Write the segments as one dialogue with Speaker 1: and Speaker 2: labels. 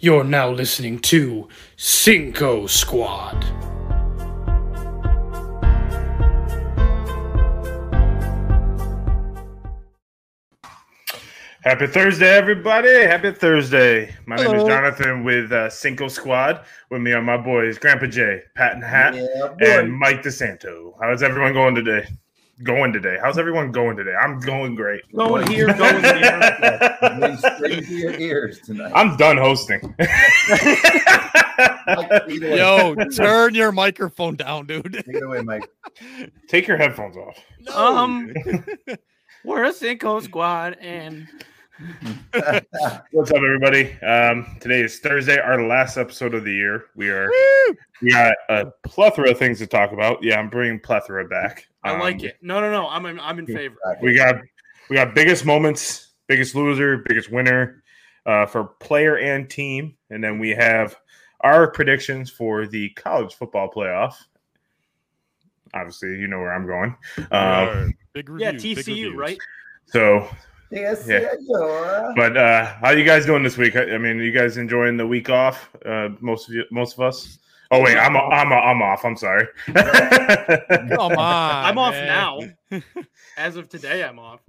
Speaker 1: You're now listening to Cinco Squad.
Speaker 2: Happy Thursday, everybody. Happy Thursday. My name is Jonathan with uh, Cinco Squad. With me are my boys, Grandpa Jay, Pat and Hat, and Mike DeSanto. How's everyone going today? Going today. How's everyone going today? I'm going great.
Speaker 3: Going here, going here.
Speaker 4: Went straight to your ears tonight.
Speaker 2: I'm done hosting.
Speaker 4: Mike, take it away.
Speaker 5: Yo, turn your microphone down, dude.
Speaker 4: Take it away, Mike.
Speaker 2: Take your headphones off.
Speaker 5: No.
Speaker 3: Um, we're a Cinco squad, and
Speaker 2: What's up, everybody? Um, today is Thursday, our last episode of the year. We are
Speaker 5: Woo!
Speaker 2: we got a plethora of things to talk about. Yeah, I'm bringing plethora back.
Speaker 3: I
Speaker 2: Um,
Speaker 3: like it. No, no, no. I'm in, I'm in favor.
Speaker 2: We got we got biggest moments, biggest loser, biggest winner uh, for player and team, and then we have our predictions for the college football playoff. Obviously, you know where I'm going. Uh,
Speaker 5: Alright, big review.
Speaker 3: Um, Yeah,
Speaker 5: big
Speaker 3: TCU,
Speaker 5: reviews.
Speaker 3: right?
Speaker 2: so,
Speaker 4: Yes,
Speaker 2: Yeah.
Speaker 4: senor.
Speaker 2: but uh, how you guys doing this week? I, I mean, you guys enjoying the week off? Uh, most of you, most of us. Oh wait, I'm i I'm i I'm off. I'm sorry.
Speaker 5: Come on.
Speaker 3: I'm off
Speaker 5: man.
Speaker 3: now. As of today, I'm off.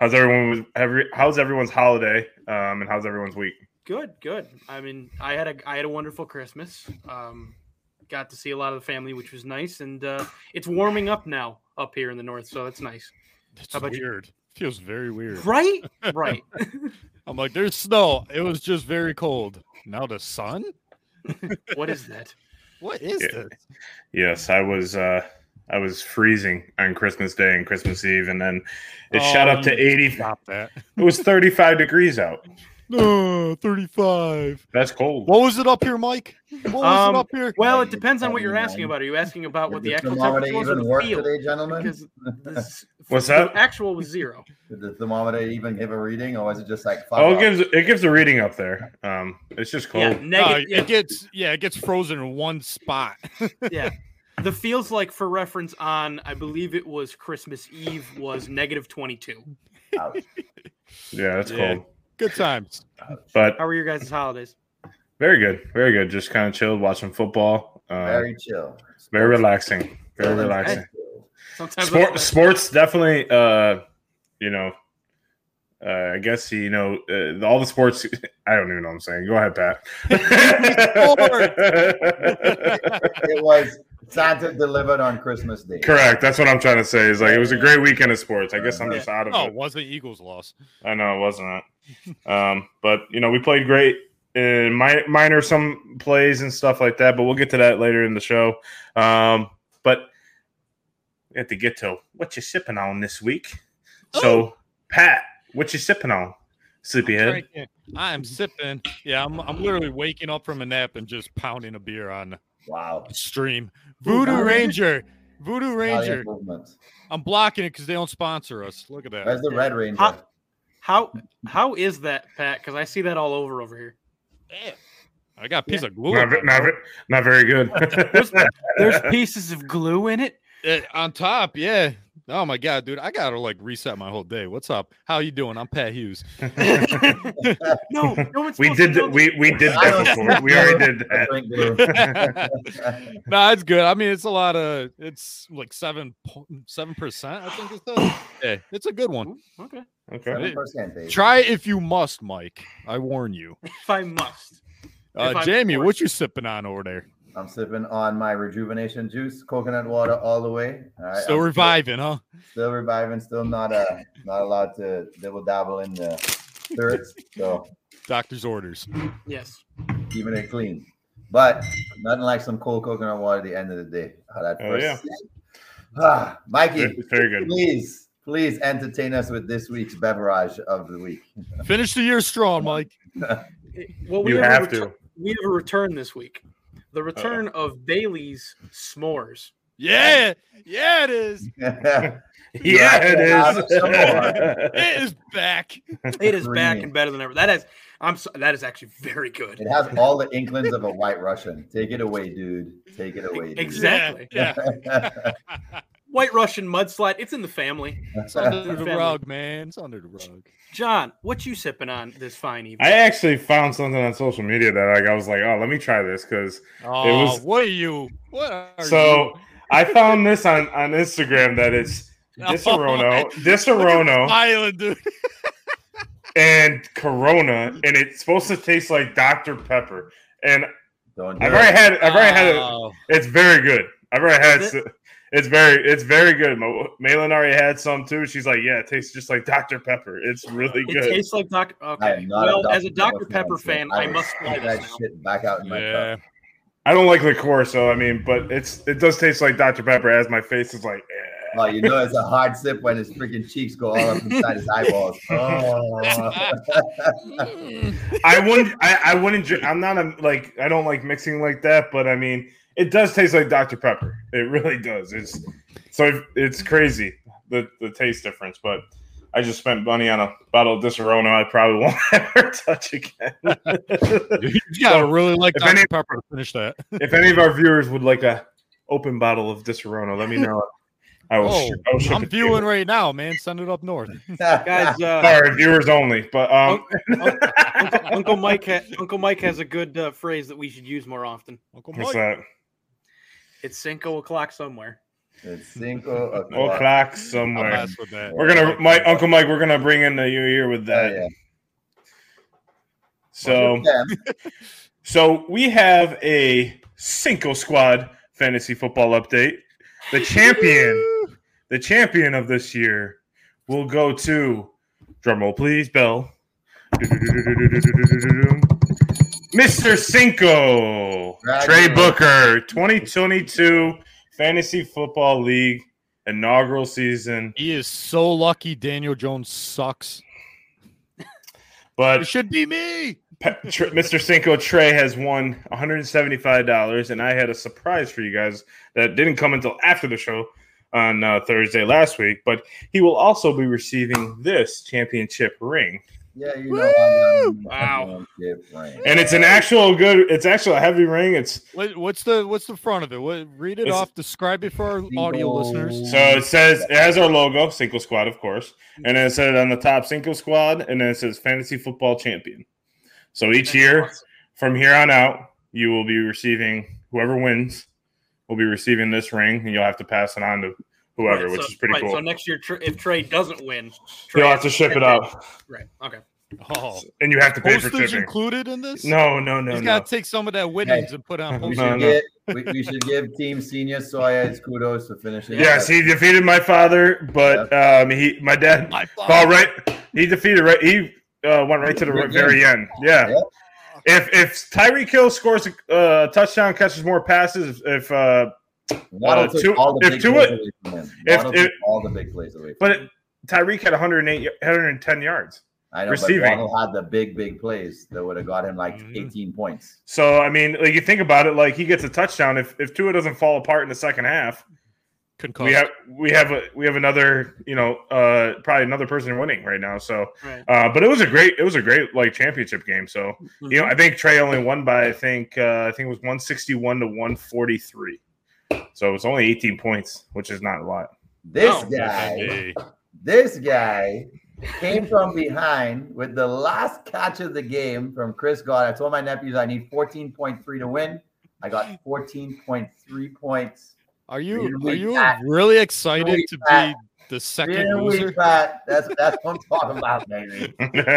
Speaker 2: how's everyone? Every, how's everyone's holiday? Um, and how's everyone's week?
Speaker 3: Good, good. I mean, I had a I had a wonderful Christmas. Um, got to see a lot of the family, which was nice, and uh, it's warming up now up here in the north, so that's nice.
Speaker 5: It's
Speaker 3: How about you?
Speaker 5: weird. Feels very weird.
Speaker 3: Right, right.
Speaker 5: I'm like, there's snow. It was just very cold. Now the sun?
Speaker 3: what is that?
Speaker 5: What is
Speaker 2: Yeah.
Speaker 5: this?
Speaker 2: Yes, I was uh I was freezing on Christmas Day and Christmas Eve and then it shot up to
Speaker 5: Um,
Speaker 2: 80
Speaker 5: Stop that.
Speaker 2: it was 35 degrees out.
Speaker 5: No, 35.
Speaker 2: That's cold.
Speaker 5: What was it up here, Mike? What was
Speaker 3: Um,
Speaker 5: it up here?
Speaker 3: Well, it
Speaker 4: Hey,
Speaker 3: depends on what you're
Speaker 4: buddy,
Speaker 3: asking
Speaker 4: man.
Speaker 3: about. Are you asking about
Speaker 4: Did
Speaker 3: what the
Speaker 4: the
Speaker 3: actual
Speaker 4: thermometer
Speaker 3: temperature was or
Speaker 4: even
Speaker 3: the
Speaker 4: work
Speaker 3: field?
Speaker 4: today, gentlemen?
Speaker 3: Because this,
Speaker 2: What's
Speaker 3: the
Speaker 2: that?
Speaker 3: actual was zero.
Speaker 4: Did the thermometer even give a reading, or was it just like fuck
Speaker 2: Oh, it
Speaker 4: off?
Speaker 2: gives it gives a reading up there. Um it's just cold.
Speaker 3: Yeah,
Speaker 5: No,
Speaker 3: negative.
Speaker 5: Oh, it gets yeah, it gets frozen in one spot.
Speaker 3: yeah. The feels like for reference on I believe it was Christmas Eve was negative 22.
Speaker 4: Ouch.
Speaker 2: Yeah, that's
Speaker 5: Yeah.
Speaker 2: cold.
Speaker 5: Good times.
Speaker 2: But
Speaker 3: How were your guys' holidays?
Speaker 2: very good. Very good. Just kind of chilled watching football. Uh, very,
Speaker 4: Very chill.
Speaker 2: relaxing. Very relaxing.
Speaker 3: Sometimes I
Speaker 2: Sport,
Speaker 3: feel
Speaker 2: sports definitely uh you know uh, I guess you know uh, all the sports. I don't even know what I'm saying. Go ahead, Pat.
Speaker 4: It was Santa delivered on Christmas Day.
Speaker 2: Correct. That's what I'm trying to say. Is like it was a great weekend of sports. I guess I'm just out of
Speaker 5: Oh,
Speaker 2: it.
Speaker 5: wasn't Eagles loss.
Speaker 2: I know it wasn't. it. Um, but you know we played great in mi- minor some plays and stuff like that. But we'll get to that later in the show. Um, but we have to get to what you sipping on this week. So Pat, what you sipping on? Sleepyhead.
Speaker 5: Drinking. I am sipping. Yeah, I'm, I'm literally waking up from a nap and just pounding a beer on
Speaker 4: Wow.
Speaker 5: stream. Voodoo Ranger. Voodoo Ranger.
Speaker 4: Valiant movement.
Speaker 5: I'm blocking it because they don't sponsor us. Look at that.
Speaker 4: Where's the Red Ranger?
Speaker 3: Huh? How how is that, Pat? Because I see that all over over here.
Speaker 5: I got a piece of glue
Speaker 2: Not, ve- not, ve- not very good.
Speaker 3: There's pieces of glue in it.
Speaker 5: Eh, on top. Yeah. Oh my god, dude! I gotta like reset my whole day. What's up? How you doing? I'm Pat Hughes.
Speaker 3: No, no one's
Speaker 2: we did.
Speaker 3: supposed to
Speaker 2: th-
Speaker 3: know
Speaker 2: we we did that before. We already did
Speaker 4: I
Speaker 2: that.
Speaker 4: drink blue.
Speaker 5: nah, it's good. I mean, it's a lot of. It's like seven seven percent. I think it says. Yeah, it's a good one.
Speaker 3: this. Okay.
Speaker 2: Okay.
Speaker 4: 7%, baby.
Speaker 5: Try it if you must, Mike. I warn you.
Speaker 3: If I must. If
Speaker 5: Uh,
Speaker 3: I'm
Speaker 5: Jamie,
Speaker 3: forced.
Speaker 5: what you sipping on over there?
Speaker 4: I'm sipping on my rejuvenation juice, coconut water all the way. All right.
Speaker 5: Still
Speaker 4: I'm
Speaker 5: reviving, huh?
Speaker 4: still reviving, still not uh not allowed to double dabble in the spirits, so
Speaker 5: Doctor's orders.
Speaker 3: Yes.
Speaker 4: keeping it clean. But nothing like some cold coconut water at the end of the day. Ah, that
Speaker 2: Oh,
Speaker 4: first
Speaker 2: yeah.
Speaker 4: sip. Ah, Mikey,
Speaker 2: Very good.
Speaker 4: please, please entertain us with this week's beverage of the week.
Speaker 5: Finish the year strong, Mike.
Speaker 3: Well,
Speaker 2: You
Speaker 3: a
Speaker 2: have to.
Speaker 3: retu- We have a return this week. The return of Bailey's S'mores.
Speaker 5: Yeah, yeah, it is.
Speaker 2: Yeah,
Speaker 4: it
Speaker 2: it is.
Speaker 5: It is back.
Speaker 3: It is
Speaker 4: Green.
Speaker 3: back and better than ever. That is, I'm. So, that is actually very good.
Speaker 4: It has all the inklings of a white Russian. Take it away, dude. Take it away. Dude.
Speaker 3: Exactly.
Speaker 5: Yeah. yeah.
Speaker 3: White Russian mudslide. It's in the family.
Speaker 5: It's under
Speaker 3: Your
Speaker 5: the
Speaker 3: family.
Speaker 5: rug, man. It's under the rug.
Speaker 3: John, what you sipping on this fine evening?
Speaker 2: I actually found something on social media that like I was like, oh, let me try this because
Speaker 5: Oh,
Speaker 2: was-
Speaker 5: what are you? What are
Speaker 2: so I found this on on Instagram that it's
Speaker 3: Oh
Speaker 2: Disaronno,
Speaker 5: you?
Speaker 2: Disaronno,
Speaker 5: Island, dude.
Speaker 2: and Corona, and it's supposed to taste like Dr Pepper. And
Speaker 4: Don't do
Speaker 2: I've
Speaker 4: it.
Speaker 2: already had, I've already had it.
Speaker 5: Oh,
Speaker 2: It's very good. I've already had.
Speaker 3: Is
Speaker 2: s- It's very, it's very good. Ma- Malin already had some too. She's like, yeah, it tastes just like Dr Pepper. It's really
Speaker 3: it
Speaker 2: good.
Speaker 3: tastes like Dr. Okay.
Speaker 4: I am not
Speaker 3: well, as a
Speaker 4: Dr.
Speaker 3: Dr. Pepper fan, I
Speaker 4: will
Speaker 3: must try
Speaker 4: spit
Speaker 3: this
Speaker 4: that
Speaker 3: now.
Speaker 4: shit back out in my
Speaker 5: yeah.
Speaker 4: cup.
Speaker 2: I don't like liqueur, so I mean, but it's it does taste like Dr Pepper. As my face is like, eh.
Speaker 4: Oh, you know it's a hard sip when his freaking cheeks go all up inside his eyeballs. Oh.
Speaker 5: Mm.
Speaker 2: I wouldn't. I, I wouldn't. dr- I'm not a, like. I don't like mixing like that. But I mean, it does taste like Dr Pepper. It really does. It's so if- it's crazy the the taste difference. But I just spent money on a bottle of Disaronno. I probably won't ever touch again.
Speaker 5: You gotta really like
Speaker 2: if
Speaker 5: Dr.
Speaker 2: any- Oh,
Speaker 5: Pepper to finish that.
Speaker 2: if any of our viewers would like a open bottle of Disaronno, let me know. I will.
Speaker 5: Oh,
Speaker 2: sh- I will ship
Speaker 5: I'm
Speaker 2: it to you.
Speaker 5: viewing right now, man. Send it up north.
Speaker 3: Guys, uh,
Speaker 2: Sorry, viewers only. But um,
Speaker 3: Uncle, Uncle Mike, ha- Uncle Mike has a good uh, phrase that we should use more often.
Speaker 5: Uncle
Speaker 2: what's
Speaker 5: Mike.
Speaker 2: that?
Speaker 3: It's Cinco o'clock somewhere.
Speaker 4: It's Cinco Oh,
Speaker 2: O'clock
Speaker 4: o'clock.
Speaker 5: I'll
Speaker 2: somewhere.
Speaker 5: mess with that.
Speaker 2: We're gonna, Mike, Uncle Mike. We're gonna bring in the new year with
Speaker 4: Oh,
Speaker 2: that.
Speaker 4: yeah.
Speaker 2: So,
Speaker 4: Yeah.
Speaker 2: so we have a Cinco Squad fantasy football update. The champion, the champion of this year, will go to drumroll please, Bell. Mr. Cinco,
Speaker 4: Right.
Speaker 2: Trey Booker, 2022 Fantasy Football League inaugural season.
Speaker 5: He is so lucky Daniel Jones sucks.
Speaker 2: But
Speaker 5: It should be me.
Speaker 2: Pe- Tr- Mr. Cinco Trey has won $175, and I had a surprise for you guys that didn't come until after the show on uh, Thursday last week. But he will also be receiving this championship ring,
Speaker 4: Yeah, you know. I'm, um,
Speaker 3: Wow.
Speaker 4: championship ring.
Speaker 2: and it's an actual good. It's actually a heavy ring. It's
Speaker 5: What, what's the what's the front of it? What, read it
Speaker 2: It's-
Speaker 5: off. Describe it for our audio
Speaker 4: Eagle.
Speaker 5: listeners.
Speaker 2: so it says it has our logo, Cinco Squad, of course, and then it says on the top Cinco Squad, and then it says Fantasy Football Champion. So each year, from here on out, you will be receiving whoever wins will be receiving this ring, and you'll have to pass it on to whoever,
Speaker 3: Right,
Speaker 2: which
Speaker 3: so-
Speaker 2: is pretty
Speaker 3: right,
Speaker 2: cool.
Speaker 3: So next year, Tr- if Trey doesn't win, Trey
Speaker 2: you'll have to ship it out,
Speaker 3: Right. Okay.
Speaker 5: Oh,
Speaker 2: and you have to pay for
Speaker 5: postage
Speaker 2: shipping.
Speaker 5: included in this?
Speaker 2: No, no, no,
Speaker 5: He's
Speaker 2: no.
Speaker 5: got to take some of that winnings and put on
Speaker 4: We
Speaker 5: postage.
Speaker 2: No,
Speaker 4: should,
Speaker 2: no.
Speaker 4: get, we, we should give Team Senior Soya his kudos for finishing.
Speaker 2: yes, he defeated my father, but um, he my dad
Speaker 5: My fault.
Speaker 2: fought right. He defeated right. He uh, went right to the
Speaker 4: Yeah.
Speaker 2: very end. Yeah. If if Tyreek Hill scores a uh, touchdown, catches more passes, if uh,
Speaker 4: Waddle
Speaker 2: uh,
Speaker 4: took
Speaker 2: Tua-
Speaker 4: all the
Speaker 2: if
Speaker 4: big
Speaker 2: Tua-
Speaker 4: plays away from him.
Speaker 2: if-
Speaker 4: Waddle
Speaker 2: if-
Speaker 4: took all the big plays away. From
Speaker 2: but
Speaker 4: him.
Speaker 2: it, Tyreek had 108, 110 yards.
Speaker 4: I know,
Speaker 2: receiving. Mm-hmm.
Speaker 4: but Waddle had the big, big plays that would have got him like
Speaker 5: Mhm.
Speaker 4: 18 points.
Speaker 2: So I mean, like you think about it, like he gets a touchdown. If if Tua doesn't fall apart in the second half,
Speaker 5: Concussed.
Speaker 2: we have we have a we have another you know uh probably another person winning right now. So,
Speaker 3: Right.
Speaker 2: uh, but it was a great it was a great like championship game. So you know I think Trey only won by I think uh, I think it was one sixty one to one forty three. So it was only eighteen points, which is not a lot.
Speaker 4: This
Speaker 3: Oh,
Speaker 4: guy,
Speaker 5: Hey.
Speaker 4: this guy came from behind with the last catch of the game from Chris God. I told my nephews I need 14.3 to win. I got 14.3 points.
Speaker 5: Are you
Speaker 4: Here we
Speaker 5: are you
Speaker 4: back.
Speaker 5: really excited
Speaker 4: we
Speaker 5: to be
Speaker 4: back.
Speaker 5: the
Speaker 4: Here
Speaker 5: second
Speaker 4: we
Speaker 5: loser?
Speaker 4: Pat. That's that's what I'm talking about, baby.
Speaker 2: Hold
Speaker 5: Look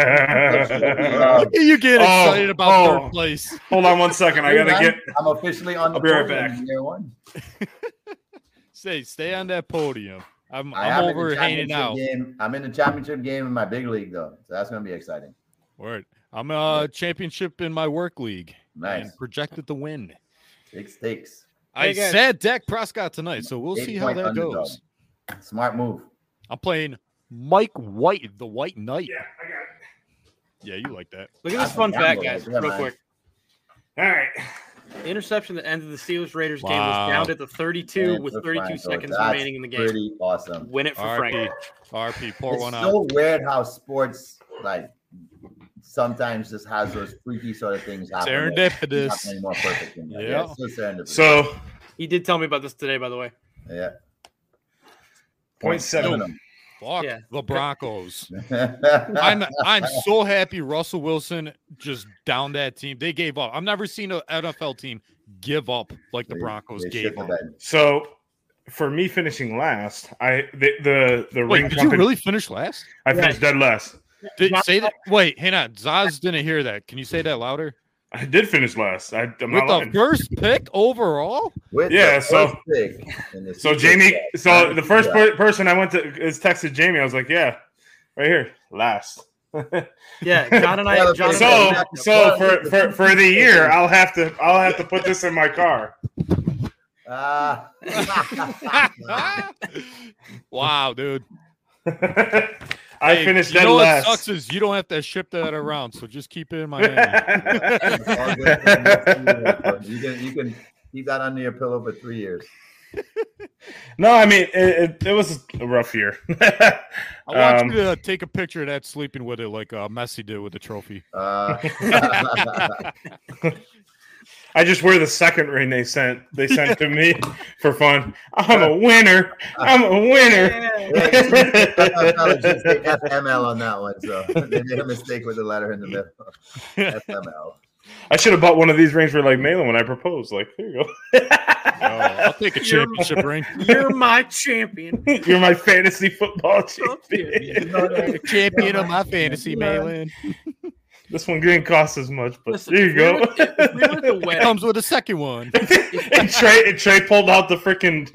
Speaker 5: at you get
Speaker 2: Oh,
Speaker 5: excited about
Speaker 2: oh.
Speaker 5: third place.
Speaker 2: on one second, I gotta
Speaker 4: I'm,
Speaker 2: get.
Speaker 4: I'm officially on the
Speaker 2: I'll be right
Speaker 4: podium
Speaker 2: back.
Speaker 4: in year one.
Speaker 5: Stay stay on that podium. I'm
Speaker 4: I
Speaker 5: I'm
Speaker 4: am in the
Speaker 5: over hanging
Speaker 4: championship
Speaker 5: out.
Speaker 4: Game. I'm in the championship game in my big league though, so that's gonna be exciting.
Speaker 5: Word. I'm a championship in my work league
Speaker 4: Nice,
Speaker 5: and projected to win.
Speaker 4: big stakes,
Speaker 5: I
Speaker 3: guys.
Speaker 5: said Dak Prescott tonight, so we'll see how
Speaker 4: Eight-point
Speaker 5: that
Speaker 4: underdog.
Speaker 5: goes.
Speaker 4: smart move.
Speaker 5: I'm playing Mike White, the White Knight.
Speaker 2: Yeah, I got it.
Speaker 5: Yeah, you like that.
Speaker 3: Look at
Speaker 4: That's
Speaker 3: this
Speaker 4: a
Speaker 3: fun fact,
Speaker 4: gamble.
Speaker 3: guys,
Speaker 4: Yeah,
Speaker 3: real
Speaker 4: man.
Speaker 3: quick.
Speaker 2: All right.
Speaker 3: The interception that ended the Steelers Raiders game
Speaker 5: Wow.
Speaker 3: was down at the 32
Speaker 4: And
Speaker 3: with
Speaker 4: for
Speaker 3: 32
Speaker 4: Franco,
Speaker 3: seconds
Speaker 4: that's
Speaker 3: remaining in the game.
Speaker 4: Pretty awesome.
Speaker 3: Win it for
Speaker 5: RP,
Speaker 3: Frank.
Speaker 5: RP, pour
Speaker 4: It's
Speaker 5: one out.
Speaker 4: so weird how sports like sometimes just has those freaky sort of things happen. that
Speaker 5: Serendipitous.
Speaker 4: happen any more perfect than that.
Speaker 5: Yeah.
Speaker 4: it's so serendipitous.
Speaker 2: So
Speaker 3: He did tell me about this today, by the way.
Speaker 4: yeah,
Speaker 2: Point seven.
Speaker 5: Fuck
Speaker 3: Yeah.
Speaker 5: the Broncos.
Speaker 4: I'm
Speaker 5: I'm I'm so happy Russell Wilson just downed that team. They gave up. I've never seen an NFL team give up like the Broncos gave up.
Speaker 2: So for me finishing last, I the the, the
Speaker 5: Wait,
Speaker 2: ring
Speaker 5: did you
Speaker 2: company.
Speaker 5: really finish last?
Speaker 2: I finished dead last.
Speaker 5: Did say that? Wait, hang on. Zaz didn't hear that. Can you say that louder?
Speaker 2: I did finish last. I, I'm
Speaker 5: With
Speaker 2: not
Speaker 5: the
Speaker 2: lying.
Speaker 5: first pick overall?
Speaker 2: Yeah, so- So Jamie, so the first per- person I went to is texted Jamie. I was like, yeah, right here, last.
Speaker 3: Yeah, John and I.
Speaker 4: Yeah,
Speaker 3: John and
Speaker 2: So
Speaker 3: I
Speaker 2: so for, for for the year, I'll have to I'll have to put this in my car.
Speaker 4: Ah.
Speaker 5: wow, dude.
Speaker 2: I
Speaker 5: Hey,
Speaker 2: finished
Speaker 5: you
Speaker 2: dead
Speaker 5: know
Speaker 2: last.
Speaker 5: What sucks is Oh, you don't have to ship that around, so just keep it in my hand.
Speaker 4: All good for the next few years, bro. you can you can keep that under your pillow for three years.
Speaker 2: no, I mean it, it, it was a rough year.
Speaker 5: I want
Speaker 2: Um,
Speaker 5: you to take a picture of that sleeping with it like uh, Messi did with the trophy.
Speaker 4: Uh,
Speaker 2: I just wear the second ring they sent they sent to me for fun. I'm a winner. I'm a winner.
Speaker 3: Yeah.
Speaker 4: That's FML on that one, so they made a mistake with the letter in the middle. FML.
Speaker 2: I should have bought one of these rings for like Malin when I proposed. Like, here you
Speaker 5: Oh,
Speaker 2: go.
Speaker 5: I'll take a championship ring.
Speaker 3: You're my champion.
Speaker 2: You're my fantasy football champion.
Speaker 3: Champion.
Speaker 5: The champion of my fantasy, Malin.
Speaker 2: This one didn't cost as much, but
Speaker 3: Listen,
Speaker 2: there
Speaker 3: if
Speaker 2: you
Speaker 3: we were
Speaker 2: go.
Speaker 3: at the- if we were at the wedding,
Speaker 5: Comes with a second one.
Speaker 2: and Trey and Trey pulled out the freaking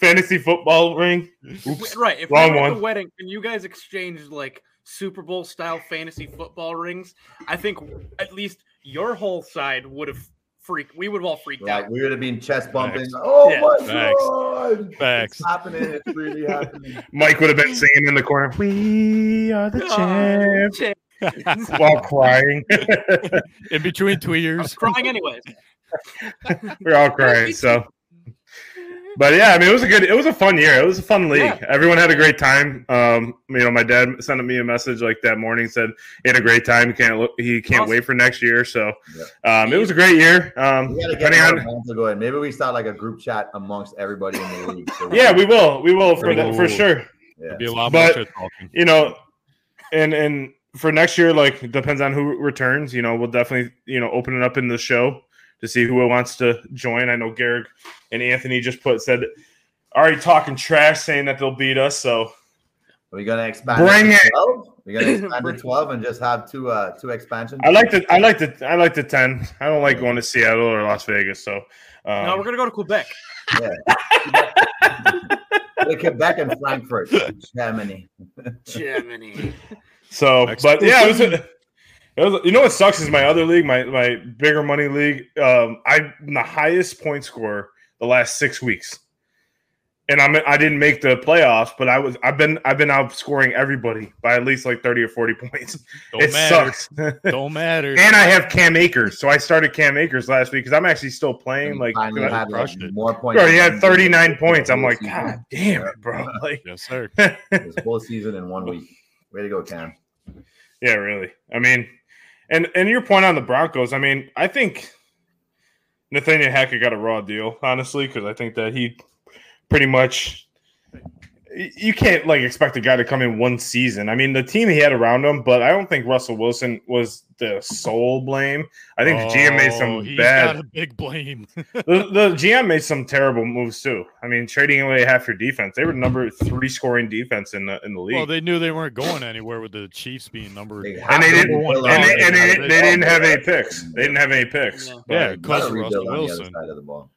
Speaker 2: fantasy football ring.
Speaker 3: w-
Speaker 2: Oops.
Speaker 3: right? If
Speaker 2: Wrong
Speaker 3: we were at the
Speaker 2: one.
Speaker 3: wedding and you guys exchanged like Super Bowl style fantasy football rings, I think at least your whole side would have freaked. We would have all freaked
Speaker 4: Like
Speaker 3: out.
Speaker 4: we would have been chest bumping. Oh
Speaker 3: Yeah.
Speaker 4: my
Speaker 5: Facts.
Speaker 4: god!
Speaker 5: Facts.
Speaker 4: It's happening. It's really happening.
Speaker 2: Mike would have been singing in the corner, "We are the
Speaker 3: Oh,
Speaker 2: champs,"
Speaker 3: champ.
Speaker 2: while crying.
Speaker 5: In between tweeters.
Speaker 3: Crying anyways.
Speaker 2: We're all crying. So, but yeah, I mean, it was a good, it was a fun year. It was a fun league.
Speaker 3: Yeah.
Speaker 2: Everyone had a great time. Um, you know, my dad sent me a message like that morning, said he had a great time. He can't, look, he can't
Speaker 3: Awesome.
Speaker 2: wait for next year. So, um, it was a great year. Um,
Speaker 4: We gotta get
Speaker 2: depending
Speaker 4: more
Speaker 2: on,
Speaker 4: fans to go in. Maybe we start like a group chat amongst everybody in the league. So
Speaker 2: yeah, we will, we will for that for
Speaker 5: Ooh.
Speaker 2: sure.
Speaker 4: Yeah.
Speaker 5: Be a lot more
Speaker 2: But-
Speaker 5: shit talking.
Speaker 2: you know, and and for next year, like it depends on who returns. You know, we'll definitely you know open it up in the show to see who wants to join. I know Garrick and Anthony just put said already talking trash, saying that they'll beat us. So
Speaker 4: We're gonna expand.
Speaker 2: Bring
Speaker 4: to
Speaker 2: it.
Speaker 4: 12? We're gonna expand to
Speaker 3: Bring it.
Speaker 4: twelve and just have two uh two expansions.
Speaker 2: I like the I like the I like the ten. I don't like going to Seattle or Las Vegas. So um,
Speaker 3: No, we're gonna go to Quebec.
Speaker 4: the Quebec and Frankfurt, Germany.
Speaker 3: Germany.
Speaker 2: So,
Speaker 5: Next.
Speaker 2: but yeah, it was, a, it was. You know what sucks is my other league, my my bigger money league. Um, I'm the highest point scorer the last six weeks, and I'm I didn't make the playoffs, but I was I've been I've been outscoring everybody by at least like thirty or forty points.
Speaker 5: Don't
Speaker 2: it
Speaker 5: matter.
Speaker 2: sucks.
Speaker 5: Don't matter.
Speaker 2: and I have Cam Akers, so I started Cam Akers last week because I'm actually still playing.
Speaker 4: And
Speaker 2: Like,
Speaker 4: finally
Speaker 2: bro,
Speaker 4: have, like,
Speaker 5: crushed it.
Speaker 4: more points.
Speaker 2: he had
Speaker 4: than-
Speaker 2: thirty nine points. I'm like,
Speaker 4: This
Speaker 2: God damn it, bro! Like,
Speaker 5: Yes, sir.
Speaker 4: whole- This whole season in one week. Way to go, Cam.
Speaker 2: Yeah, really. I mean, and and your point on the Broncos. I mean, I think Nathaniel Hackett got a raw deal, honestly, because I think that he pretty much y- you can't like expect a guy to come in one season. I mean, the team he had around him, but I don't think Russell Wilson was the sole blame. I think the GM made
Speaker 5: Oh,
Speaker 2: some
Speaker 5: he's
Speaker 2: bad.
Speaker 5: got a big blame.
Speaker 2: the, the GM made some terrible moves too. I mean, trading away half your defense. They were number three scoring defense in the in the league.
Speaker 5: Well, they knew they weren't going anywhere with the Chiefs being number
Speaker 4: They
Speaker 2: and
Speaker 4: have
Speaker 2: they
Speaker 4: to
Speaker 2: didn't, and
Speaker 4: rebuild on
Speaker 2: they,
Speaker 4: the
Speaker 2: and they,
Speaker 4: other
Speaker 2: they
Speaker 4: side.
Speaker 2: didn't have any picks. They didn't have any picks.
Speaker 3: Yeah.
Speaker 2: But-
Speaker 5: Yeah,
Speaker 4: Gotta
Speaker 5: because of
Speaker 4: rebuild
Speaker 5: Russell
Speaker 4: on the other
Speaker 5: Wilson.
Speaker 4: side of the ball.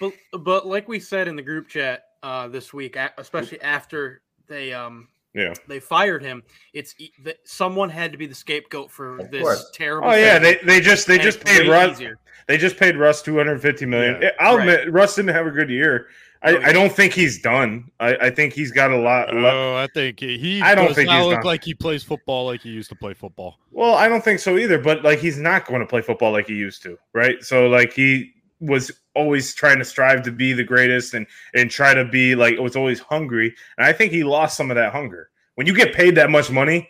Speaker 3: But but like we said in the group chat uh, this week, a- especially after they um
Speaker 2: Yeah.
Speaker 3: they fired him, it's e- that someone had to be the scapegoat for
Speaker 4: Of
Speaker 3: this
Speaker 4: course.
Speaker 3: terrible.
Speaker 2: Oh yeah,
Speaker 3: thing.
Speaker 2: they, they just they
Speaker 3: And
Speaker 2: just
Speaker 3: it's
Speaker 2: paid
Speaker 3: way
Speaker 2: Russ.
Speaker 3: easier.
Speaker 2: They just paid Russ two hundred fifty million.
Speaker 5: Yeah.
Speaker 2: I'll
Speaker 3: Right.
Speaker 2: admit Russ didn't have a good year. I,
Speaker 3: Oh, yeah. Uh-huh.
Speaker 2: I don't think he's done. I, I think he's got a lot. left.
Speaker 5: Oh, I think he
Speaker 2: I don't
Speaker 5: does
Speaker 2: think
Speaker 5: not
Speaker 2: he's
Speaker 5: look
Speaker 2: done.
Speaker 5: like he plays football like he used to play football.
Speaker 2: Well, I don't think so either. But like he's not going to play football like he used to, right? So like he was always trying to strive to be the greatest and and try to be like was always hungry. And I think he lost some of that hunger. When you get paid that much money,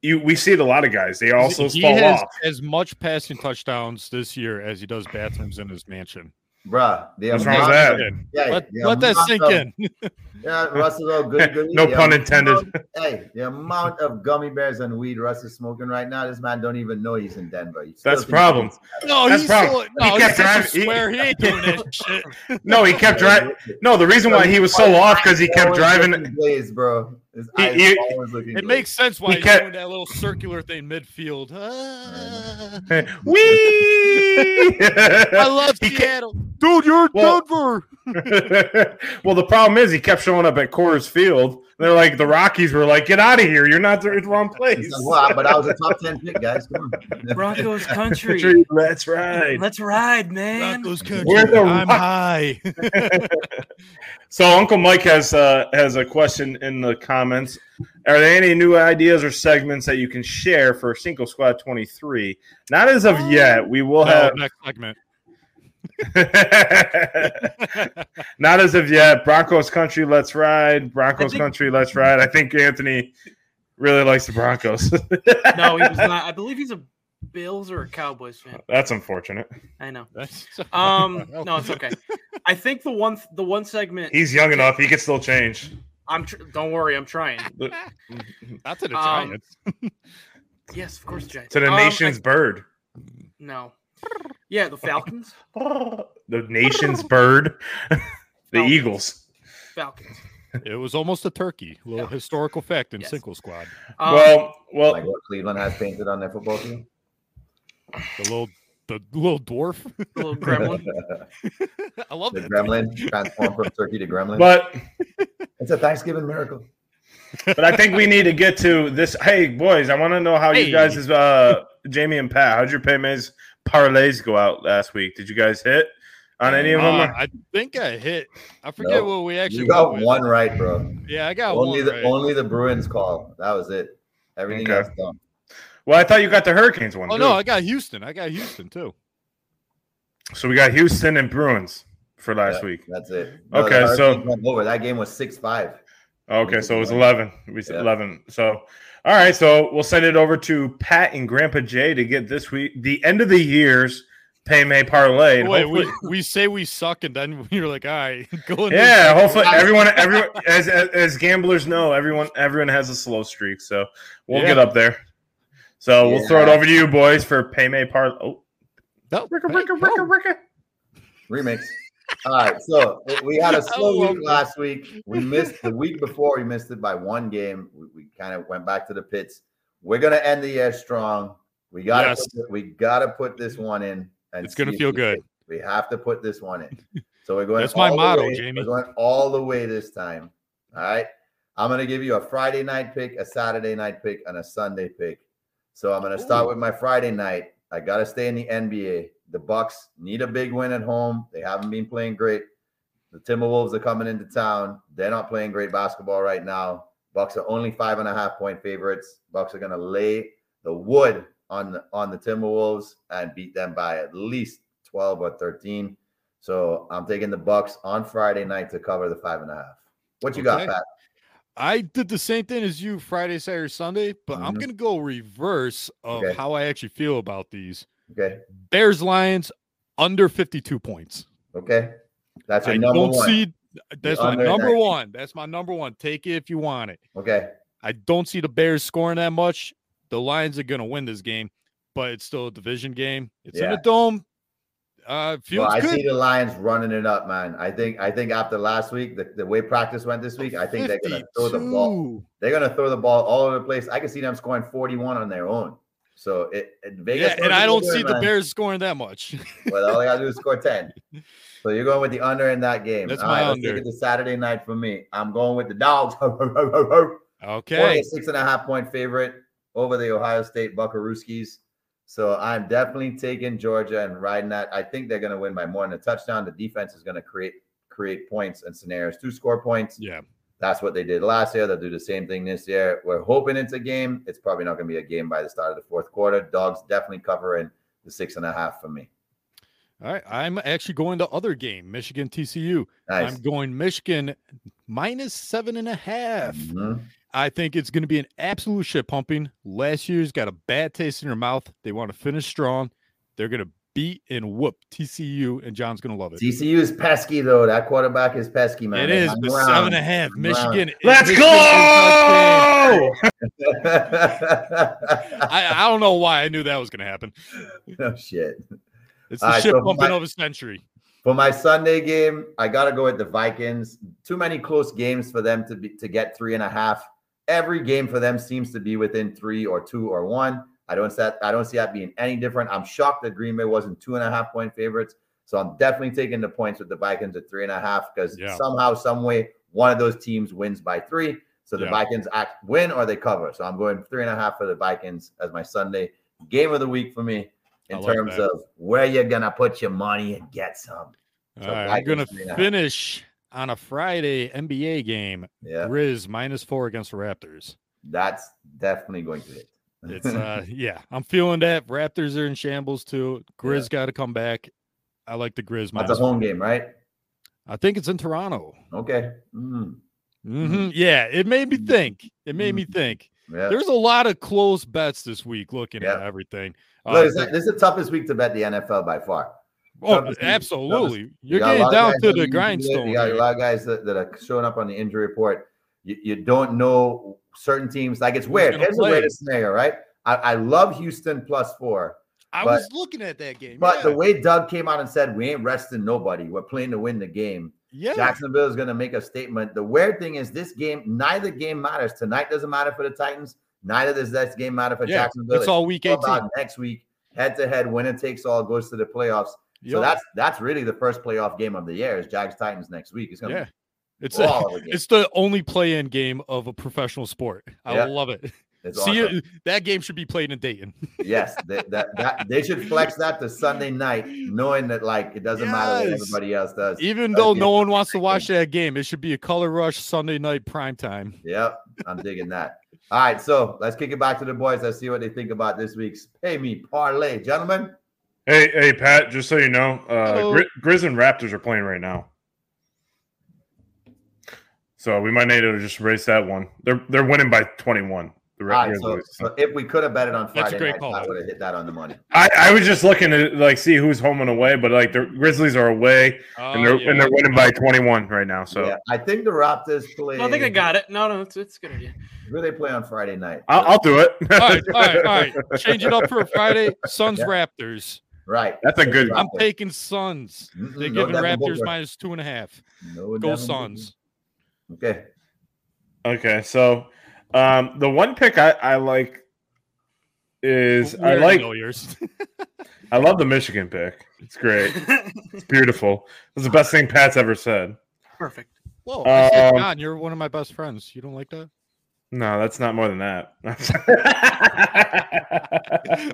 Speaker 2: you we see it a lot of guys. They also
Speaker 5: he
Speaker 2: fall
Speaker 5: has
Speaker 2: off.
Speaker 5: as much passing touchdowns this year as he does bathrooms in his mansion.
Speaker 4: Bruh, the
Speaker 2: What's wrong with
Speaker 4: amount-
Speaker 2: that?
Speaker 4: Yeah,
Speaker 5: Let,
Speaker 4: the
Speaker 5: let that
Speaker 4: amount
Speaker 5: sink
Speaker 4: of-
Speaker 5: in.
Speaker 4: Yeah, Russ is all good. good
Speaker 2: No
Speaker 4: The
Speaker 2: pun
Speaker 4: amount-
Speaker 2: intended.
Speaker 4: hey, the amount of gummy bears and weed Russ is smoking right now, this man don't even know he's in Denver. He still
Speaker 2: That's
Speaker 4: thinks-
Speaker 2: problem.
Speaker 5: No,
Speaker 2: That's
Speaker 5: he's
Speaker 2: problem.
Speaker 5: so, no,
Speaker 2: He
Speaker 5: he
Speaker 2: kept
Speaker 5: he's such a
Speaker 2: driving- he-
Speaker 5: square. He ain't doing that shit.
Speaker 2: No, he kept driving. No, the reason why he was so off because he kept
Speaker 4: Always
Speaker 2: driving.
Speaker 4: looking glazed, bro. His
Speaker 2: He-
Speaker 4: eyes
Speaker 2: he-
Speaker 4: always looking
Speaker 5: It
Speaker 4: glazed.
Speaker 5: makes sense why
Speaker 2: He
Speaker 5: he's
Speaker 2: kept-
Speaker 5: doing that little circular thing midfield. Ah.
Speaker 2: Wee!
Speaker 5: I love
Speaker 2: He kept-
Speaker 5: Seattle, dude. You're
Speaker 2: Well-
Speaker 5: Denver.
Speaker 2: well, the problem is he kept showing up at Coors Field. They're like the Rockies were like, "Get out of here! You're not the wrong
Speaker 4: He
Speaker 2: place."
Speaker 4: said, "Well, I- but I was a top ten pick, guys. Come on.
Speaker 3: Broncos country.
Speaker 2: Country, That's right.
Speaker 3: Let's ride, man.
Speaker 5: Broncos country.
Speaker 2: We're the
Speaker 5: I'm
Speaker 2: Rock-
Speaker 5: high.
Speaker 2: So Uncle Mike has uh, has a question in the comments. Are there any new ideas or segments that you can share for Cinco Squad 23? Not as of yet. We will
Speaker 5: No,
Speaker 2: have
Speaker 5: Oh, next segment.
Speaker 2: Not as of yet. Broncos country, let's ride. Broncos
Speaker 3: think-
Speaker 2: country, let's ride. I think Anthony really likes the Broncos.
Speaker 3: No, he was not. I believe he's a Bills or a Cowboys fan.
Speaker 2: That's unfortunate.
Speaker 3: I know.
Speaker 5: That's-
Speaker 3: Um,
Speaker 5: Oh,
Speaker 3: no, it's okay. I think the one the one segment.
Speaker 2: He's young enough; he can still change.
Speaker 3: I'm. Tr- don't worry, I'm trying.
Speaker 5: Not to the
Speaker 3: Um,
Speaker 5: Giants.
Speaker 3: Yes, of course, Jay.
Speaker 2: To the
Speaker 3: Um, I-
Speaker 2: nation's bird.
Speaker 3: no. Yeah, the Falcons.
Speaker 2: The nation's bird. the
Speaker 3: Falcons.
Speaker 2: Eagles.
Speaker 3: Falcons.
Speaker 5: It was almost a turkey. Little
Speaker 3: Yeah.
Speaker 5: historical fact in
Speaker 3: Yes.
Speaker 5: Cinco Squad.
Speaker 3: Um,
Speaker 2: well, well,
Speaker 4: Like what Cleveland has painted on their football team.
Speaker 5: The little, the little dwarf. Uh,
Speaker 3: the little gremlin.
Speaker 5: I love
Speaker 4: The
Speaker 5: that.
Speaker 4: gremlin transformed from turkey to gremlin.
Speaker 2: but
Speaker 4: it's a Thanksgiving miracle.
Speaker 2: but I think we need to get to this. Hey, boys, I want to know how
Speaker 5: Hey.
Speaker 2: you guys is uh Jamie and Pat. How'd your payments parlays go out last week? Did you guys hit on any of them?
Speaker 5: Uh, I think I hit. I forget
Speaker 4: No.
Speaker 5: what we actually
Speaker 4: You got
Speaker 5: went with.
Speaker 4: one right, bro.
Speaker 5: Yeah, I got
Speaker 4: Only
Speaker 5: one.
Speaker 4: the
Speaker 5: right.
Speaker 4: only the Bruins call. That was it. Everything
Speaker 2: Okay.
Speaker 4: else done.
Speaker 2: well, I thought you got the Hurricanes one.
Speaker 5: Oh
Speaker 2: too.
Speaker 5: no, I got Houston. I got Houston too.
Speaker 2: So we got Houston and Bruins for last
Speaker 4: Yeah,
Speaker 2: week.
Speaker 4: That's it.
Speaker 2: Okay,
Speaker 4: the
Speaker 2: so-
Speaker 4: Hurricanes went over. That game was six five.
Speaker 2: Okay, so it was
Speaker 4: Yeah.
Speaker 2: eleven. We said
Speaker 4: Yeah.
Speaker 2: eleven. So all right, so we'll send it over to Pat and Grandpa Jay to get this week the end of the year's pay may parlay. and
Speaker 5: Wait,
Speaker 2: hopefully-
Speaker 5: we, we say we suck, and then you're like, all right, go in there.
Speaker 2: Yeah, hopefully everyone, everyone, as, as as gamblers know, everyone, everyone has a slow streak, so we'll
Speaker 5: Yeah.
Speaker 2: get up there. So we'll throw it
Speaker 4: Yeah.
Speaker 2: over to you boys for pay may part. Oh,
Speaker 5: No,
Speaker 2: ricka,
Speaker 5: hey,
Speaker 2: ricka, ricka,
Speaker 5: no.
Speaker 2: ricka.
Speaker 4: Remix. All right, so we- we had a slow
Speaker 5: love
Speaker 4: week last week. We missed the week before. We missed it by one game. We, we kind of went back to the pits. We're gonna end the year strong. We gotta
Speaker 5: Yes.
Speaker 4: put, we gotta put this one in. And
Speaker 5: It's gonna
Speaker 4: see if
Speaker 5: feel
Speaker 4: we
Speaker 5: good.
Speaker 4: hit. We have to put this one in. So we're going.
Speaker 5: That's my
Speaker 4: all the
Speaker 5: motto,
Speaker 4: way-
Speaker 5: Jamie.
Speaker 4: We're going all the way this time. All right. I'm gonna give you a Friday night pick, a Saturday night pick, and a Sunday pick. So I'm gonna start
Speaker 5: Ooh.
Speaker 4: with my Friday night. I gotta stay in the NBA. The Bucks need a big win at home. They haven't been playing great. The Timberwolves are coming into town. They're not playing great basketball right now. Bucks are only five and a half point favorites. Bucks are gonna lay the wood on the on the Timberwolves and beat them by at least 12 or 13. So I'm taking the Bucks on Friday night to cover the five and a half. What you got,
Speaker 5: Okay.
Speaker 4: Pat?
Speaker 5: I did the same thing as you Friday, Saturday, Sunday, but I'm
Speaker 4: Mhm.
Speaker 5: gonna go reverse of
Speaker 4: Okay.
Speaker 5: how I actually feel about these
Speaker 4: Okay.
Speaker 5: Bears Lions under 52 points.
Speaker 4: Okay. That's your
Speaker 5: I
Speaker 4: number
Speaker 5: don't
Speaker 4: one.
Speaker 5: see that's my
Speaker 4: under
Speaker 5: number
Speaker 4: that.
Speaker 5: one. That's my number one. Take it if you want it.
Speaker 4: Okay.
Speaker 5: I don't see the Bears scoring that much. The Lions are gonna win this game, but it's still a division game. It's in
Speaker 4: Yeah.
Speaker 5: a dome. Uh, feels
Speaker 4: Well, I
Speaker 5: good.
Speaker 4: see the Lions running it up, man. I think I think after last week, the, the way practice went this week, I think they're gonna throw the ball.
Speaker 5: 52.
Speaker 4: They're gonna throw the ball all over the place. I can see them scoring 41 on their own. So it, it Vegas
Speaker 5: Yeah,
Speaker 4: knows
Speaker 5: and I
Speaker 4: what
Speaker 5: don't
Speaker 4: they're
Speaker 5: see
Speaker 4: doing,
Speaker 5: the
Speaker 4: man.
Speaker 5: Bears scoring that much.
Speaker 4: Well, all they gotta do is score 10. So you're going with the under in that game.
Speaker 5: That's
Speaker 4: all
Speaker 5: my
Speaker 4: right, let's take
Speaker 5: under.
Speaker 4: it to Saturday night for me. I'm going with the dogs. Only
Speaker 5: Okay.
Speaker 4: a six and a half point favorite over the Ohio State Buckarooskies. So I'm definitely taking Georgia and riding that. I think they're gonna win by more than a touchdown. The defense is gonna create create points and scenarios, two score points.
Speaker 5: Yeah.
Speaker 4: That's what they did last year. They'll do the same thing this year. We're hoping it's a game. It's probably not going to be a game by the start of the fourth quarter. Dogs definitely covering the six and a half for me.
Speaker 5: All right. I'm actually going to other game, Michigan TCU.
Speaker 4: Nice.
Speaker 5: I'm going Michigan minus seven and a half.
Speaker 4: Mhm.
Speaker 5: I think it's going to be an absolute shit pumping. Last year's got a bad taste in their mouth. They want to finish strong. They're going to beat and whoop TCU, and John's gonna love it.
Speaker 4: TCU is pesky though. That quarterback is pesky, man.
Speaker 5: it is
Speaker 4: I'm
Speaker 5: the
Speaker 4: around.
Speaker 5: seven and a half.
Speaker 4: I'm around.
Speaker 5: Michigan.
Speaker 2: Let's
Speaker 5: Michigan touchdown.
Speaker 2: go!
Speaker 5: I, I don't know why I knew that was gonna happen.
Speaker 4: oh shit.
Speaker 5: It's the
Speaker 4: All right,
Speaker 5: ship
Speaker 4: so
Speaker 5: bumping
Speaker 4: my-
Speaker 5: of a century.
Speaker 4: For my Sunday game, I gotta go with the Vikings. Too many close games for them to be to get three and a half. Every game for them seems to be within three or two or one. I don't see that, I don't see that being any different. I'm shocked that Green Bay wasn't two and a half point favorites. So I'm definitely taking the points with the Vikings at three and a half because
Speaker 5: Yeah.
Speaker 4: somehow, some way, one of those teams wins by three. So the
Speaker 5: Yeah.
Speaker 4: Vikings act win or they cover. So I'm going three and a half for the Vikings as my Sunday game of the week for me in
Speaker 5: I like
Speaker 4: terms
Speaker 5: that.
Speaker 4: of where you're gonna put your money and get some. So
Speaker 5: All right, I'm
Speaker 4: Vikings
Speaker 5: gonna
Speaker 4: three and a half.
Speaker 5: finish on a Friday NBA game.
Speaker 4: Yeah,
Speaker 5: Grizz minus four against the Raptors.
Speaker 4: that's definitely going to hit.
Speaker 5: It's uh yeah, I'm feeling that. Raptors are in shambles too. Grizz gotta come back. I like the Grizz
Speaker 4: that's a
Speaker 5: minus.
Speaker 4: home game, right?
Speaker 5: I think it's in Toronto.
Speaker 4: Okay. Mm,
Speaker 5: hmm Yeah, it made me
Speaker 4: Mhm.
Speaker 5: think. It made me think.
Speaker 4: yeah.
Speaker 5: There's a lot of close bets this week looking at
Speaker 4: Yeah.
Speaker 5: everything.
Speaker 4: Look,
Speaker 5: Uh,
Speaker 4: it's not- this is the toughest week to bet the NFL by far.
Speaker 5: oh,
Speaker 4: toughest-
Speaker 5: absolutely.
Speaker 4: You
Speaker 5: You're
Speaker 4: got a
Speaker 5: getting
Speaker 4: lot of
Speaker 5: down
Speaker 4: guys
Speaker 5: to
Speaker 4: on injury
Speaker 5: the
Speaker 4: list.
Speaker 5: grindstone.
Speaker 4: You got a
Speaker 5: here.
Speaker 4: lot of guys that, that are showing up on the injury report. You, you don't know certain teams. Like it's weird.
Speaker 5: gonna
Speaker 4: Here's a weird
Speaker 5: play?
Speaker 4: scenario, right? I, I love Houston plus four,
Speaker 5: I
Speaker 4: but-
Speaker 5: was looking at that game.
Speaker 4: but
Speaker 5: yeah.
Speaker 4: the way Doug came out and said we ain't resting nobody. We're playing to win the game.
Speaker 5: yeah.
Speaker 4: Jacksonville is going to make a statement. The weird thing is, this game, neither game matters. Tonight doesn't matter for the Titans. Neither does this game matter for
Speaker 5: Yeah,
Speaker 4: Jacksonville.
Speaker 5: it's all week
Speaker 4: all
Speaker 5: 18.
Speaker 4: about next week, head to head, winner takes all, goes to the playoffs. So
Speaker 5: Yup.
Speaker 4: that's that's really the first playoff game of the year is Jags Titans next week. It's going to
Speaker 5: yeah. It's uh,
Speaker 4: be all of a game.
Speaker 5: it's the only play-in game of a professional sport. I
Speaker 4: Yeah.
Speaker 5: love it.
Speaker 4: It's
Speaker 5: See,
Speaker 4: awesome.
Speaker 5: you that game should be played in Dayton.
Speaker 4: yes, that, that, that they should flex that to Sunday night, knowing that like it doesn't matter what
Speaker 5: Yes.
Speaker 4: everybody else does.
Speaker 5: Even
Speaker 4: That
Speaker 5: though
Speaker 4: game
Speaker 5: no one wants to
Speaker 4: great
Speaker 5: watch that game, it should be a color rush Sunday night prime time.
Speaker 4: Yep, I'm digging that. All right, so let's kick it back to the boys. Let's see what they think about this week's pay me parlay, gentlemen.
Speaker 2: hey, hey, Pat. Just so you know, uh,
Speaker 5: Hello.
Speaker 2: Gri- Grizz and Raptors are playing right now, so we might need to just race that one. They're they're winning by twenty one. The
Speaker 4: All
Speaker 2: Ra-
Speaker 4: right, Ah, so,
Speaker 2: Grizzlies.
Speaker 4: so if we could have bet it on Friday,
Speaker 5: That's a great
Speaker 4: night,
Speaker 5: call.
Speaker 4: I would have hit that on the money.
Speaker 2: I, I was just looking to like see who's home and away, but like the Grizzlies are away
Speaker 5: Ah,
Speaker 2: and they're and they're winning by twenty one right now. So
Speaker 4: yeah, I think the Raptors play.
Speaker 3: No, I think I got it. No, no, it's, it's a good idea.
Speaker 4: Who they play on Friday night?
Speaker 2: I'll, I'll do it.
Speaker 5: all right, all right, all right. Change it up for a Friday. Suns
Speaker 4: Yeah.
Speaker 5: Raptors.
Speaker 4: right.
Speaker 2: That's a good.
Speaker 5: I'm
Speaker 4: Raptors.
Speaker 5: taking Suns.
Speaker 4: Mm-mm,
Speaker 5: They're
Speaker 4: no
Speaker 5: giving
Speaker 4: Devin
Speaker 5: Raptors
Speaker 4: Booker.
Speaker 5: minus two and a half.
Speaker 4: No
Speaker 5: Go
Speaker 4: Devin
Speaker 5: Suns.
Speaker 4: Booker. Okay.
Speaker 2: Okay, so um, the one pick I, I like is
Speaker 5: We
Speaker 2: I
Speaker 5: already
Speaker 2: like
Speaker 5: know yours.
Speaker 2: I love the Michigan pick. It's great. It's beautiful. It's the best thing Pat's ever said.
Speaker 3: Perfect.
Speaker 5: Whoa, I said,
Speaker 2: Um,
Speaker 5: John, you're one of my best friends. You don't like that?
Speaker 2: No, that's not more than that.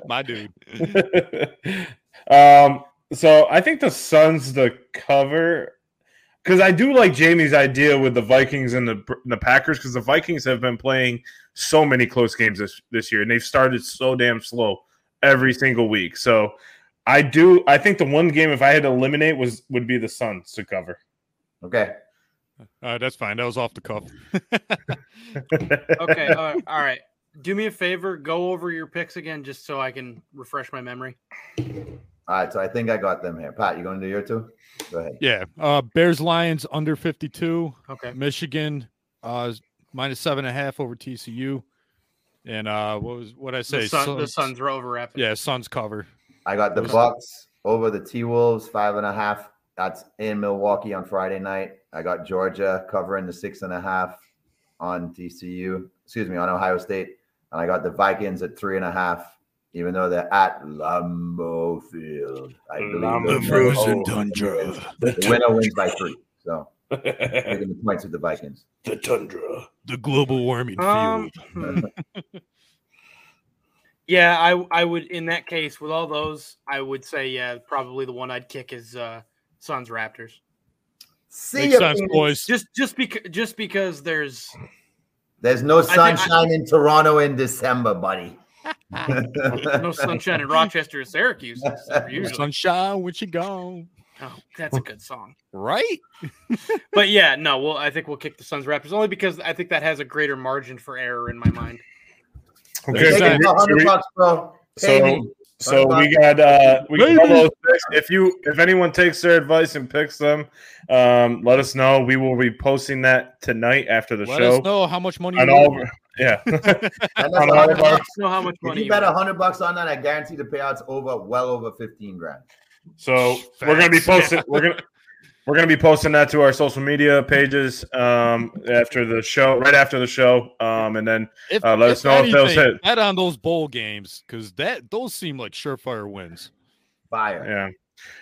Speaker 5: My dude.
Speaker 2: um, so I think the Suns the cover because I do like Jamie's idea with the Vikings and the the Packers because the Vikings have been playing so many close games this this year and they've started so damn slow every single week. So I do I think the one game if I had to eliminate was would be the Suns to cover.
Speaker 4: Okay.
Speaker 5: All right, that's fine. That was off the cuff.
Speaker 3: Okay. Uh, all right. Do me a favor. Go over your picks again, just so I can refresh my memory.
Speaker 4: All right. So I think I got them here. Pat, you going to do your two? Go ahead.
Speaker 5: yeah. Uh Bears Lions under 52.
Speaker 3: Okay.
Speaker 5: Michigan uh is minus seven and a half over TCU. And uh what was what I say?
Speaker 3: The, sun, the
Speaker 5: Suns-
Speaker 3: Suns are over rapid.
Speaker 5: Yeah, Suns cover.
Speaker 4: I got the Bucks over the T Wolves five and a half. That's in Milwaukee on Friday night. I got Georgia covering the six and a half on TCU. Excuse me, on Ohio State, and I got the Vikings at three and a half. Even though they're at Lambeau Field, I believe
Speaker 2: Lambeau
Speaker 4: they're
Speaker 2: The
Speaker 4: home. The winner wins by three. So taking the points with the Vikings.
Speaker 1: The tundra.
Speaker 5: The global warming
Speaker 3: Um, hmm. yeah, I I would in that case with all those, I would say yeah, probably the one I'd kick is uh Suns Raptors.
Speaker 4: See
Speaker 5: Makes
Speaker 4: ya,
Speaker 5: sense,
Speaker 4: Phoenix.
Speaker 5: boys.
Speaker 3: Just just because just because there's
Speaker 4: There's no
Speaker 3: think I-
Speaker 4: sunshine in Toronto in December, buddy.
Speaker 3: no sunshine in Rochester or Syracuse. except for Usually.
Speaker 5: Sunshine, where you gone?
Speaker 3: Oh, that's a good song.
Speaker 5: Right?
Speaker 3: But yeah, no, well I think we'll kick the Suns Raptors only because I think that has a greater margin for error in my mind.
Speaker 2: Okay,
Speaker 4: Take
Speaker 5: so
Speaker 4: it for
Speaker 2: so
Speaker 4: 100
Speaker 2: we-
Speaker 4: bucks, bro. Pay
Speaker 2: so-
Speaker 4: me.
Speaker 2: So we got uh we got all those picks. If you if anyone takes their advice and picks them, um, let us know. We will be posting that tonight after the
Speaker 5: Let
Speaker 2: show.
Speaker 5: us know how much money.
Speaker 2: On
Speaker 5: you
Speaker 2: all,
Speaker 5: made.
Speaker 2: yeah,
Speaker 4: And
Speaker 2: on
Speaker 4: that's
Speaker 2: all of
Speaker 4: all
Speaker 2: our
Speaker 4: about-
Speaker 3: Let's know how much
Speaker 4: If
Speaker 3: money
Speaker 4: you
Speaker 3: you
Speaker 4: bet
Speaker 3: made.
Speaker 4: hundred bucks on that, I guarantee the payout's over, well over fifteen grand.
Speaker 2: So we're gonna be
Speaker 5: Facts.
Speaker 2: posting. We're gonna we're gonna be posting that to our social media pages um, after the show, right after the show, um, and then
Speaker 5: If,
Speaker 2: Uh, let us know if those hit.
Speaker 5: Bet on those bowl games because that those seem like surefire wins.
Speaker 4: Fire.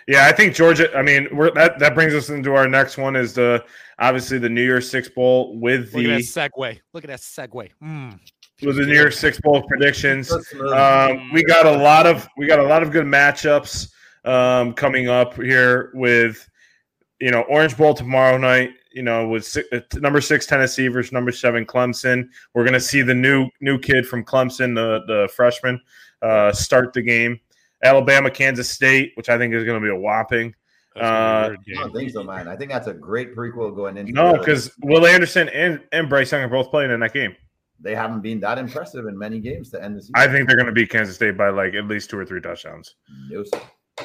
Speaker 2: yeah, yeah. I think Georgia. I mean, we're, that that brings us into our next one is the obviously the New Year's Six Bowl with
Speaker 5: Look at that
Speaker 2: the
Speaker 5: segue. Look at that segue. Mm.
Speaker 2: with the New Year's Six Bowl predictions.
Speaker 4: So smooth.
Speaker 2: Um, we got a lot of we got a lot of good matchups um, coming up here with you know Orange Bowl tomorrow night. You know with si- uh, t- number six Tennessee versus number seven Clemson. We're gonna see the new new kid from Clemson, the the freshman, uh, start the game. Alabama Kansas State, which I think is gonna be a whopping.
Speaker 5: That's gonna be a
Speaker 2: Uh,
Speaker 5: weird
Speaker 4: I don't
Speaker 5: game.
Speaker 4: think so, man. I think that's a great prequel going into
Speaker 2: No,
Speaker 4: it.
Speaker 2: because Will Anderson and and Bryce Young are both playing in that game.
Speaker 4: they haven't been that impressive in many games to end the season.
Speaker 2: I think they're gonna beat Kansas State by like at least two or three touchdowns.
Speaker 4: No, sir.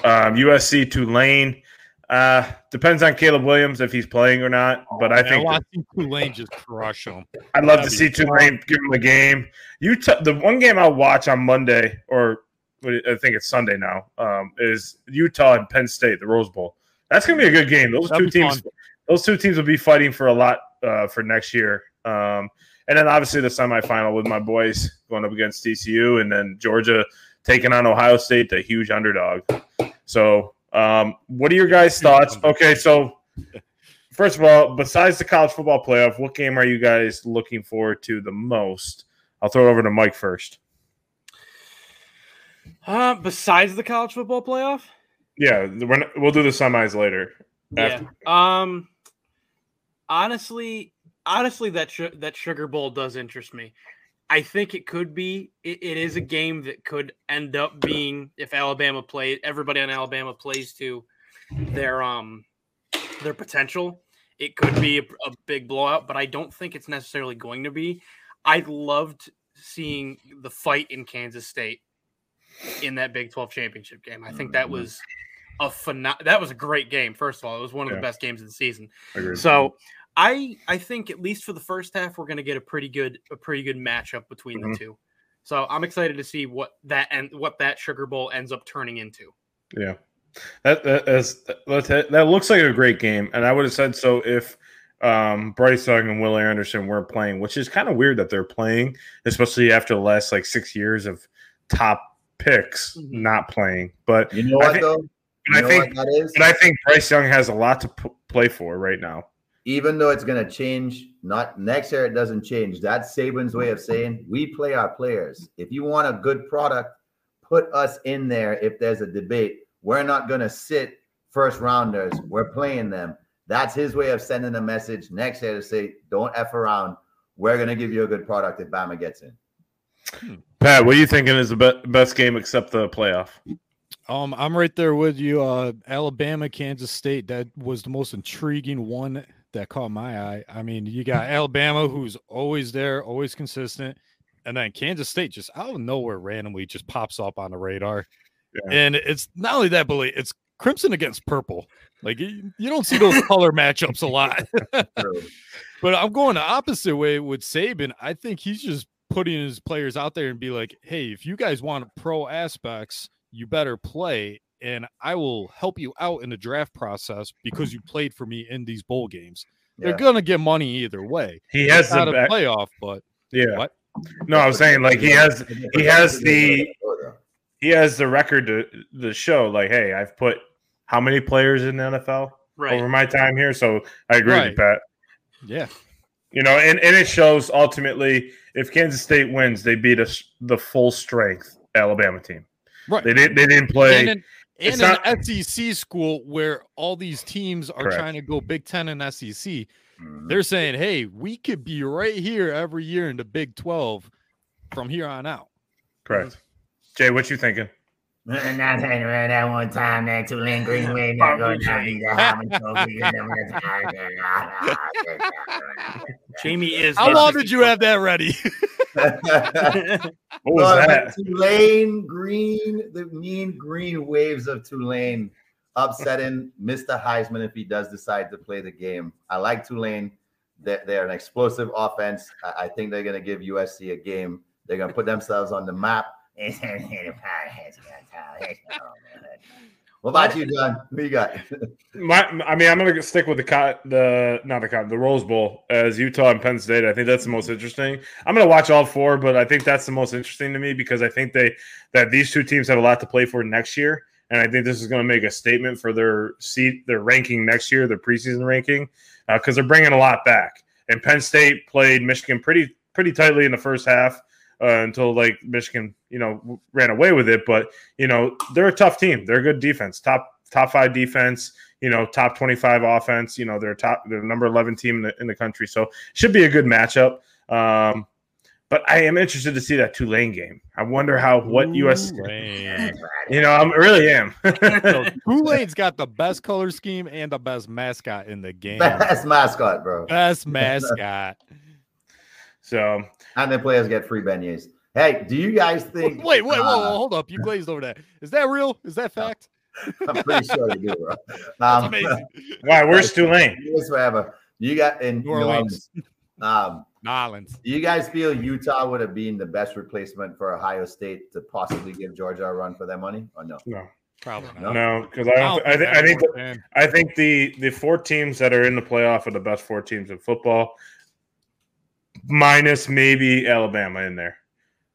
Speaker 2: um, USC Tulane. Uh, depends on Caleb Williams if he's playing or not, but I
Speaker 5: Oh, Man,
Speaker 2: think
Speaker 5: watching Tulane just crush them.
Speaker 2: I'd love to
Speaker 5: that'd
Speaker 2: see Tulane give him a game. You t- the one game I'll watch on Monday or what do you- I think it's Sunday now um, is Utah and Penn State, the Rose Bowl. That's gonna be a good game. Those
Speaker 5: That'd
Speaker 2: two
Speaker 5: be
Speaker 2: teams, those two teams will be fighting for a lot uh, for next year. Um, and then obviously the semifinal with my boys going up against TCU, and then Georgia taking on Ohio State, the huge underdog. So, um, what are your guys' thoughts? Okay, so First of all, besides the college football playoff, what game are you guys looking forward to the most? I'll throw it over to Mike first.
Speaker 3: Uh, besides the college football playoff,
Speaker 2: Yeah, we're not, we'll do the semis later.
Speaker 3: yeah. Um, honestly, honestly, that su- that Sugar Bowl does interest me. I think it could be. It, it is a game that could end up being if Alabama plays. Everybody on Alabama plays to their um their potential. It could be a, a big blowout, but I don't think it's necessarily going to be. I loved seeing the fight in Kansas State in that Big Twelve championship game. I think that was a phenom- That was a great game. First of all, it was one of
Speaker 2: Yeah.
Speaker 3: the best games of the season.
Speaker 2: Agreed.
Speaker 3: So I I think at least for the first half we're going to get a pretty good a pretty good matchup between
Speaker 2: Mhm.
Speaker 3: the two. So I'm excited to see what that and what that Sugar Bowl ends up turning
Speaker 2: Oh,
Speaker 3: into.
Speaker 2: yeah, that that, is, that that looks like a great game, and I would have said so if um, Bryce Young and Will Anderson weren't playing, which is kind of weird that they're playing, especially after the last like six years of top picks
Speaker 3: Mhm.
Speaker 2: not playing. But
Speaker 4: You know
Speaker 2: I
Speaker 4: what
Speaker 2: think-
Speaker 4: though?
Speaker 2: and
Speaker 4: You
Speaker 2: I
Speaker 4: know
Speaker 2: think
Speaker 4: what that is.
Speaker 2: and I think Bryce Young has a lot to p- play for right now.
Speaker 4: Even though it's going to change, not next year it doesn't change. That's Saban's way of saying we play our players. If you want a good product, put us in there. If there's a debate, we're not going to sit first rounders. We're playing them. That's his way of sending a message next year to say, don't f around. We're going to give you a good product if Bama gets in.
Speaker 2: Pat, what are you thinking is the be- best game except the playoff?
Speaker 5: Um, I'm right there with you. Uh, Alabama, Kansas State. That was the most intriguing one that caught my eye. I mean, you got Alabama, who's always there, always consistent, and then Kansas State just out of nowhere randomly just pops up on the radar.
Speaker 2: Yeah.
Speaker 5: And it's not only that, but like, it's crimson against purple. Like you, you don't see those color matchups a lot.
Speaker 4: True.
Speaker 5: But I'm going the opposite way with Saban. I think he's just putting his players out there and be like, hey, if you guys want pro aspects, you better play. And I will help you out in the draft process because you played for me in these bowl games.
Speaker 4: Yeah.
Speaker 5: They're gonna get money either way.
Speaker 2: He has
Speaker 5: It's not
Speaker 2: the
Speaker 5: a
Speaker 2: back.
Speaker 5: playoff, but
Speaker 2: yeah.
Speaker 5: What?
Speaker 2: No, I was saying like he has he has the he has the record to the show. Like, hey, I've put how many players in the NFL
Speaker 3: Right.
Speaker 2: over my time here? So I agree with you,
Speaker 5: Right.
Speaker 2: Pat.
Speaker 5: yeah,
Speaker 2: You know, and, and it shows ultimately if Kansas State wins, they beat us the full strength Alabama team.
Speaker 5: right.
Speaker 2: They didn't they didn't play
Speaker 5: and an,
Speaker 2: it's
Speaker 5: and an SEC school where all these teams are
Speaker 2: Correct. Mm-hmm.
Speaker 5: trying to go Big Ten and SEC. They're saying, hey, we could be right here every year in the Big 12 from here on out.
Speaker 2: correct. Jay, what you thinking?
Speaker 6: Nothing around that one time that Tulane Greenway not going down to the Harmon Trophy. and I'm gonna die.
Speaker 3: Jamie is.
Speaker 5: How long did you have that ready?
Speaker 2: What was
Speaker 4: Well,
Speaker 2: that?
Speaker 4: Uh, Tulane Green, the mean green waves of Tulane upsetting Mr. Heisman if he does decide to play the game. I like Tulane. They're, they're an explosive offense. I, I think they're going to give USC a game. They're going to put themselves on the map. What about you, John? Who you got?
Speaker 2: My, I mean, I'm gonna stick with the cot, the not the cotton, the Rose Bowl as Utah and Penn State. I think that's the most interesting. I'm gonna watch all four, but I think that's the most interesting to me because I think they that these two teams have a lot to play for next year, and I think this is gonna make a statement for their seat, their ranking next year, their preseason ranking, because they're bringing a lot back. And Penn State played Michigan pretty pretty tightly in the first half uh, until like Michigan, you know, ran away with it. But you know, they're a tough team. They're a good defense, top top five defense you know, top 25 offense. You know, they're top, they're number 11 team in the, in the country. So should be a good matchup. Um, but I am interested to see that Tulane game. I wonder how what US, you know, I am really am.
Speaker 5: Tulane's got the best color scheme and the best mascot in the game.
Speaker 4: Best mascot, bro.
Speaker 5: best mascot.
Speaker 2: so
Speaker 4: And the players get free beignets. Hey, do you guys
Speaker 5: Wait,
Speaker 4: think?
Speaker 5: wait, whoa,
Speaker 4: uh,
Speaker 5: whoa, hold up! You glazed over that. Is that real? Is that fact?
Speaker 4: I'm pretty sure you do, bro. Um,
Speaker 5: That's amazing.
Speaker 2: why? Where's Tulane?
Speaker 4: Yes, forever. You got in
Speaker 5: New
Speaker 4: New
Speaker 5: Orleans.
Speaker 4: Orleans. Um,
Speaker 5: Nolans.
Speaker 4: do you guys feel Utah would have been the best replacement for Ohio State to possibly give Georgia a run for their money, or no?
Speaker 5: Probably not.
Speaker 2: No, because I
Speaker 5: Oh,
Speaker 2: don't. I, th- I think the, I think the the four teams that are in the playoff are the best four teams in football, minus maybe Alabama in there.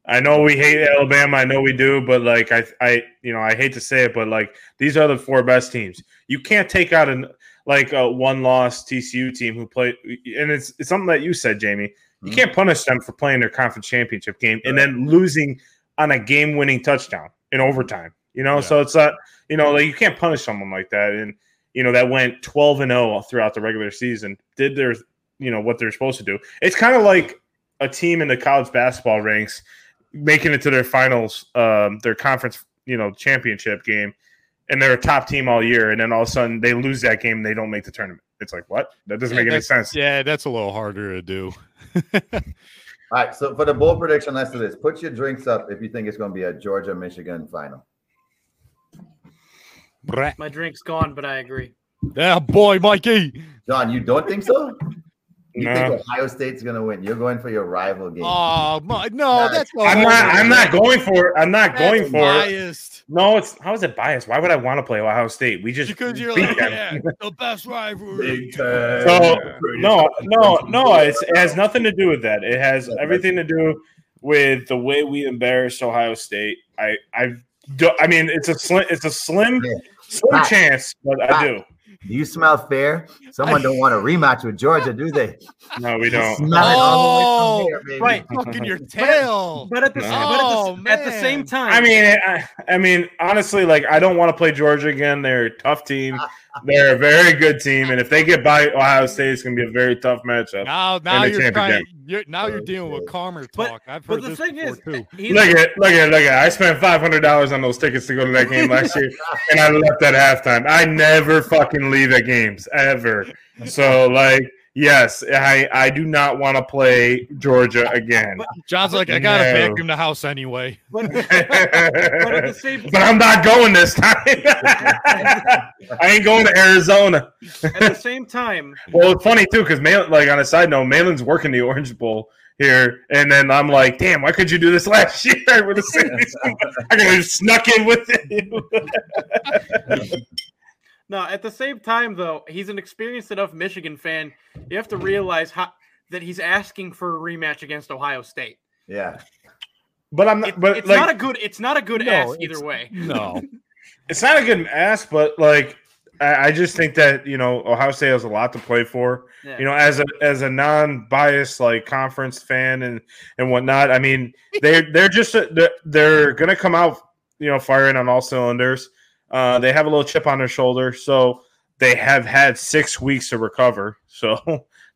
Speaker 2: I know we hate Alabama. I know we do, but like I, I, you know, I hate to say it, but like these are the four best teams. You can't take out an like a one loss TCU team who played, and it's, it's something that you said, Jamie. You
Speaker 4: Mhm.
Speaker 2: can't punish them for playing their conference championship game and then losing on a game winning touchdown in overtime. You know,
Speaker 5: Yeah.
Speaker 2: so it's not, you know, like you can't punish someone like that. And you know that went 12 and 0 throughout the regular season did their you know what they're supposed to do it's kind of like a team in the college basketball ranks making it to their finals um, their conference you know championship game and they're a top team all year and then all of a sudden they lose that game and they don't make the tournament it's like what that doesn't make any sense
Speaker 5: Yeah, that's a little harder to do.
Speaker 4: All right. So for the bowl prediction, let's do this. Put your drinks up if you think it's going to be a Georgia Michigan final.
Speaker 5: Brat.
Speaker 3: My drink's gone, but I agree.
Speaker 5: Yeah, boy, Mikey.
Speaker 4: John, you don't think so? You
Speaker 2: No.
Speaker 4: think Ohio State's going to win? You're going for your rival game.
Speaker 5: Oh my, no, that's the
Speaker 2: i'm
Speaker 5: whole-
Speaker 2: not i'm not going for it i'm not going
Speaker 5: That's
Speaker 2: for it
Speaker 5: biased.
Speaker 2: no it's how is it biased why would i want to play ohio state we just
Speaker 5: because you're
Speaker 2: beat
Speaker 5: like
Speaker 2: them.
Speaker 5: yeah, the best rivalry.
Speaker 4: Big Ten.
Speaker 2: So no, no, no. It's, it has nothing to do with that. It has everything to do with the way we embarrassed Ohio State. I, I, do, I mean, it's a slim, it's a slim, slim
Speaker 4: Fact.
Speaker 2: chance, but I do.
Speaker 4: Do you smell fair? Someone don't want a rematch with Georgia, do they?
Speaker 2: No, we don't.
Speaker 4: Smell it all the way from
Speaker 5: Oh,
Speaker 4: here, baby.
Speaker 3: Right.
Speaker 5: Fucking your tail.
Speaker 3: But at the,
Speaker 5: Oh,
Speaker 3: but at the, at the
Speaker 5: man.
Speaker 3: same time,
Speaker 2: I mean, I, I mean, honestly, like I don't want to play Georgia again. They're a tough team. They're a very good team, and if they get by Ohio State, it's going to be a very tough matchup.
Speaker 5: Now, now
Speaker 2: the
Speaker 5: you're
Speaker 2: champion
Speaker 5: trying. You're, now you're
Speaker 4: Okay.
Speaker 5: dealing with calmer
Speaker 3: But-
Speaker 5: talk. I've
Speaker 3: but
Speaker 5: heard
Speaker 3: the
Speaker 5: this
Speaker 3: thing
Speaker 5: before
Speaker 3: is,
Speaker 5: too.
Speaker 3: he's-
Speaker 2: Look at, look at, look at! I spent five hundred dollars on those tickets to go to that game last year, and I left at halftime. I never fucking leave at games ever. So, like, yes, I I do not want to play Georgia again.
Speaker 5: John's like, I gotta
Speaker 2: No.
Speaker 5: vacuum the house anyway.
Speaker 3: but, but at the
Speaker 2: but
Speaker 3: same
Speaker 2: I'm not going this time. I ain't going to Arizona.
Speaker 3: at the same time,
Speaker 2: Well, it's funny too because Malin, like on a side note, Malin's working the Orange Bowl here, and then I'm like, damn, why could you do this last year? With the same- I could have snuck in with it.
Speaker 3: no, at the same time though, he's an experienced enough Michigan fan. You have to realize how, that he's asking for a rematch against Ohio State.
Speaker 4: Yeah.
Speaker 2: But I'm
Speaker 3: It-
Speaker 2: not. But
Speaker 3: it's
Speaker 2: like,
Speaker 3: not a good. It's not a good
Speaker 5: No,
Speaker 3: ass
Speaker 5: it's-
Speaker 3: either way.
Speaker 5: No,
Speaker 2: it's not a good ask. But like, I, I just think that you know Ohio State has a lot to play for.
Speaker 3: Yeah.
Speaker 2: You know, as a as a non-biased like conference fan and and whatnot. I mean, they they're just a, they're, they're gonna come out you know firing on all cylinders. Uh, they have a little chip on their shoulder, so they have had six weeks to recover. So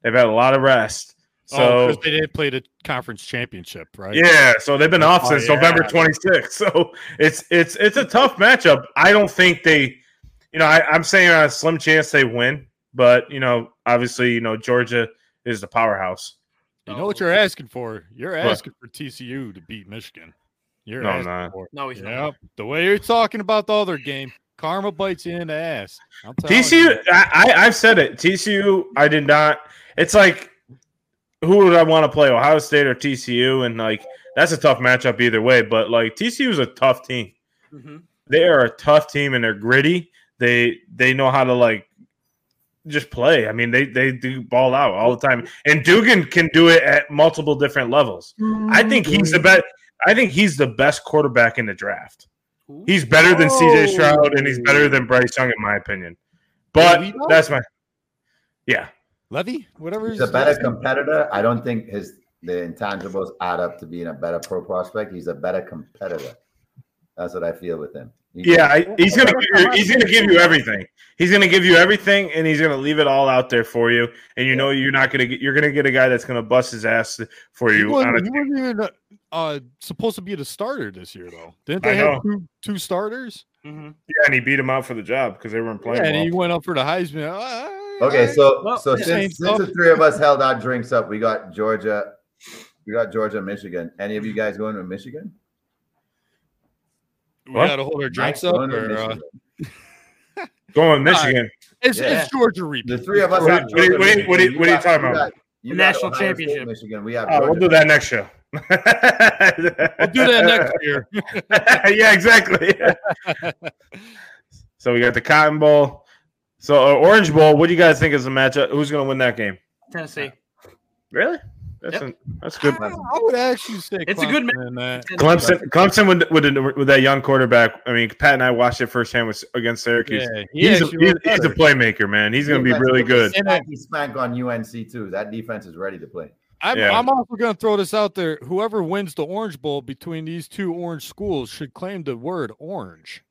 Speaker 2: they've had a lot of rest.
Speaker 5: So
Speaker 2: So
Speaker 5: they didn't play the conference championship, right?
Speaker 2: yeah, so they've been off
Speaker 5: Oh,
Speaker 2: since
Speaker 5: yeah.
Speaker 2: November 26th. So it's it's it's a tough matchup. I don't think they, you know, I, I'm saying on a slim chance they win, but you know, obviously, you know, Georgia is the powerhouse.
Speaker 5: You know what you're
Speaker 3: Oh.
Speaker 5: asking for? You're
Speaker 2: What?
Speaker 5: asking for TCU to beat Michigan. You're
Speaker 2: No, I'm
Speaker 5: asking
Speaker 2: not.
Speaker 5: for it.
Speaker 3: No, he's not.
Speaker 5: Yep. The way you're talking about the other game, karma bites you in the ass. I'm telling you.
Speaker 2: TCU, I, I, I've said it. TCU, I did not. It's like, who would I want to play, Ohio State or TCU? And like, that's a tough matchup either way. But like, TCU is a tough team.
Speaker 3: Mhm.
Speaker 2: They are a tough team and they're gritty. They they know how to like just play. I mean, they they do ball out all the time. And Dugan can do it at multiple different levels. I think he's the best. I think he's the best quarterback in the draft.
Speaker 3: Ooh.
Speaker 2: He's better than CJ Stroud and he's better than Bryce Young, in my opinion.
Speaker 5: Levy,
Speaker 2: But
Speaker 5: though?
Speaker 2: that's my yeah.
Speaker 5: Levy, whatever.
Speaker 4: He's a
Speaker 5: his
Speaker 4: better
Speaker 5: last name-
Speaker 4: competitor. I don't think his the intangibles add up to being a better pro prospect. He's a better competitor. That's what I feel with him. He-
Speaker 2: Yeah, I, he's gonna give you, he's gonna give you everything. He's gonna give you everything, and he's gonna leave it all out there for you. And you know you're not gonna get you're gonna get a guy that's gonna bust his ass for
Speaker 5: He
Speaker 2: you. on a-
Speaker 5: wasn't, he wasn't even uh, uh, supposed to be the starter this year, though. Didn't
Speaker 2: I
Speaker 5: they have
Speaker 2: know.
Speaker 5: two, two starters?
Speaker 3: Mhm.
Speaker 2: yeah, and he beat him out for the job because they weren't playing.
Speaker 5: Yeah, and
Speaker 2: well.
Speaker 5: he went up for the Heisman. Ah,
Speaker 4: Okay, so
Speaker 3: Well,
Speaker 4: so
Speaker 5: yeah.
Speaker 4: since,
Speaker 5: Same
Speaker 4: since the
Speaker 5: stuff.
Speaker 4: three of us held our drinks up, we got Georgia, we got Georgia, Michigan. Any of you guys going to Michigan?
Speaker 5: we
Speaker 2: What?
Speaker 5: got to hold our
Speaker 4: Mike's
Speaker 5: drinks up.
Speaker 4: going to
Speaker 5: Or, uh,
Speaker 4: Michigan.
Speaker 2: Going Michigan.
Speaker 5: it's,
Speaker 4: Yeah.
Speaker 5: it's Georgia repeat.
Speaker 4: the three of us.
Speaker 2: What-
Speaker 4: have
Speaker 2: what-
Speaker 4: Georgia,
Speaker 2: what-
Speaker 4: Michigan.
Speaker 2: what-
Speaker 4: You
Speaker 2: what are you
Speaker 4: got-
Speaker 2: talking about?
Speaker 4: got- you
Speaker 3: The
Speaker 4: got
Speaker 3: national
Speaker 4: Ohio State,
Speaker 3: championship.
Speaker 4: Michigan. We have.
Speaker 2: Oh, we'll
Speaker 4: Georgia.
Speaker 2: do that next show. we'll
Speaker 5: We'll do that next year.
Speaker 2: yeah, exactly. so we got the Cotton Bowl. So uh, Orange Bowl. What do you guys think is the matchup? Who's going to win that game?
Speaker 3: Tennessee.
Speaker 2: Really? That's
Speaker 3: Yep.
Speaker 2: an- that's good.
Speaker 5: I, I would actually say
Speaker 3: It's a good
Speaker 5: Clemson in that.
Speaker 2: Clemson, Clemson with, with the- with that young quarterback. I mean, Pat and I watched it firsthand with, against Syracuse.
Speaker 5: Yeah, he
Speaker 2: He's, a,
Speaker 5: actually
Speaker 2: he's,
Speaker 5: looked
Speaker 2: he's a
Speaker 5: better.
Speaker 2: playmaker, man. He's going to be
Speaker 4: Defense
Speaker 2: really good.
Speaker 4: looks smacky smack on UNC too. That defense is ready to play.
Speaker 5: I'm,
Speaker 2: Yeah.
Speaker 5: I'm also going to throw this out there. Whoever wins the Orange Bowl between these two orange schools should claim the word orange.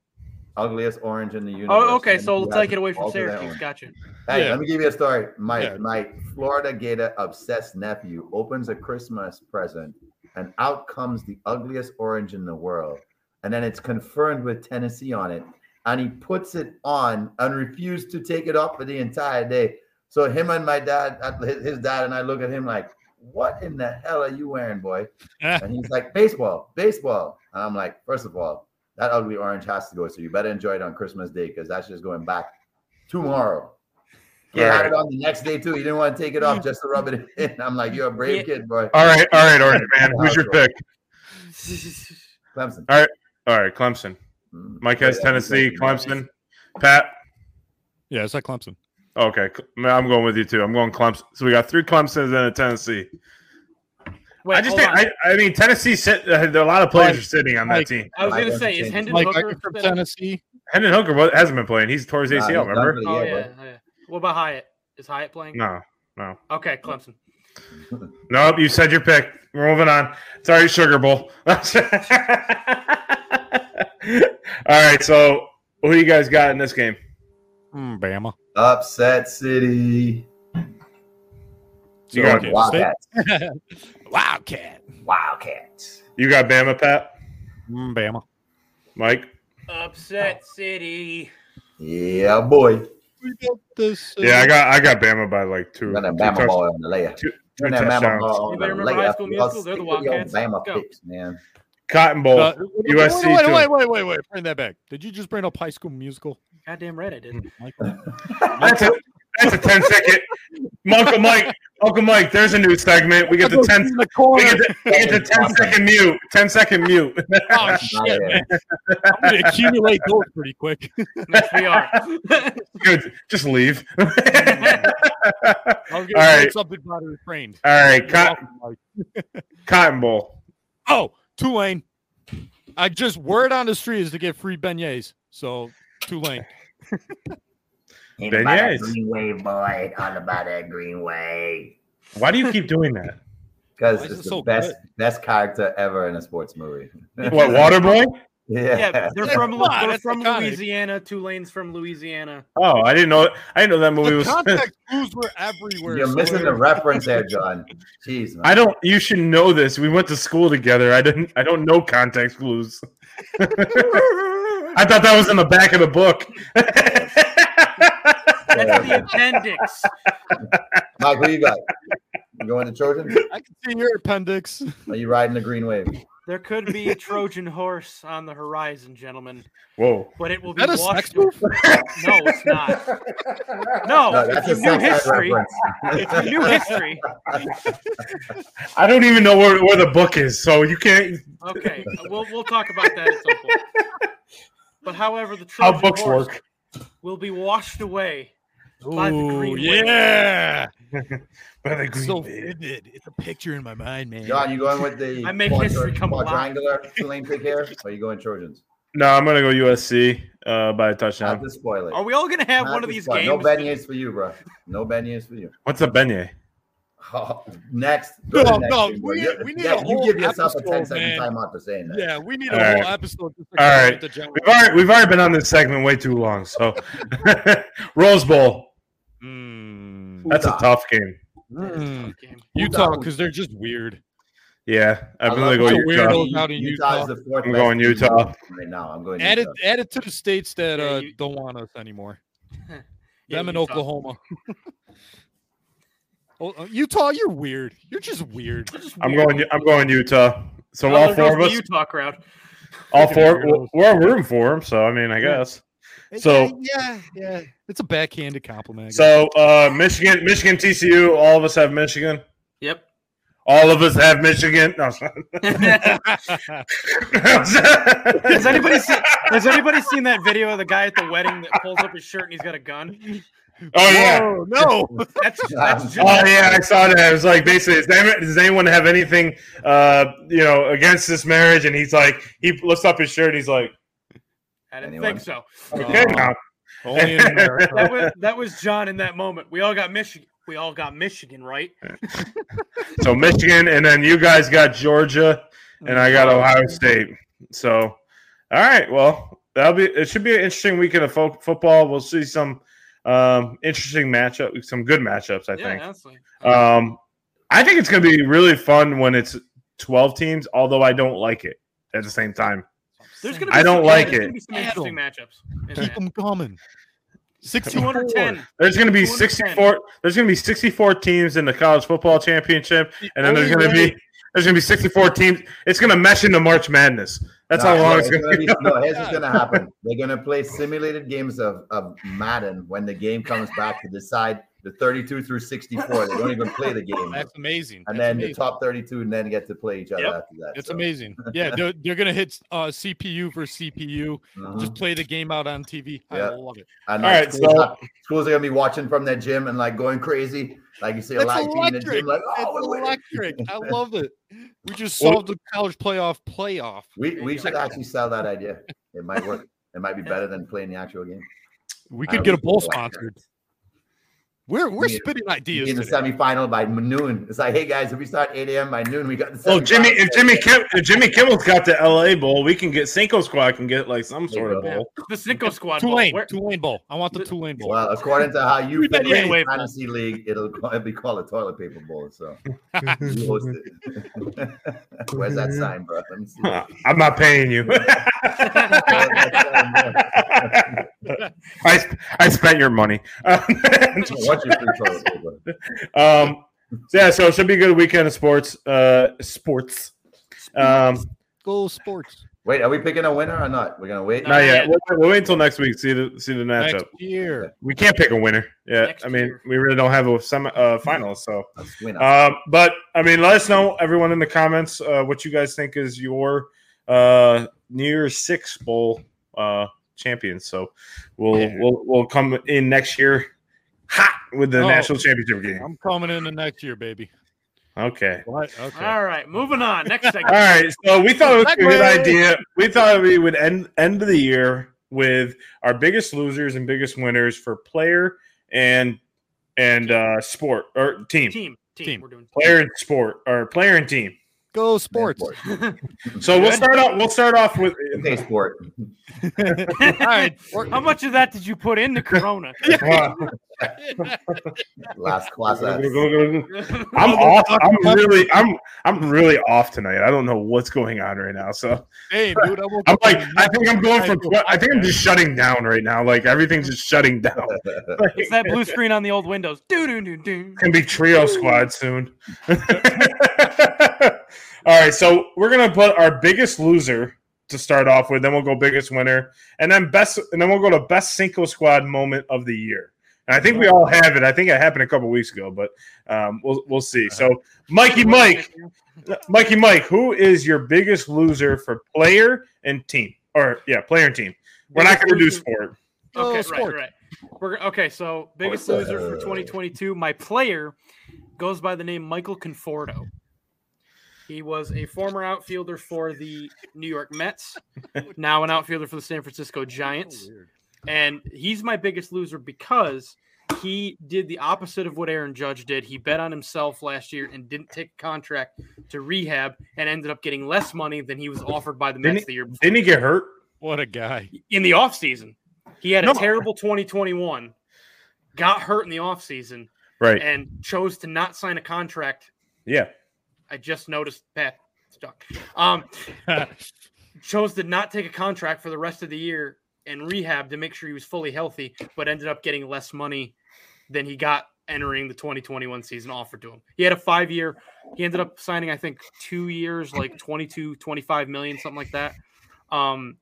Speaker 4: Ugliest orange in the universe.
Speaker 3: Oh, okay.
Speaker 4: and
Speaker 3: So
Speaker 4: you
Speaker 3: we'll
Speaker 4: have
Speaker 3: take it away from
Speaker 4: all to their
Speaker 3: Syracuse.
Speaker 4: own.
Speaker 3: Gotcha.
Speaker 4: Hey,
Speaker 5: Yeah.
Speaker 4: let me give you a story. Mike,
Speaker 5: Yeah.
Speaker 4: Mike, Florida Gator obsessed nephew opens a Christmas present, and out comes the ugliest orange in the world. And then it's confirmed with Tennessee on it, and he puts it on and refused to take it off for the entire day. So him and my dad, uh, his his dad and I look at him like, "What in the hell are you wearing, boy?" and he's like, "Baseball, baseball." And I'm like, first of all, that ugly orange has to go. So you better enjoy it on Christmas Day because that's just going back tomorrow." He
Speaker 2: All
Speaker 4: had
Speaker 2: right.
Speaker 4: it on the next day too. He didn't want to take it off just to rub it in. I'm like, you're a brave kid, boy.
Speaker 2: All right, all right, Orange man. Who's your pick?
Speaker 4: Clemson.
Speaker 2: All right, Clemson.
Speaker 4: Mm.
Speaker 2: Mike has
Speaker 4: Yeah,
Speaker 2: Tennessee, Clemson. Pat.
Speaker 5: Yeah, it's like Clemson.
Speaker 2: Okay, Cl- I'm going with you too. I'm going Clemson. So we got three Clemsons and a Tennessee.
Speaker 3: Wait,
Speaker 2: I just
Speaker 3: hold
Speaker 2: think
Speaker 3: on.
Speaker 2: I, I mean Tennessee. Sit, uh, there are a lot of players are sitting on that
Speaker 5: Mike.
Speaker 2: team.
Speaker 3: I was
Speaker 4: I
Speaker 3: gonna
Speaker 4: don't
Speaker 3: say, is
Speaker 4: change.
Speaker 3: Hendon
Speaker 5: Like
Speaker 3: Hooker
Speaker 5: from
Speaker 3: fit in?
Speaker 5: Tennessee.
Speaker 2: Hendon Hooker wa- hasn't been playing. He's towards
Speaker 4: Nah,
Speaker 2: ACL.
Speaker 4: he's done
Speaker 2: remember?
Speaker 4: for the
Speaker 3: Oh
Speaker 4: year,
Speaker 3: yeah, oh, yeah. What about Hyatt? Is Hyatt playing?
Speaker 2: No, no,
Speaker 3: Okay, Clemson.
Speaker 2: nope. You said your pick. We're moving on. Sorry, Sugar Bowl. All right. So who you guys got in this game?
Speaker 5: Mm, Bama.
Speaker 4: boy. Upset City.
Speaker 2: You
Speaker 4: Going
Speaker 2: got
Speaker 5: Kansas
Speaker 4: Wildcats.
Speaker 5: Wildcat.
Speaker 6: Wildcats.
Speaker 2: you got Bama, Pat,
Speaker 5: Mm, Bama.
Speaker 2: Mike.
Speaker 3: Upset City.
Speaker 4: Yeah, boy.
Speaker 5: We got this. uh,
Speaker 2: Yeah, I got I got Bama by like two.
Speaker 4: Running
Speaker 2: two
Speaker 4: Bama
Speaker 2: touch-
Speaker 4: ball on the layup.
Speaker 2: two- two
Speaker 4: Run that Bama
Speaker 2: touchdowns.
Speaker 4: ball on
Speaker 3: You better
Speaker 4: the
Speaker 3: remember High
Speaker 4: layup.
Speaker 3: School
Speaker 4: Y'all
Speaker 3: Musical, they're the
Speaker 4: stick with your
Speaker 3: Wildcats.
Speaker 4: Bama
Speaker 3: Go.
Speaker 4: picks, man.
Speaker 2: Cotton Bowl.
Speaker 5: Uh,
Speaker 2: USC
Speaker 5: Wait,
Speaker 2: too.
Speaker 5: wait, wait, wait, wait, wait. Bring that back. Did you just bring up High School Musical?
Speaker 3: Goddamn right, I
Speaker 5: Hmm.
Speaker 3: did.
Speaker 5: Michael?
Speaker 3: Oh,
Speaker 2: That's a that's a 10 second. Uncle Mike, Uncle Mike, there's a new segment. We get the 10
Speaker 5: in the
Speaker 2: we
Speaker 5: corner.
Speaker 2: get the, we get the 10 second mute. 10 second mute.
Speaker 5: Oh
Speaker 4: Not
Speaker 5: shit,
Speaker 4: yet.
Speaker 5: man! I'm gonna accumulate those pretty quick.
Speaker 3: Yes, we are.
Speaker 2: Good. Just leave. All
Speaker 5: I was
Speaker 2: All
Speaker 5: gonna say
Speaker 2: right.
Speaker 5: something about it framed.
Speaker 2: right, Cotton, Cotton Bowl.
Speaker 5: Oh, Tulane. I just word on the street is to get free beignets. So Tulane.
Speaker 6: Ain't about that
Speaker 2: Beignets.
Speaker 6: green wave, boy. All about that green wave.
Speaker 2: Why do you keep doing that?
Speaker 4: Because
Speaker 5: Why is
Speaker 4: it's
Speaker 5: it
Speaker 4: the
Speaker 5: so
Speaker 4: best
Speaker 5: good?
Speaker 4: best character ever in a sports movie.
Speaker 2: What Waterboy?
Speaker 4: Yeah.
Speaker 3: Yeah, they're from
Speaker 5: Come on,
Speaker 3: they're
Speaker 5: that's
Speaker 3: from
Speaker 5: iconic.
Speaker 3: Louisiana. Tulane's from Louisiana.
Speaker 2: Oh, I didn't know. I didn't know that movie
Speaker 5: The
Speaker 2: was.
Speaker 5: contact clues were everywhere.
Speaker 4: You're missing the
Speaker 5: Sawyer.
Speaker 4: reference there, John. Jeez, man.
Speaker 2: I don't. You should know this. We went to school together. I didn't. I don't know context clues. I thought that was in the back of the book.
Speaker 3: That's the appendix.
Speaker 4: Mike, who you got? You going to Trojan?
Speaker 5: I can see your appendix.
Speaker 4: Are you riding the green wave?
Speaker 3: There could be a Trojan horse on the horizon, gentlemen,
Speaker 2: Whoa.
Speaker 3: but it will be
Speaker 5: That a
Speaker 3: washed.
Speaker 5: sex move?
Speaker 3: No, it's not. No,
Speaker 4: No,
Speaker 3: if
Speaker 4: that's
Speaker 3: Oh, you
Speaker 4: a
Speaker 3: knew
Speaker 4: sex ed
Speaker 3: history,
Speaker 4: reference.
Speaker 3: if you knew history,
Speaker 2: I don't even know where, where the book is, so you can't.
Speaker 3: okay, we'll we'll talk about that at some point. But however, the Trojan
Speaker 2: How books
Speaker 3: horse
Speaker 2: work.
Speaker 3: will be washed away. By the green
Speaker 5: Ooh,
Speaker 3: wave.
Speaker 5: yeah.
Speaker 2: By the green
Speaker 5: So
Speaker 2: wave.
Speaker 5: vivid. It's a picture in my mind, man.
Speaker 4: John, you going with the
Speaker 3: I make history come alive.
Speaker 4: quadrangular Tulane pick here? Or are you going Trojans?
Speaker 2: No, I'm gonna go USC uh, by a
Speaker 4: Not
Speaker 2: touchdown.
Speaker 4: to spoil it.
Speaker 3: Are we all gonna have
Speaker 4: Not
Speaker 3: one
Speaker 4: to
Speaker 3: of these
Speaker 4: spoil it.
Speaker 3: games?
Speaker 4: No beignets for you, bro. No beignets for you.
Speaker 2: What's a beignet?
Speaker 4: Oh, next. go
Speaker 5: No,
Speaker 4: to next
Speaker 5: Oh, no,
Speaker 4: game, bro.
Speaker 5: we-
Speaker 4: You-
Speaker 5: we need
Speaker 4: yeah,
Speaker 5: a whole
Speaker 4: You give yourself a
Speaker 5: episode,
Speaker 4: 10 second
Speaker 5: man.
Speaker 4: timeout for saying that.
Speaker 5: Yeah, we need a
Speaker 2: All
Speaker 5: whole
Speaker 2: right.
Speaker 5: episode. Just
Speaker 2: All right.
Speaker 5: The John
Speaker 2: We've already we've already been on this segment way too long. So Rose Bowl.
Speaker 5: Mm.
Speaker 2: That's a
Speaker 4: Utah.
Speaker 2: tough game.
Speaker 5: Mm.
Speaker 3: game.
Speaker 5: Utah, because they're just weird.
Speaker 2: Yeah,
Speaker 4: I
Speaker 2: I'm gonna
Speaker 4: love
Speaker 2: go
Speaker 5: It's a
Speaker 2: Utah.
Speaker 5: weirdo out in
Speaker 4: Utah is
Speaker 5: Utah.
Speaker 4: the fourth.
Speaker 2: I'm
Speaker 4: best
Speaker 2: going
Speaker 4: team
Speaker 2: Utah.
Speaker 4: Right now, I'm going
Speaker 5: Added
Speaker 4: Utah.
Speaker 5: added to the states that
Speaker 3: Yeah,
Speaker 5: uh,
Speaker 3: you-
Speaker 5: don't want us anymore.
Speaker 3: Yeah,
Speaker 5: Them in
Speaker 3: Utah.
Speaker 5: Oklahoma. oh, uh, Utah, you're weird. You're just weird.
Speaker 3: They're just
Speaker 2: I'm
Speaker 3: weird.
Speaker 2: going. I'm going Utah. So
Speaker 3: Oh,
Speaker 2: all
Speaker 3: there
Speaker 2: four of
Speaker 3: goes
Speaker 2: us,
Speaker 3: the Utah crowd.
Speaker 2: all four,
Speaker 5: Weirdos.
Speaker 2: we're all rooting for him. So I mean, I
Speaker 5: Yeah.
Speaker 2: guess. So-
Speaker 5: yeah, yeah, yeah. It's a backhanded compliment. I guess.
Speaker 2: So uh, Michigan, Michigan, TCU. All of us have Michigan.
Speaker 3: Yep.
Speaker 2: All of us have Michigan. No,
Speaker 3: has
Speaker 2: Does
Speaker 3: anybody seen, has anybody seen that video of the guy at the wedding that pulls up his shirt and he's got a gun?
Speaker 2: Oh yeah.
Speaker 5: Whoa, no.
Speaker 3: That's that's just
Speaker 2: Oh yeah, I saw that. It was like basically, does anyone, does anyone have anything, uh, you know, against this marriage? And he's like, he lifts up his shirt. and He's like,
Speaker 3: I didn't
Speaker 4: Anyone?
Speaker 3: think so.
Speaker 2: okay,
Speaker 4: Oh,
Speaker 2: now
Speaker 5: Only in America.
Speaker 3: That was that was John in that moment. We all got Michigan. We all got Michigan, right?
Speaker 2: so Michigan, and then you guys got Georgia, and I got Ohio State. So, all right, well, that'll be. It should be an interesting weekend of fo- football. We'll see some um, interesting matchup, some good matchups. I
Speaker 3: yeah,
Speaker 2: think.
Speaker 3: honestly.
Speaker 2: Um, I think it's going to be really fun when it's twelve teams. Although I don't like it at the same time.
Speaker 3: There's gonna be
Speaker 2: I don't
Speaker 3: some,
Speaker 2: like
Speaker 3: there's
Speaker 2: it.
Speaker 3: Gonna be some interesting matchups. in
Speaker 5: Keep
Speaker 3: that.
Speaker 5: them coming.
Speaker 3: 210.
Speaker 2: There's going to be
Speaker 3: 210.
Speaker 2: 64. There's going to be 64 teams in the college football championship, and then there's going to be there's going to be 64 teams. It's going to mesh into March Madness. That's
Speaker 4: No,
Speaker 2: how long
Speaker 4: no,
Speaker 2: it's going to be.
Speaker 4: gonna No, here's what's gonna happen. They're gonna play simulated games of, of Madden when the game comes back to decide the 32 through 64. They don't even play the game,
Speaker 5: That's amazing.
Speaker 4: and
Speaker 5: That's
Speaker 4: then
Speaker 5: amazing.
Speaker 4: the top 32 and then get to play each other
Speaker 3: Yep.
Speaker 4: after that.
Speaker 5: That's
Speaker 4: so,
Speaker 5: amazing. Yeah, they're, they're gonna hit uh, CPU for CPU.
Speaker 4: mhm.
Speaker 5: Just play the game out on TV. I
Speaker 4: Yeah.
Speaker 5: love it.
Speaker 4: And
Speaker 2: All
Speaker 4: like,
Speaker 2: right,
Speaker 4: schools,
Speaker 2: so-
Speaker 4: are- schools are gonna be watching from their gym and like going crazy. Like you see a
Speaker 5: That's
Speaker 4: lot of people in the
Speaker 5: electric.
Speaker 4: gym, like oh,
Speaker 5: It's
Speaker 4: we're winning."
Speaker 5: electric. I love it. We just
Speaker 2: Well-
Speaker 5: solved the college playoff playoff.
Speaker 4: we we should actually sell that idea. It might work. It might be better than playing the actual game.
Speaker 5: We
Speaker 4: I
Speaker 5: could
Speaker 4: would
Speaker 5: get a bowl
Speaker 4: like that.
Speaker 5: sponsored. We're we're
Speaker 4: Yeah.
Speaker 5: spitting
Speaker 4: Be
Speaker 5: ideas.
Speaker 4: in the
Speaker 5: today.
Speaker 4: semifinal by noon. It's like, hey guys, if we start 8 a.m. by noon, we got the.
Speaker 2: Well, Oh, Jimmy,
Speaker 4: semifinal.
Speaker 2: if Jimmy Kim, if Jimmy Kimmel's got the LA Bowl, we can get Cinco Squad can get like some sort of bowl.
Speaker 3: The Cinco squad. Bowl.
Speaker 5: Tulane,
Speaker 3: Where-
Speaker 5: Tulane bowl. I want the
Speaker 3: Th-
Speaker 5: Tulane bowl.
Speaker 4: Well, according to how you
Speaker 5: We've been
Speaker 4: fit in
Speaker 5: anyway, man.
Speaker 4: fantasy league, it'll it'll be called a toilet paper bowl. So you host it. Where's that sign, bro? Let me see. Where's
Speaker 2: I'm not paying you.
Speaker 4: that
Speaker 2: I I spent your money.
Speaker 4: sign, bro? What's your free toilet paper?
Speaker 2: Um, so yeah, so it should be a good weekend of sports. Uh, sports. Um,
Speaker 5: Go sports.
Speaker 4: Wait, are we picking a winner or not? We're gonna wait.
Speaker 3: No.
Speaker 2: not yet.
Speaker 3: yet.
Speaker 2: We'll, we'll wait until next week. See the see the
Speaker 5: Next
Speaker 2: matchup.
Speaker 5: year.
Speaker 2: We can't pick a winner. Yeah,
Speaker 3: Next
Speaker 2: I mean
Speaker 3: year.
Speaker 2: we really don't have a semi uh, finalist. So,
Speaker 4: Let's win.
Speaker 2: um, but I mean, let us know everyone in the comments uh, what you guys think is your uh, New Year's Six Bowl uh, champions. So we'll
Speaker 5: Yeah.
Speaker 2: we'll we'll come in next year hot with the
Speaker 5: Oh.
Speaker 2: national championship game.
Speaker 5: I'm coming in the next year, baby.
Speaker 2: Okay.
Speaker 5: What? Okay.
Speaker 3: All right, moving on. Next
Speaker 2: All
Speaker 3: segment.
Speaker 2: right, so we thought it was a good
Speaker 5: Segway.
Speaker 2: idea. We thought we would end end of the year with our biggest losers and biggest winners for player and and uh sport or team.
Speaker 3: Team, team,
Speaker 5: Team.
Speaker 3: We're doing
Speaker 2: Player and sport or player and team.
Speaker 5: Go sports.
Speaker 4: Sport.
Speaker 2: So we'll start off. We'll start off with
Speaker 4: Okay, sport.
Speaker 5: All right.
Speaker 3: How much of that did you put into Corona?
Speaker 4: Last class.
Speaker 2: I'm off. I'm really. I'm. I'm really off tonight. I don't know what's going on right now. So
Speaker 5: Hey, dude, I woke
Speaker 2: I'm
Speaker 5: up
Speaker 2: like.
Speaker 5: and-
Speaker 2: I think I'm going for. I think I'm just shutting down right now. Like everything's just shutting down.
Speaker 3: It's that blue screen on the old windows. Doo doo doo doo.
Speaker 2: Can be trio squad soon. All right, so we're gonna put our biggest loser to start off with. Then we'll go biggest winner, and then best, and then we'll go to best Cinco squad moment of the year. And I think we all have it. I think it happened a couple weeks ago, but um, we'll we'll see. So, Mikey, Mike, Mikey, Mike, who is your biggest loser for player and team? Or yeah, player and team. We're not gonna do sport.
Speaker 5: Oh,
Speaker 3: Okay, right,
Speaker 5: sport.
Speaker 3: right. We're, okay, so biggest
Speaker 4: Sports.
Speaker 3: loser for 2022. My player goes by the name Michael Conforto. He was a former outfielder for the New York Mets, now an outfielder for the San Francisco Giants. And he's my biggest loser because he did the opposite of what Aaron Judge did. He bet on himself last year and didn't take a contract to rehab and ended up getting less money than he was offered by the
Speaker 2: Didn't
Speaker 3: Mets the year before
Speaker 2: Didn't he get hurt?
Speaker 5: What a guy.
Speaker 3: in the offseason. He had a
Speaker 2: No.
Speaker 3: terrible 2021, got hurt in the offseason,
Speaker 2: Right.
Speaker 3: and chose to not sign a contract.
Speaker 2: Yeah.
Speaker 3: I just noticed that stuck. Um, chose to not take a contract for the rest of the year and rehab to make sure he was fully healthy, but ended up getting less money than he got entering the 2021 season offered to him. He had a five year, he ended up signing, I think, two years, like 22, 25 million, something like that. Um,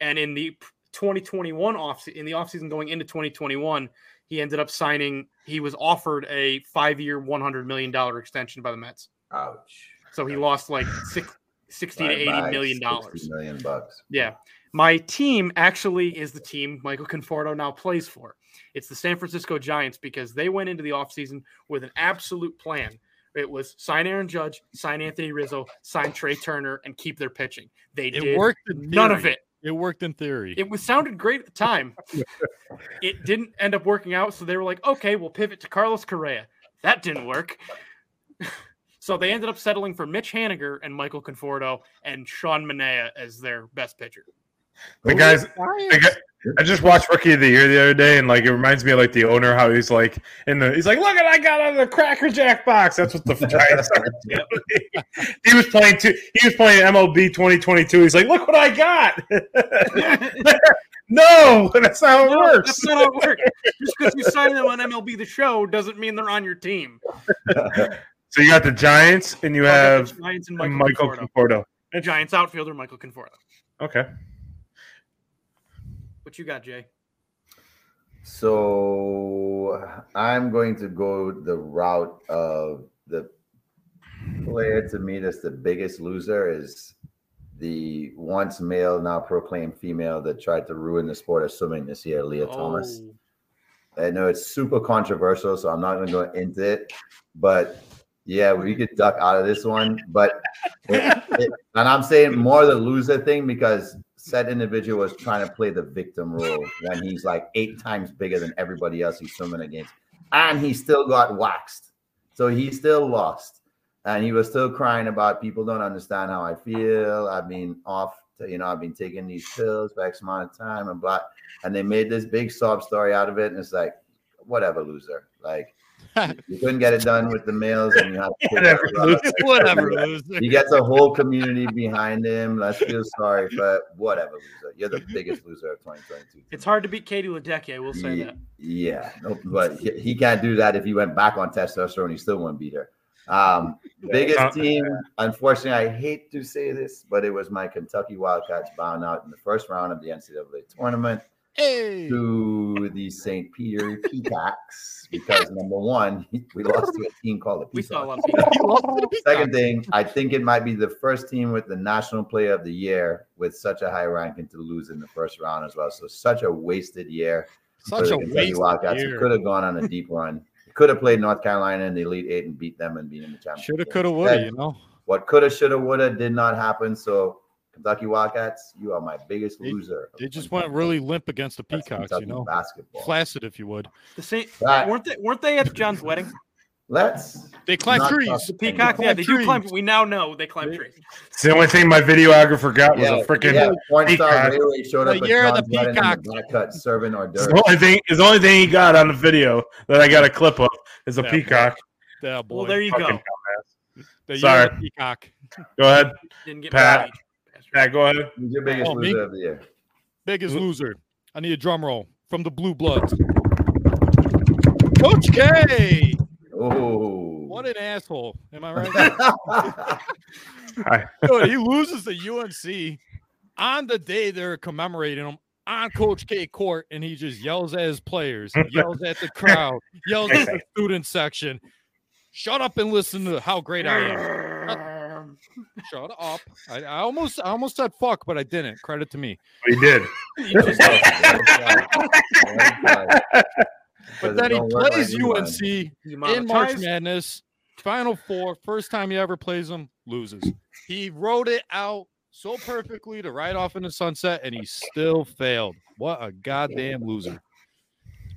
Speaker 3: and in the 2021 off in the offseason going into 2021, he ended up signing, he was offered a five year, $100 million extension by the Mets.
Speaker 4: Ouch.
Speaker 3: So he lost like six, 60 to 80
Speaker 4: Bye-bye,
Speaker 3: million
Speaker 4: 60
Speaker 3: dollars.
Speaker 4: Million bucks.
Speaker 3: Yeah. My team actually is the team Michael Conforto now plays for. It's the San Francisco Giants because they went into the offseason with an absolute plan. It was sign Aaron Judge, sign Anthony Rizzo, sign Trey Turner, and keep their pitching. They
Speaker 5: It
Speaker 3: did
Speaker 5: worked. in
Speaker 3: none of
Speaker 5: theory.
Speaker 3: it.
Speaker 5: It worked in theory.
Speaker 3: It was sounded great at the time. it didn't end up working out, so they were like, okay, we'll pivot to Carlos Correa. That didn't work. so they ended up settling for Mitch Haniger and Michael Conforto and Sean Manea as their best pitcher.
Speaker 2: The guys I, got- I just watched Rookie of the Year the other day, and like it reminds me of like the owner how he's like, and the, he's like, "Look at I got out of the Cracker Jack box." That's what the Giants are doing. he was playing two. He was playing MLB twenty twenty two. He's like, "Look what I got." no, that's not how it
Speaker 3: No,
Speaker 2: works.
Speaker 3: That's not how it works. Just because you sign them on MLB The Show doesn't mean they're on your team.
Speaker 2: So you got the Giants, and you
Speaker 3: I'll get
Speaker 2: have
Speaker 3: the Giants and
Speaker 2: Michael,
Speaker 3: Michael, Conforto.
Speaker 2: Conforto.
Speaker 3: Giants outfielder Michael Conforto.
Speaker 2: Okay,
Speaker 3: What you got, Jay?
Speaker 4: So I'm going to go the route of the player to me that's the biggest loser is the once male, now proclaimed female that tried to ruin the sport of swimming this year, Leah Thomas.
Speaker 3: Oh,
Speaker 4: I know it's super controversial, so I'm not going to go into it. But yeah, we could duck out of this one. But it- it- and I'm saying more the loser thing because said individual was trying to play the victim role when he's like eight times bigger than everybody else he's swimming against, and he still got waxed, so he still lost, and he was still crying about people don't understand how I feel. I've been off, you know, I've been taking these pills for X amount of time, and blah and they made this big sob story out of it. And it's like, whatever, loser. Like, you couldn't get it done with the males, and you have to.
Speaker 2: Whatever, loser.
Speaker 5: Whatever, loser.
Speaker 4: He gets a whole community behind him. Let's feel sorry for whatever, loser. You're the biggest loser of 2022.
Speaker 3: it's hard to beat Katie Ledecky. I will say
Speaker 4: Ye-
Speaker 3: that.
Speaker 4: Yeah, no, but he, he can't do that if he went back on testosterone. He still wouldn't beat her. Um, biggest
Speaker 2: Uh,
Speaker 4: team, unfortunately, I hate to say this, but it was my Kentucky Wildcats bound out in the first round of the NCAA tournament
Speaker 5: Hey.
Speaker 4: to the St. Peter Peacocks because number one, we lost to a team called the
Speaker 3: We saw a
Speaker 4: Peacocks.
Speaker 3: lot of people.
Speaker 4: Second thing, I think it might be the first team with the National Player of the Year with such a high ranking to lose in the first round as well. So such a wasted year
Speaker 5: Such
Speaker 4: for
Speaker 5: a
Speaker 4: the Kentucky
Speaker 5: waste.
Speaker 4: Wildcats. It could have gone on a deep run. Could have played North Carolina in the Elite Eight and beat them and be in the championship.
Speaker 5: Shoulda,
Speaker 4: game.
Speaker 5: coulda, woulda. You know,
Speaker 4: What could have, should have, would have did not happen. So Kentucky Wildcats, you are my biggest
Speaker 5: They-
Speaker 4: loser.
Speaker 5: they just went really limp against the
Speaker 4: That's
Speaker 5: peacocks. You
Speaker 4: Kentucky
Speaker 5: know,
Speaker 4: basketball.
Speaker 5: flaccid, if you would.
Speaker 3: The same,
Speaker 4: Right.
Speaker 3: weren't they? Weren't they at John's wedding?
Speaker 4: Let's
Speaker 5: They climb
Speaker 4: not
Speaker 5: trees.
Speaker 4: talk-
Speaker 3: The peacocks, yeah, they do
Speaker 5: Trees.
Speaker 3: climb. We now know they climb trees.
Speaker 2: It's the only thing my videographer got was
Speaker 4: Yeah,
Speaker 2: a freaking.
Speaker 4: yeah, porn
Speaker 2: peacock.
Speaker 4: star literally showed up
Speaker 5: The
Speaker 4: at
Speaker 5: year of the
Speaker 4: John's wedding in a
Speaker 5: peacock.
Speaker 4: black cut serving hors
Speaker 2: It's the
Speaker 4: d'oeuvres.
Speaker 2: only thing. It's the only thing he got on the video that I got a clip of is a
Speaker 5: Yeah.
Speaker 2: peacock.
Speaker 5: Yeah, boy.
Speaker 3: Well, there you
Speaker 2: Fucking
Speaker 3: go.
Speaker 5: The year
Speaker 2: sorry.
Speaker 5: of the peacock.
Speaker 2: Go ahead,
Speaker 3: Didn't get
Speaker 2: Pat.
Speaker 3: paid.
Speaker 2: Pat. Go ahead.
Speaker 4: He's your biggest
Speaker 5: Oh, me?
Speaker 4: loser of the year.
Speaker 5: Biggest
Speaker 2: Who-
Speaker 5: loser. I need a drum roll from the Blue Bloods. Coach K.
Speaker 4: Oh,
Speaker 5: What an asshole. Am I right? Dude, he loses to UNC on the day they're commemorating him on Coach K court, and he just yells at his players, yells at the crowd, yells at the student section. Shut up and listen to how great I am. Shut up. I, I almost I almost said fuck, but I didn't. Credit to me.
Speaker 2: He did.
Speaker 5: He just- but then he plays
Speaker 4: UNC.
Speaker 5: UNC
Speaker 3: You
Speaker 5: in March
Speaker 3: monetized?
Speaker 5: Madness, Final Four, first time he ever plays them, loses. He wrote it out so perfectly to ride off in the sunset, and he still failed. What a goddamn loser!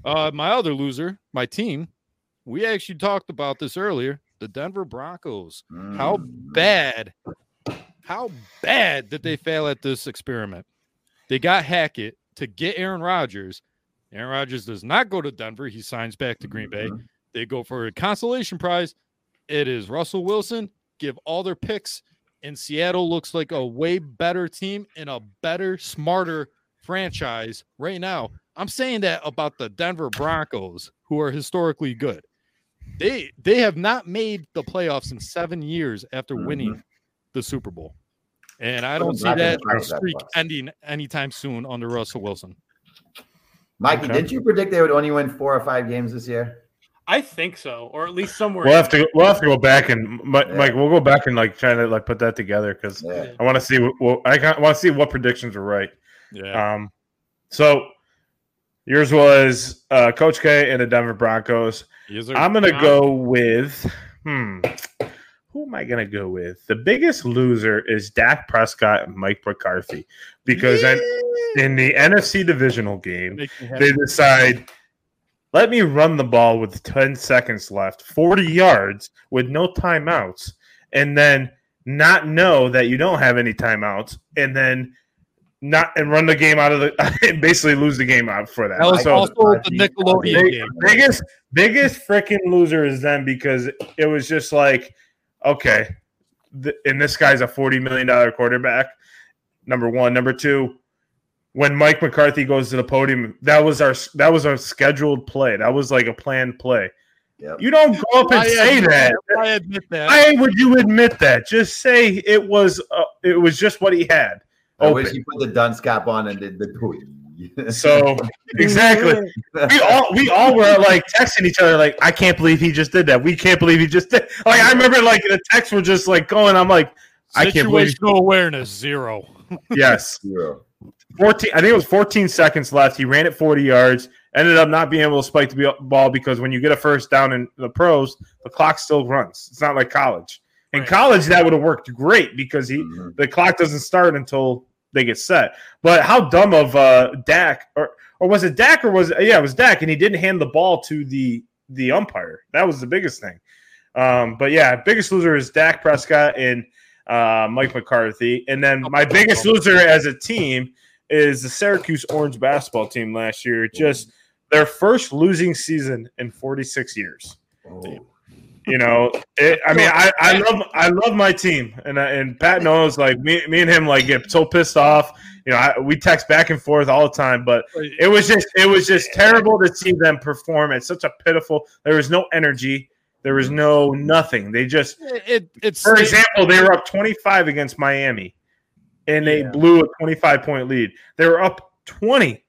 Speaker 5: Uh, my other loser, my team. We actually talked about this earlier. The Denver Broncos. How
Speaker 4: Mm-hmm.
Speaker 5: bad? How bad did they fail at this experiment? They got Hackett to get Aaron Rodgers. Aaron Rodgers does not go to Denver. He signs back to Green Bay. They go for a consolation prize. It is Russell Wilson. Give all their picks, and Seattle looks like a way better team and a better, smarter franchise right now. I'm saying that about the Denver Broncos, who are historically good. They they have not made the playoffs in seven years after
Speaker 2: Mm-hmm.
Speaker 4: Mhm.
Speaker 5: winning the Super Bowl, and I
Speaker 4: I'm
Speaker 5: don't see
Speaker 4: not gonna
Speaker 5: that
Speaker 4: argue with that
Speaker 5: streak
Speaker 4: loss.
Speaker 5: ending anytime soon under Russell Wilson.
Speaker 4: Mikey,
Speaker 2: Okay.
Speaker 4: didn't you predict they would only win four or five games this year?
Speaker 3: I think so, or at least somewhere.
Speaker 2: We'll
Speaker 3: in
Speaker 2: have to. We'll have to go back and Mike.
Speaker 4: Yeah.
Speaker 2: Mike we'll go back and like try to like put that together because
Speaker 4: Yeah.
Speaker 2: I want to see. What, what- I want to see what predictions were right.
Speaker 5: Yeah,
Speaker 2: Um, so yours was uh, Coach K and the Denver Broncos. I'm gonna
Speaker 3: Yeah.
Speaker 2: go with hmm. Who am I gonna go with? The biggest loser is Dak Prescott and Mike McCarthy because I- in the NFC divisional game
Speaker 5: Makes me happy.
Speaker 2: they decide let me run the ball with 10 seconds left 40 yards with no timeouts and then not know that you don't have any timeouts and then not and run the game out of the and basically lose the game out for that
Speaker 5: That was
Speaker 4: I
Speaker 2: so
Speaker 5: also
Speaker 4: got it.
Speaker 5: the Nickelodeon
Speaker 2: They-
Speaker 5: game.
Speaker 2: biggest biggest freaking loser is them because it was just like okay th- and this guy's a 40 million dollar quarterback number 1 number 2 when Mike McCarthy goes to the podium that was our that was our scheduled play that was like a planned play
Speaker 4: Yep.
Speaker 2: you don't go up and say that
Speaker 5: I admit that.
Speaker 2: why would you admit that just say it was uh, it was just what he had
Speaker 4: I wish
Speaker 2: open.
Speaker 4: you put the dunce cap on and did the tweet.
Speaker 2: so exactly we all we all were like texting each other like I can't believe he just did that. We can't believe he just did. Like I remember like the texts were just like going. I'm like I can't believe-
Speaker 5: Situational awareness zero.
Speaker 2: yes,
Speaker 4: Zero.
Speaker 2: fourteen. I think it was fourteen seconds left. He ran it forty yards. Ended up not being able to spike the be- ball because when you get a first down in the pros, the clock still runs. It's not like college. In
Speaker 3: Right.
Speaker 2: college, that would have worked great because he
Speaker 4: Mhm.
Speaker 2: the clock doesn't start until they get set. But how dumb of uh Dak or or was it Dak or was yeah it was Dak and he didn't hand the ball to the the umpire. That was the biggest thing. Um, but yeah, biggest loser is Dak Prescott and uh, Mike McCarthy. And then my biggest loser as a team is the Syracuse Orange basketball team last year. Just their first losing season in 46 years
Speaker 4: Oh.
Speaker 2: you know, it, I mean, I, I love I love my team, and I- and Pat knows like me, me and him like get so pissed off. You know, I, we text back and forth all the time, but it was just it was just terrible to see them perform at such a pitiful. There was no energy. There was no nothing. They just,
Speaker 5: It, it's
Speaker 2: for example, they were up twenty five against Miami, and they
Speaker 4: Yeah.
Speaker 2: blew a twenty five point lead. They were up twenty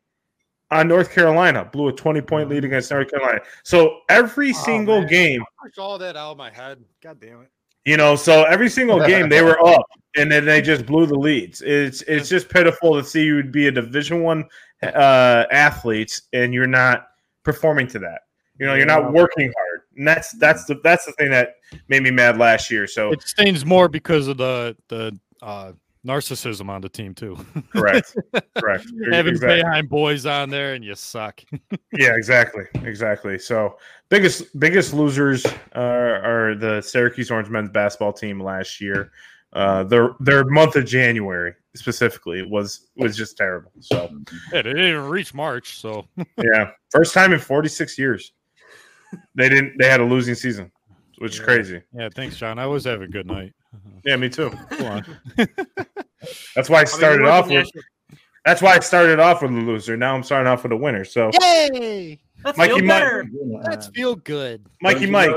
Speaker 2: on North Carolina, blew a twenty point
Speaker 5: Mm-hmm.
Speaker 2: lead against North Carolina. So every
Speaker 5: Oh,
Speaker 2: single game.
Speaker 5: all that out of my head. God damn it.
Speaker 2: You know, so every single game they were up, and then they just blew the leads. It's it's just pitiful to see you would be a Division One uh, athlete and you're not performing to that. You know, you're not working hard, and that's that's the that's the thing that made me mad last year. So
Speaker 5: It stains more because of the the uh, narcissism on the team too.
Speaker 2: Correct. Correct.
Speaker 5: Having
Speaker 2: Exactly.
Speaker 5: Bayheim boys on there and you suck.
Speaker 2: Yeah, exactly, exactly. So biggest biggest losers uh, are the Syracuse Orange men's basketball team last year. Uh, their their month of January specifically was was just terrible. So
Speaker 5: Yeah, they didn't even reach March, so
Speaker 2: yeah, first time in 46 years they didn't they had a losing season, which is
Speaker 5: Yeah.
Speaker 2: crazy.
Speaker 5: yeah. Thanks, John. I always have a good night.
Speaker 2: Yeah, me too.
Speaker 5: Go on.
Speaker 2: That's why I
Speaker 3: I mean,
Speaker 2: started
Speaker 3: they were
Speaker 2: off
Speaker 3: the
Speaker 2: with.
Speaker 3: national-
Speaker 2: That's why I started off with a loser. Now I'm starting off with a winner. So
Speaker 5: Yay!
Speaker 3: That's
Speaker 2: Mikey
Speaker 3: still
Speaker 2: Mike-
Speaker 3: better.
Speaker 5: Let's feel good.
Speaker 2: Mikey Mike.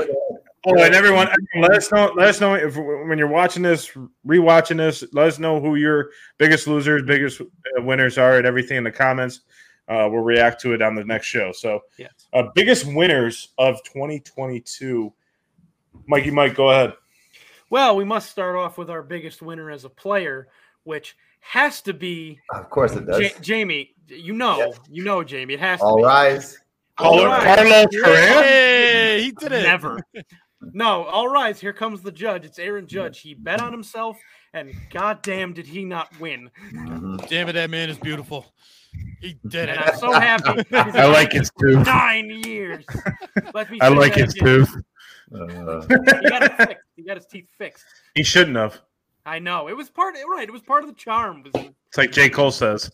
Speaker 2: Oh, and everyone, everyone, let us know. Let us know if when you're watching this, rewatching this. Let us know who your biggest losers, biggest uh, winners are, and everything in the comments. Uh, we'll react to it on the next show. So,
Speaker 3: Yes.
Speaker 2: uh, biggest winners of 2022. Mikey Mike, go ahead.
Speaker 3: Well, we must start off with our biggest winner as a player, which has to be
Speaker 4: Of course it does.
Speaker 3: Ja- Jamie. You know, you know, Jamie. It has to
Speaker 4: All
Speaker 3: be.
Speaker 4: rise.
Speaker 3: All
Speaker 2: Carlo-
Speaker 3: right.
Speaker 2: Carlos Correa.
Speaker 5: Hey, he did it.
Speaker 3: Never. No, all right. Here comes the judge. It's Aaron Judge. He bet on himself, and goddamn, did he not win?
Speaker 4: Mhm.
Speaker 5: Damn it, that man is beautiful. He did
Speaker 3: And
Speaker 5: it.
Speaker 3: I'm so happy. He's
Speaker 2: I like his tooth.
Speaker 3: Nine years. Let me
Speaker 2: I
Speaker 3: say
Speaker 2: like
Speaker 3: that
Speaker 2: his
Speaker 3: again.
Speaker 2: tooth.
Speaker 4: Uh,
Speaker 3: He got it fixed. He got his teeth fixed.
Speaker 2: He shouldn't have.
Speaker 3: I know. It was part. Right. It was part of the charm. Was
Speaker 2: It's like J Cole says.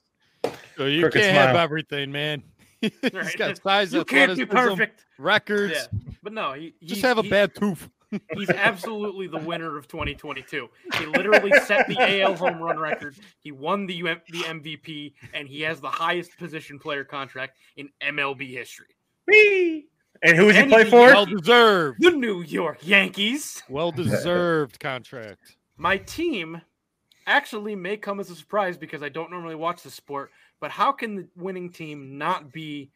Speaker 5: So you
Speaker 2: Crooked
Speaker 5: can't have
Speaker 2: smile.
Speaker 5: everything, man. He's
Speaker 3: Right.
Speaker 5: got size,
Speaker 3: you can't be
Speaker 5: athleticism,
Speaker 3: perfect.
Speaker 5: records.
Speaker 3: Yeah. But no, he, he
Speaker 5: Just have a
Speaker 3: he-
Speaker 5: bad tooth.
Speaker 3: He's absolutely the winner of 2022. He literally set the AL home run record. He won the UM the MVP, and he has the highest position player contract in MLB history.
Speaker 2: And who does he
Speaker 3: And
Speaker 2: play
Speaker 3: he-
Speaker 2: for?
Speaker 5: Well deserved.
Speaker 3: The New York Yankees.
Speaker 5: Well deserved contract.
Speaker 3: My team actually may come as a surprise because I don't normally watch the sport, but how can the winning team not be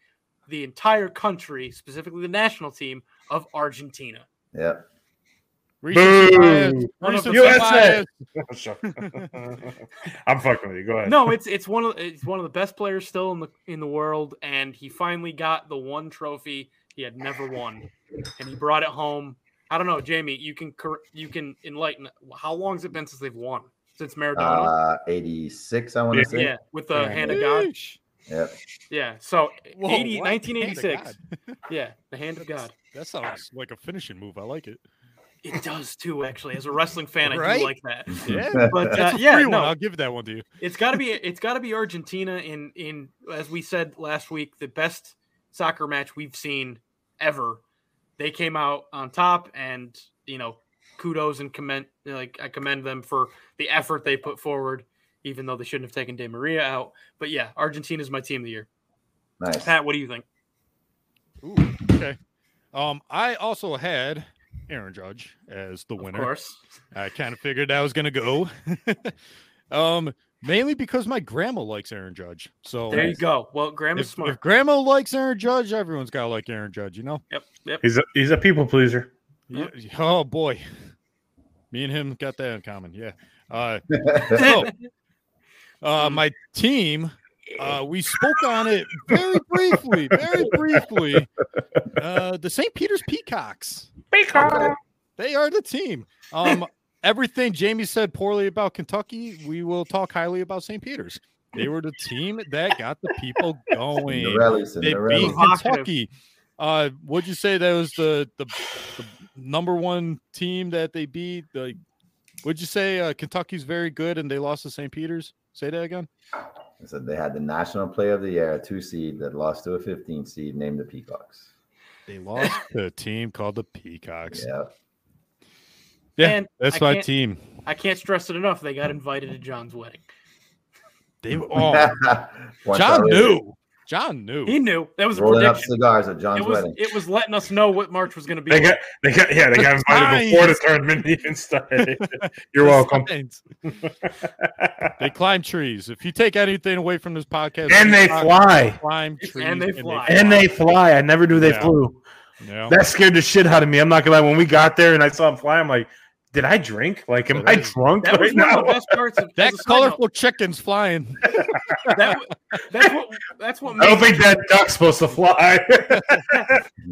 Speaker 3: the entire country, specifically the national team of Argentina?
Speaker 4: yep.
Speaker 5: Recency
Speaker 2: Boo.
Speaker 5: bias.
Speaker 3: One of the-
Speaker 5: Recency
Speaker 2: USA.
Speaker 5: bias.
Speaker 2: I'm fucking with you. Go ahead.
Speaker 3: no, it's it's one of it's one of the best players still in the in the world, and he finally got the one trophy he had never won, and he brought it home. I don't know, Jamie. You can cor- you can enlighten. How long has it been since they've won? Since Maradona?
Speaker 4: Uh, 86, I want to
Speaker 2: Yeah.
Speaker 4: say.
Speaker 3: yeah, with the
Speaker 5: Yeah.
Speaker 3: hand of God.
Speaker 5: Yeesh.
Speaker 4: Yep.
Speaker 3: Yeah, so
Speaker 5: Whoa,
Speaker 3: 80,
Speaker 5: what? Hand of
Speaker 3: 1986.
Speaker 5: God.
Speaker 3: Yeah, the hand of God.
Speaker 5: That sounds like a finishing move. I like it.
Speaker 3: It does too, actually. As a wrestling fan, I
Speaker 5: Right?
Speaker 3: do like that.
Speaker 4: Hmm.
Speaker 5: Yeah.
Speaker 3: But
Speaker 5: That's
Speaker 3: uh,
Speaker 5: a
Speaker 3: yeah,
Speaker 5: free
Speaker 3: no,
Speaker 5: one. I'll give that one to you.
Speaker 3: it's got to be it's got to be Argentina in in as we said last week the best soccer match we've seen ever. They came out on top, and you know, kudos and commend like I commend them for the effort they put forward, even though they shouldn't have taken De Maria out. But yeah, Argentina's my team of the year.
Speaker 4: Nice.
Speaker 3: Pat, what do you think?
Speaker 5: Ooh, okay. Um, I also had Aaron Judge as the winner.
Speaker 3: Of course,
Speaker 5: I kind of figured that was gonna go. um, mainly because my grandma likes Aaron Judge. So
Speaker 3: there you go. Well, Grandma's
Speaker 5: if,
Speaker 3: smart.
Speaker 5: if grandma likes Aaron Judge, everyone's gotta like Aaron Judge, you know?
Speaker 3: Yep, yep.
Speaker 2: He's a, he's a people pleaser.
Speaker 5: Yeah. Oh boy. Me and him got that in common. Yeah. Uh so,
Speaker 4: Yep.
Speaker 5: uh, my team, uh, we spoke on it very briefly, very briefly. Uh, the St. Peter's Peacocks. They are the team. Um, everything Jamie said poorly about Kentucky, we will talk highly about St. Peter's. They were the team that got the people going.
Speaker 4: Cinderella,
Speaker 5: They
Speaker 4: Cinderella.
Speaker 5: beat
Speaker 3: Cinderella.
Speaker 5: Kentucky. Uh, would you say that was the, the the number one team that they beat? Like, would you say uh, Kentucky's very good and they lost to St. Peter's? Say that again.
Speaker 4: I said they had the national play of the year, a two seed that lost to a 15 seed named the Peacocks.
Speaker 5: They lost to a team called the Peacocks.
Speaker 4: Yeah.
Speaker 5: Yeah,
Speaker 3: And
Speaker 5: that's
Speaker 3: I
Speaker 5: my
Speaker 3: can't-
Speaker 5: team.
Speaker 3: I can't stress it enough. They got invited to John's wedding.
Speaker 5: They oh,
Speaker 4: Once
Speaker 5: John
Speaker 4: already.
Speaker 5: knew. John knew.
Speaker 3: He knew that was a
Speaker 4: Rolling up
Speaker 3: prediction.
Speaker 4: cigars at John's
Speaker 3: It was
Speaker 4: wedding.
Speaker 3: it was letting us know what March was going to be.
Speaker 2: They
Speaker 3: like.
Speaker 2: got, they got, yeah, they got invited before the tournament even started. You're welcome.
Speaker 5: Signs. They climb trees. If you take anything away from this podcast,
Speaker 2: and they
Speaker 5: it's not
Speaker 2: fly.
Speaker 5: Climb trees
Speaker 3: And they fly.
Speaker 2: And they fly. I never knew they
Speaker 5: Yeah.
Speaker 2: flew.
Speaker 5: You know?
Speaker 2: That scared the shit out of me. I'm not gonna lie. When we got there and I saw them fly, I'm like, did I drink? Like, am
Speaker 5: That
Speaker 2: I
Speaker 5: is-
Speaker 2: drunk
Speaker 3: That was
Speaker 2: right
Speaker 3: one of
Speaker 2: now?
Speaker 3: the best parts of
Speaker 5: That
Speaker 3: as a side
Speaker 5: colorful chicken's flying.
Speaker 3: note, That, that's what that's what
Speaker 2: I don't
Speaker 3: made,
Speaker 2: think that duck's supposed to fly.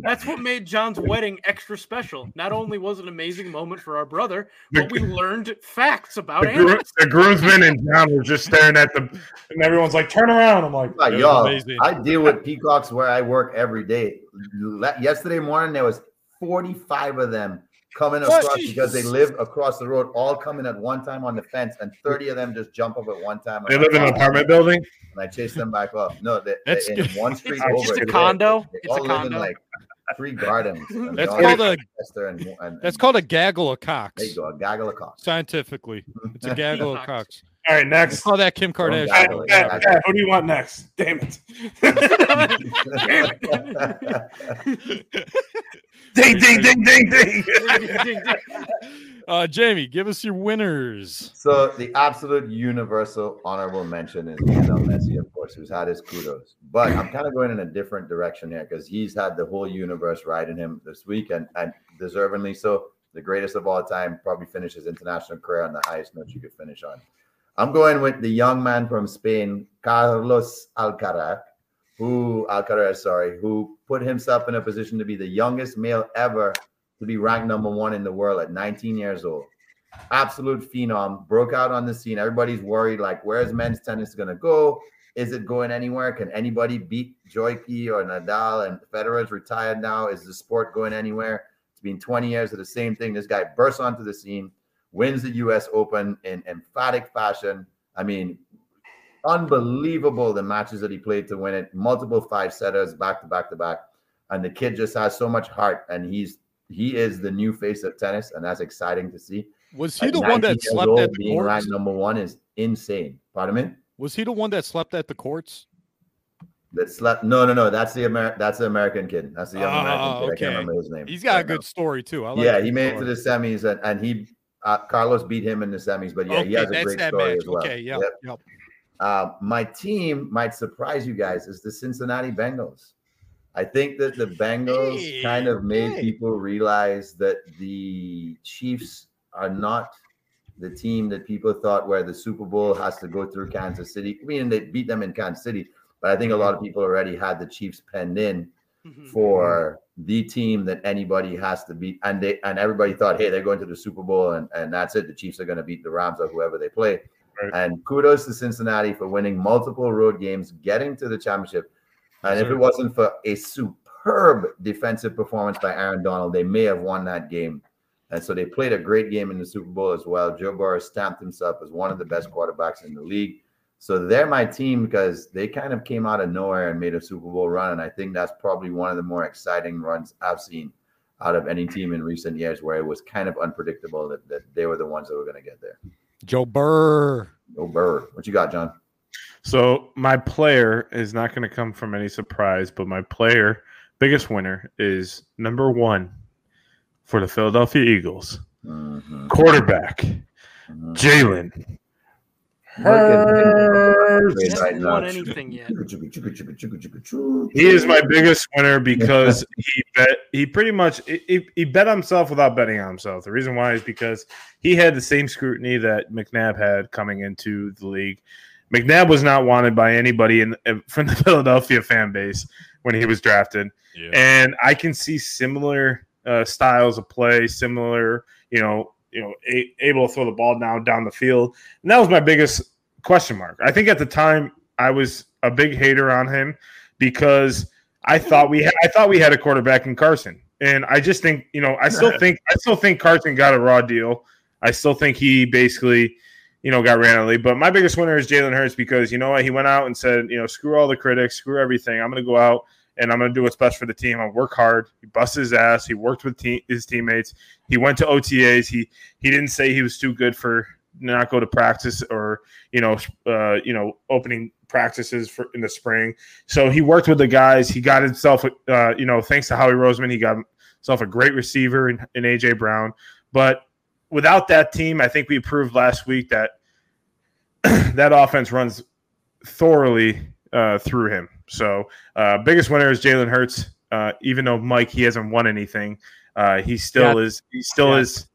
Speaker 3: that's what made John's wedding extra special. Not only was it an amazing moment for our brother,
Speaker 2: The-
Speaker 3: but we learned facts about
Speaker 2: the, gro-
Speaker 3: animals.
Speaker 2: the groomsmen and John were just staring at the, and everyone's like, "Turn around!" I'm like,
Speaker 4: Like,
Speaker 5: was
Speaker 4: y'all,
Speaker 5: amazing.
Speaker 4: I deal with peacocks where I work every day. Le- Yesterday morning, there was 45 of them coming across because they
Speaker 5: Oh, Jeez.
Speaker 4: live across the road, all coming at one time on the fence, and 30 of them just jump up at one time.
Speaker 2: "They live in an apartment building."
Speaker 4: And I chase them back up. No, they,
Speaker 5: That's
Speaker 4: they're in
Speaker 5: good.
Speaker 4: one street
Speaker 3: It's
Speaker 2: I was
Speaker 4: over.
Speaker 3: just a
Speaker 4: They-
Speaker 3: condo.
Speaker 4: They
Speaker 3: It's
Speaker 4: all
Speaker 3: a
Speaker 4: live in
Speaker 3: condo.
Speaker 4: like three gardens. and
Speaker 5: That's
Speaker 4: they all
Speaker 5: called
Speaker 4: live
Speaker 5: a
Speaker 4: in Chester and, and,
Speaker 5: that's
Speaker 4: and-
Speaker 5: called a gaggle of
Speaker 4: There you
Speaker 5: cocks.
Speaker 4: go, a gaggle Mm-hmm. of cocks.
Speaker 5: Scientifically, it's a gaggle of cocks.
Speaker 2: All right,
Speaker 5: I
Speaker 2: next.
Speaker 5: call that Kim
Speaker 4: Don't
Speaker 5: Kardashian.
Speaker 2: Pat,
Speaker 4: gaggle it.
Speaker 2: Pat, Pat, who do you want next? Damn it! ding, ding, ding, ding, ding.
Speaker 5: Uh, Jamie, give us your winners.
Speaker 4: So the absolute universal honorable mention is Lionel Messi, of course, who's had his kudos. But I'm kind of going in a different direction here because he's had the whole universe riding him this week, and, and deservingly so. The greatest of all time probably finished his international career on the highest note you could finish on. I'm going with the young man from Spain, Carlos Alcaraz, who Alcaraz, sorry, who put himself in a position to be the youngest male ever to be ranked number one in the world at 19 years old absolute phenom, broke out on the scene. Everybody's worried, like, where's men's tennis going to go? Is it going anywhere? Can anybody beat Joy P or Nadal? And Federer's retired now. Is the sport going anywhere? It's been 20 years of the same thing. This guy bursts onto the scene, wins the US Open in emphatic fashion. I mean, unbelievable the matches that he played to win it, multiple five setters back to back to back. And the kid just has so much heart, and he's he is the new face of tennis, and that's exciting to see.
Speaker 5: Was he
Speaker 4: At
Speaker 5: the
Speaker 4: 19
Speaker 5: one that
Speaker 4: years
Speaker 5: slept
Speaker 4: old,
Speaker 5: at the
Speaker 4: being
Speaker 5: courts?
Speaker 4: ranked number one is insane. Pardon me?
Speaker 5: Was he the one that slept at the courts?
Speaker 4: That slept. No, no, no. That's the Amer- That's the American kid. That's the young
Speaker 5: Oh,
Speaker 4: American kid. I
Speaker 5: okay.
Speaker 4: can't remember his name.
Speaker 5: He's got a
Speaker 4: right now.
Speaker 5: good story too. I like
Speaker 4: yeah,
Speaker 5: that
Speaker 4: he made it to
Speaker 5: story.
Speaker 4: the semis, and, and he uh, Carlos beat him in the semis. But yeah,
Speaker 5: okay,
Speaker 4: he has a
Speaker 5: that's
Speaker 4: great
Speaker 5: that
Speaker 4: story
Speaker 5: match.
Speaker 4: as well.
Speaker 5: Okay, yeah,
Speaker 4: Yep.
Speaker 5: yep.
Speaker 4: Uh, my team might surprise you guys is the Cincinnati Bengals. I think that the Bengals
Speaker 5: Hey,
Speaker 4: kind of made
Speaker 5: okay.
Speaker 4: people realize that the Chiefs are not the team that people thought where the Super Bowl has to go through Kansas City. I mean, they beat them in Kansas City, but I think a lot of people already had the Chiefs penned in
Speaker 3: Mm-hmm.
Speaker 4: for the team that anybody has to beat. And they and everybody thought, hey, they're going to the Super Bowl and, and that's it. The Chiefs are going to beat the Rams or whoever they play.
Speaker 2: Right.
Speaker 4: And kudos to Cincinnati for winning multiple road games, getting to the championship. And if
Speaker 5: sir.
Speaker 4: it wasn't for a superb defensive performance by Aaron Donald, they may have won that game. And so they played a great game in the Super Bowl as well. Joe Burrow stamped himself as one of the best quarterbacks in the league. So they're my team because they kind of came out of nowhere and made a Super Bowl run. And I think that's probably one of the more exciting runs I've seen out of any team in recent years where it was kind of unpredictable that, that they were the ones that were going to get there.
Speaker 5: Joe Burr.
Speaker 4: Oh, Burr. What you got, John?
Speaker 2: So my player is not going to come from any surprise, but my player biggest winner is number one for the Philadelphia Eagles
Speaker 4: Mhm,
Speaker 2: quarterback
Speaker 4: mhm.
Speaker 2: Jalen.
Speaker 4: Look at him.
Speaker 3: He hasn't
Speaker 4: Right now.
Speaker 3: won anything yet.
Speaker 2: He is my biggest winner because he bet he pretty much he- he, he bet on himself without betting on himself. The reason why is because he had the same scrutiny that McNabb had coming into the league. McNabb was not wanted by anybody in from the Philadelphia fan base when he was drafted.
Speaker 5: Yeah.
Speaker 2: and I can see similar uh, styles of play, similar, you know, you know, a- able to throw the ball now down the field. And that was my biggest question mark. I think at the time I was a big hater on him because I thought we had, I thought we had a quarterback in Carson, and I just think you know I still think I still think Carson got a raw deal. I still think he basically. You know, got ran out of the league. But my biggest winner is Jalen Hurts because you know what? He went out and said, you know, screw all the critics, screw everything. I'm going to go out and I'm going to do what's best for the team. I work hard. He busted his ass. He worked with te- his teammates. He went to OTAs. He he didn't say he was too good for not go to practice or you know uh, you know opening practices for in the spring. So he worked with the guys. He got himself uh, you know thanks to Howie Roseman, he got himself a great receiver in, in AJ Brown. But without that team, I think we proved last week that that offense runs thoroughly uh, through him. So uh, biggest winner is Jalen Hurts. Uh, even though Mike he hasn't won anything, uh, he still is he still
Speaker 5: Yeah.
Speaker 2: is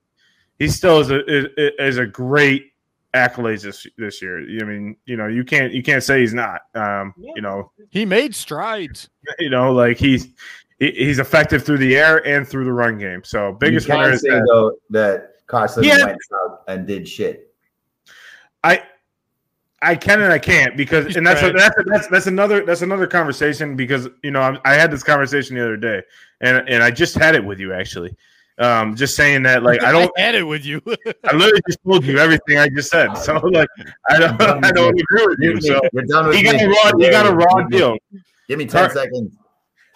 Speaker 2: he still is a is, is a great accolades this this year. I mean, you know, you can't you can't say he's not. Um, you know,
Speaker 5: He made strides.
Speaker 2: you know, like he's he- he's effective through the air and through the run game. So biggest
Speaker 4: you can
Speaker 2: winner is
Speaker 4: say
Speaker 2: that.
Speaker 4: though that Carson
Speaker 2: Yeah.
Speaker 4: went out and did shit.
Speaker 2: I I can and I can't because
Speaker 5: He's
Speaker 2: and that's
Speaker 5: trash.
Speaker 2: that's that's that's another that's another conversation because you know I, I had this conversation the other day and and I just had it with you actually. Um, just saying that like I don't
Speaker 5: had it with you.
Speaker 2: I literally just told you everything I just said. So like I don't I don't agree with you. So
Speaker 4: You're done with
Speaker 2: he got
Speaker 4: me.
Speaker 2: a raw he got a raw deal.
Speaker 4: Give me ten
Speaker 2: Car-
Speaker 4: seconds.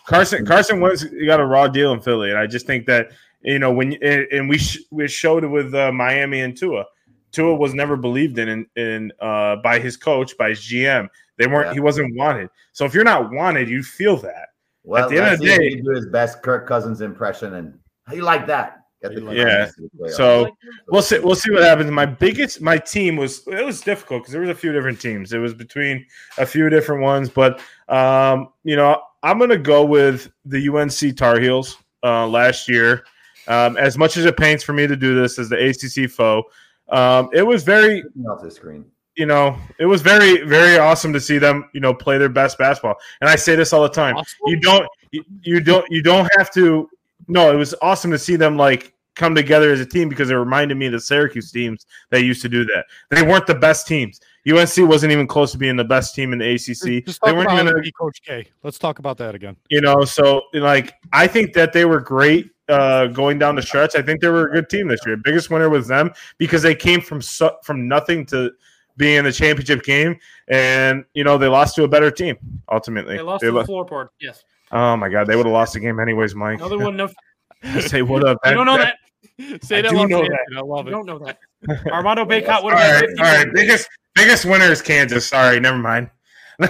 Speaker 2: Carson Carson Wentz got a raw deal in Philly, and I just think that you know when and, and we sh- we showed it with uh, Miami and Tua. Tua was never believed in in, in uh, by his coach, by his GM. They weren't.
Speaker 4: Yeah.
Speaker 2: He wasn't wanted. So if you're not wanted, you feel that.
Speaker 4: Well,
Speaker 2: the end
Speaker 4: let's
Speaker 2: of the
Speaker 4: see if
Speaker 2: day-
Speaker 4: he can do his best Kirk Cousins impression, and how you like that? Get the Kirk
Speaker 2: Yeah.
Speaker 4: Cousins to the playoffs.
Speaker 2: So we'll see. We'll see what happens. My biggest, my team was it was difficult because there was a few different teams. It was between a few different ones, but um, you know, I'm gonna go with the UNC Tar Heels uh, last year. Um, as much as it pains for me to do this as the ACC foe, um, it was very
Speaker 4: Taking off the screen.
Speaker 2: you know it was very very awesome to see them you know play their best basketball. And I say this all the time you don't you- you don't you don't have to no it was awesome to see them like come together as a team because it reminded me of the syracuse teams that used to do that they weren't the best teams unc wasn't even close to being the best team in the acc
Speaker 5: Just
Speaker 2: they
Speaker 5: talk
Speaker 2: weren't
Speaker 5: about
Speaker 2: even a-
Speaker 5: MVP Coach K. Let's talk about that again.
Speaker 2: you know so like i think that they were great uh, going down the stretch i think they were a good team this year biggest winner was them because they came from su- from nothing to being in the championship game and you know they lost to a better team ultimately
Speaker 3: They lost
Speaker 2: They
Speaker 3: to the
Speaker 2: lo-
Speaker 3: floor part. Yes.
Speaker 2: oh my god they would have lost the game anyways mike
Speaker 3: Another one. No,
Speaker 2: Say what up?
Speaker 3: you don't know that.
Speaker 5: Say
Speaker 2: I
Speaker 5: that
Speaker 2: do
Speaker 5: once
Speaker 2: know
Speaker 5: again.
Speaker 2: that.
Speaker 5: I love
Speaker 3: You
Speaker 5: it.
Speaker 3: don't know that. Armando
Speaker 4: Yes.
Speaker 3: Baycott
Speaker 2: All
Speaker 3: would have
Speaker 2: right,
Speaker 3: had
Speaker 2: all
Speaker 3: 50
Speaker 2: right. Biggest biggest winner is Kansas. Sorry, never mind.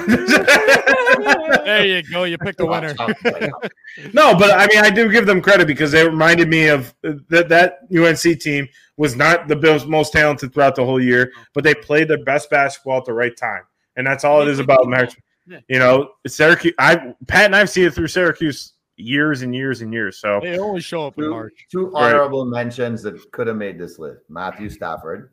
Speaker 5: There you go. You picked the winner.
Speaker 2: no, but I mean, I do give them credit because they reminded me of uh, that that UNC team was not the Bills' most talented throughout the whole year, but they played their best basketball at the right time, and that's all it is about match. You know, Syracuse. I Pat and I've seen it through Syracuse years and years and years. So
Speaker 5: They always show up in
Speaker 4: Two,
Speaker 5: March.
Speaker 4: two
Speaker 2: Right.
Speaker 4: honorable mentions that could have made this list: Matthew Stafford,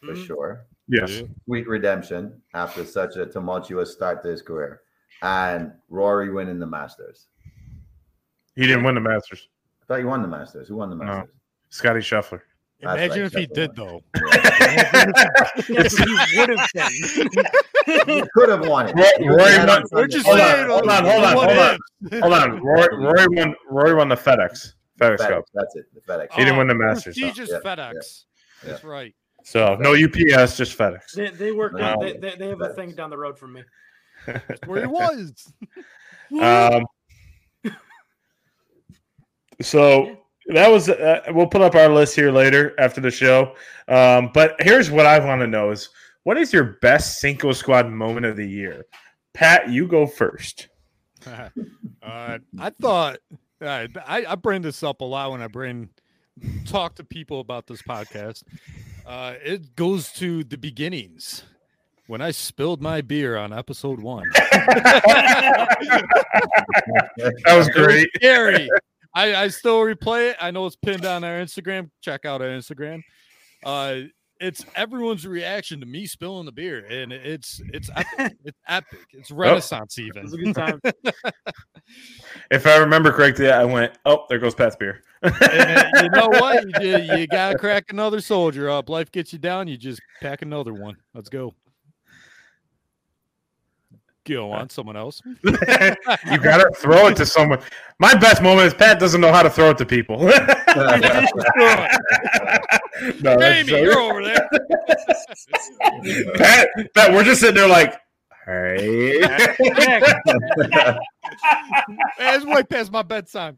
Speaker 4: for
Speaker 2: Mm-hmm.
Speaker 3: Mhm.
Speaker 4: sure.
Speaker 2: yes,
Speaker 4: Sweet redemption after such a tumultuous start to his career, and Rory winning the Masters.
Speaker 2: he didn't win the Masters.
Speaker 4: I thought you won the Masters. Who won the
Speaker 2: No.
Speaker 4: Masters?
Speaker 2: Scotty Scheffler.
Speaker 4: That's right,
Speaker 5: Imagine if he
Speaker 4: Sheffield
Speaker 5: did,
Speaker 4: won.
Speaker 5: though.
Speaker 3: Mm-hmm. Yes, he would have been.
Speaker 4: You could have won it.
Speaker 2: Rory-
Speaker 4: You could have
Speaker 2: Rory
Speaker 4: had
Speaker 2: won-
Speaker 4: on
Speaker 5: We're
Speaker 4: Sunday.
Speaker 5: just
Speaker 2: Hold on,
Speaker 5: saying.
Speaker 2: hold on,
Speaker 5: uh,
Speaker 2: hold on,
Speaker 5: what
Speaker 2: hold on.
Speaker 5: ifs.
Speaker 2: Hold on, Roy, Roy won. Roy won the FedEx FedEx
Speaker 4: FedEx,
Speaker 2: Cup.
Speaker 4: That's it. The FedEx.
Speaker 2: He didn't win the
Speaker 5: Oh,
Speaker 2: Masters, though.
Speaker 5: Prestigious
Speaker 4: Yeah,
Speaker 5: FedEx.
Speaker 4: yeah.
Speaker 5: That's right.
Speaker 2: So no UPS, just FedEx.
Speaker 3: They, they work.
Speaker 4: No.
Speaker 3: They, they, they have a
Speaker 4: That's-
Speaker 3: thing down the road from me.
Speaker 5: That's where he was.
Speaker 2: Um, so that was. Uh, we'll put up our list here later after the show. Um, but here's what I want to know: is what is your best Cinco Squad moment of the year? Pat, you go first.
Speaker 5: uh, I thought uh, I, I bring this up a lot when I bring talk to people about this podcast. Uh, it goes to the beginnings when I spilled my beer on episode one.
Speaker 2: that was great.
Speaker 5: Scary. I, I still replay it. I know it's pinned on our Instagram. Check out our Instagram. Uh, it's everyone's reaction to me spilling the beer, and it's it's epic. it's epic. It's renaissance
Speaker 3: It
Speaker 5: even.
Speaker 3: was a good time.
Speaker 2: If I remember correctly, I went, "Oh, there goes Pat's beer."
Speaker 5: And you know what? You, did- you gotta crack another soldier up. Life gets you down. You just pack another one. Let's go. Go on, someone else.
Speaker 2: you gotta throw it to someone. My best moment is Pat doesn't know how to throw it to people. no, that's-
Speaker 5: Jamie, you're over there.
Speaker 2: Pat, Pat, we're just sitting there like, hey.
Speaker 5: Man, it's way past my bedtime.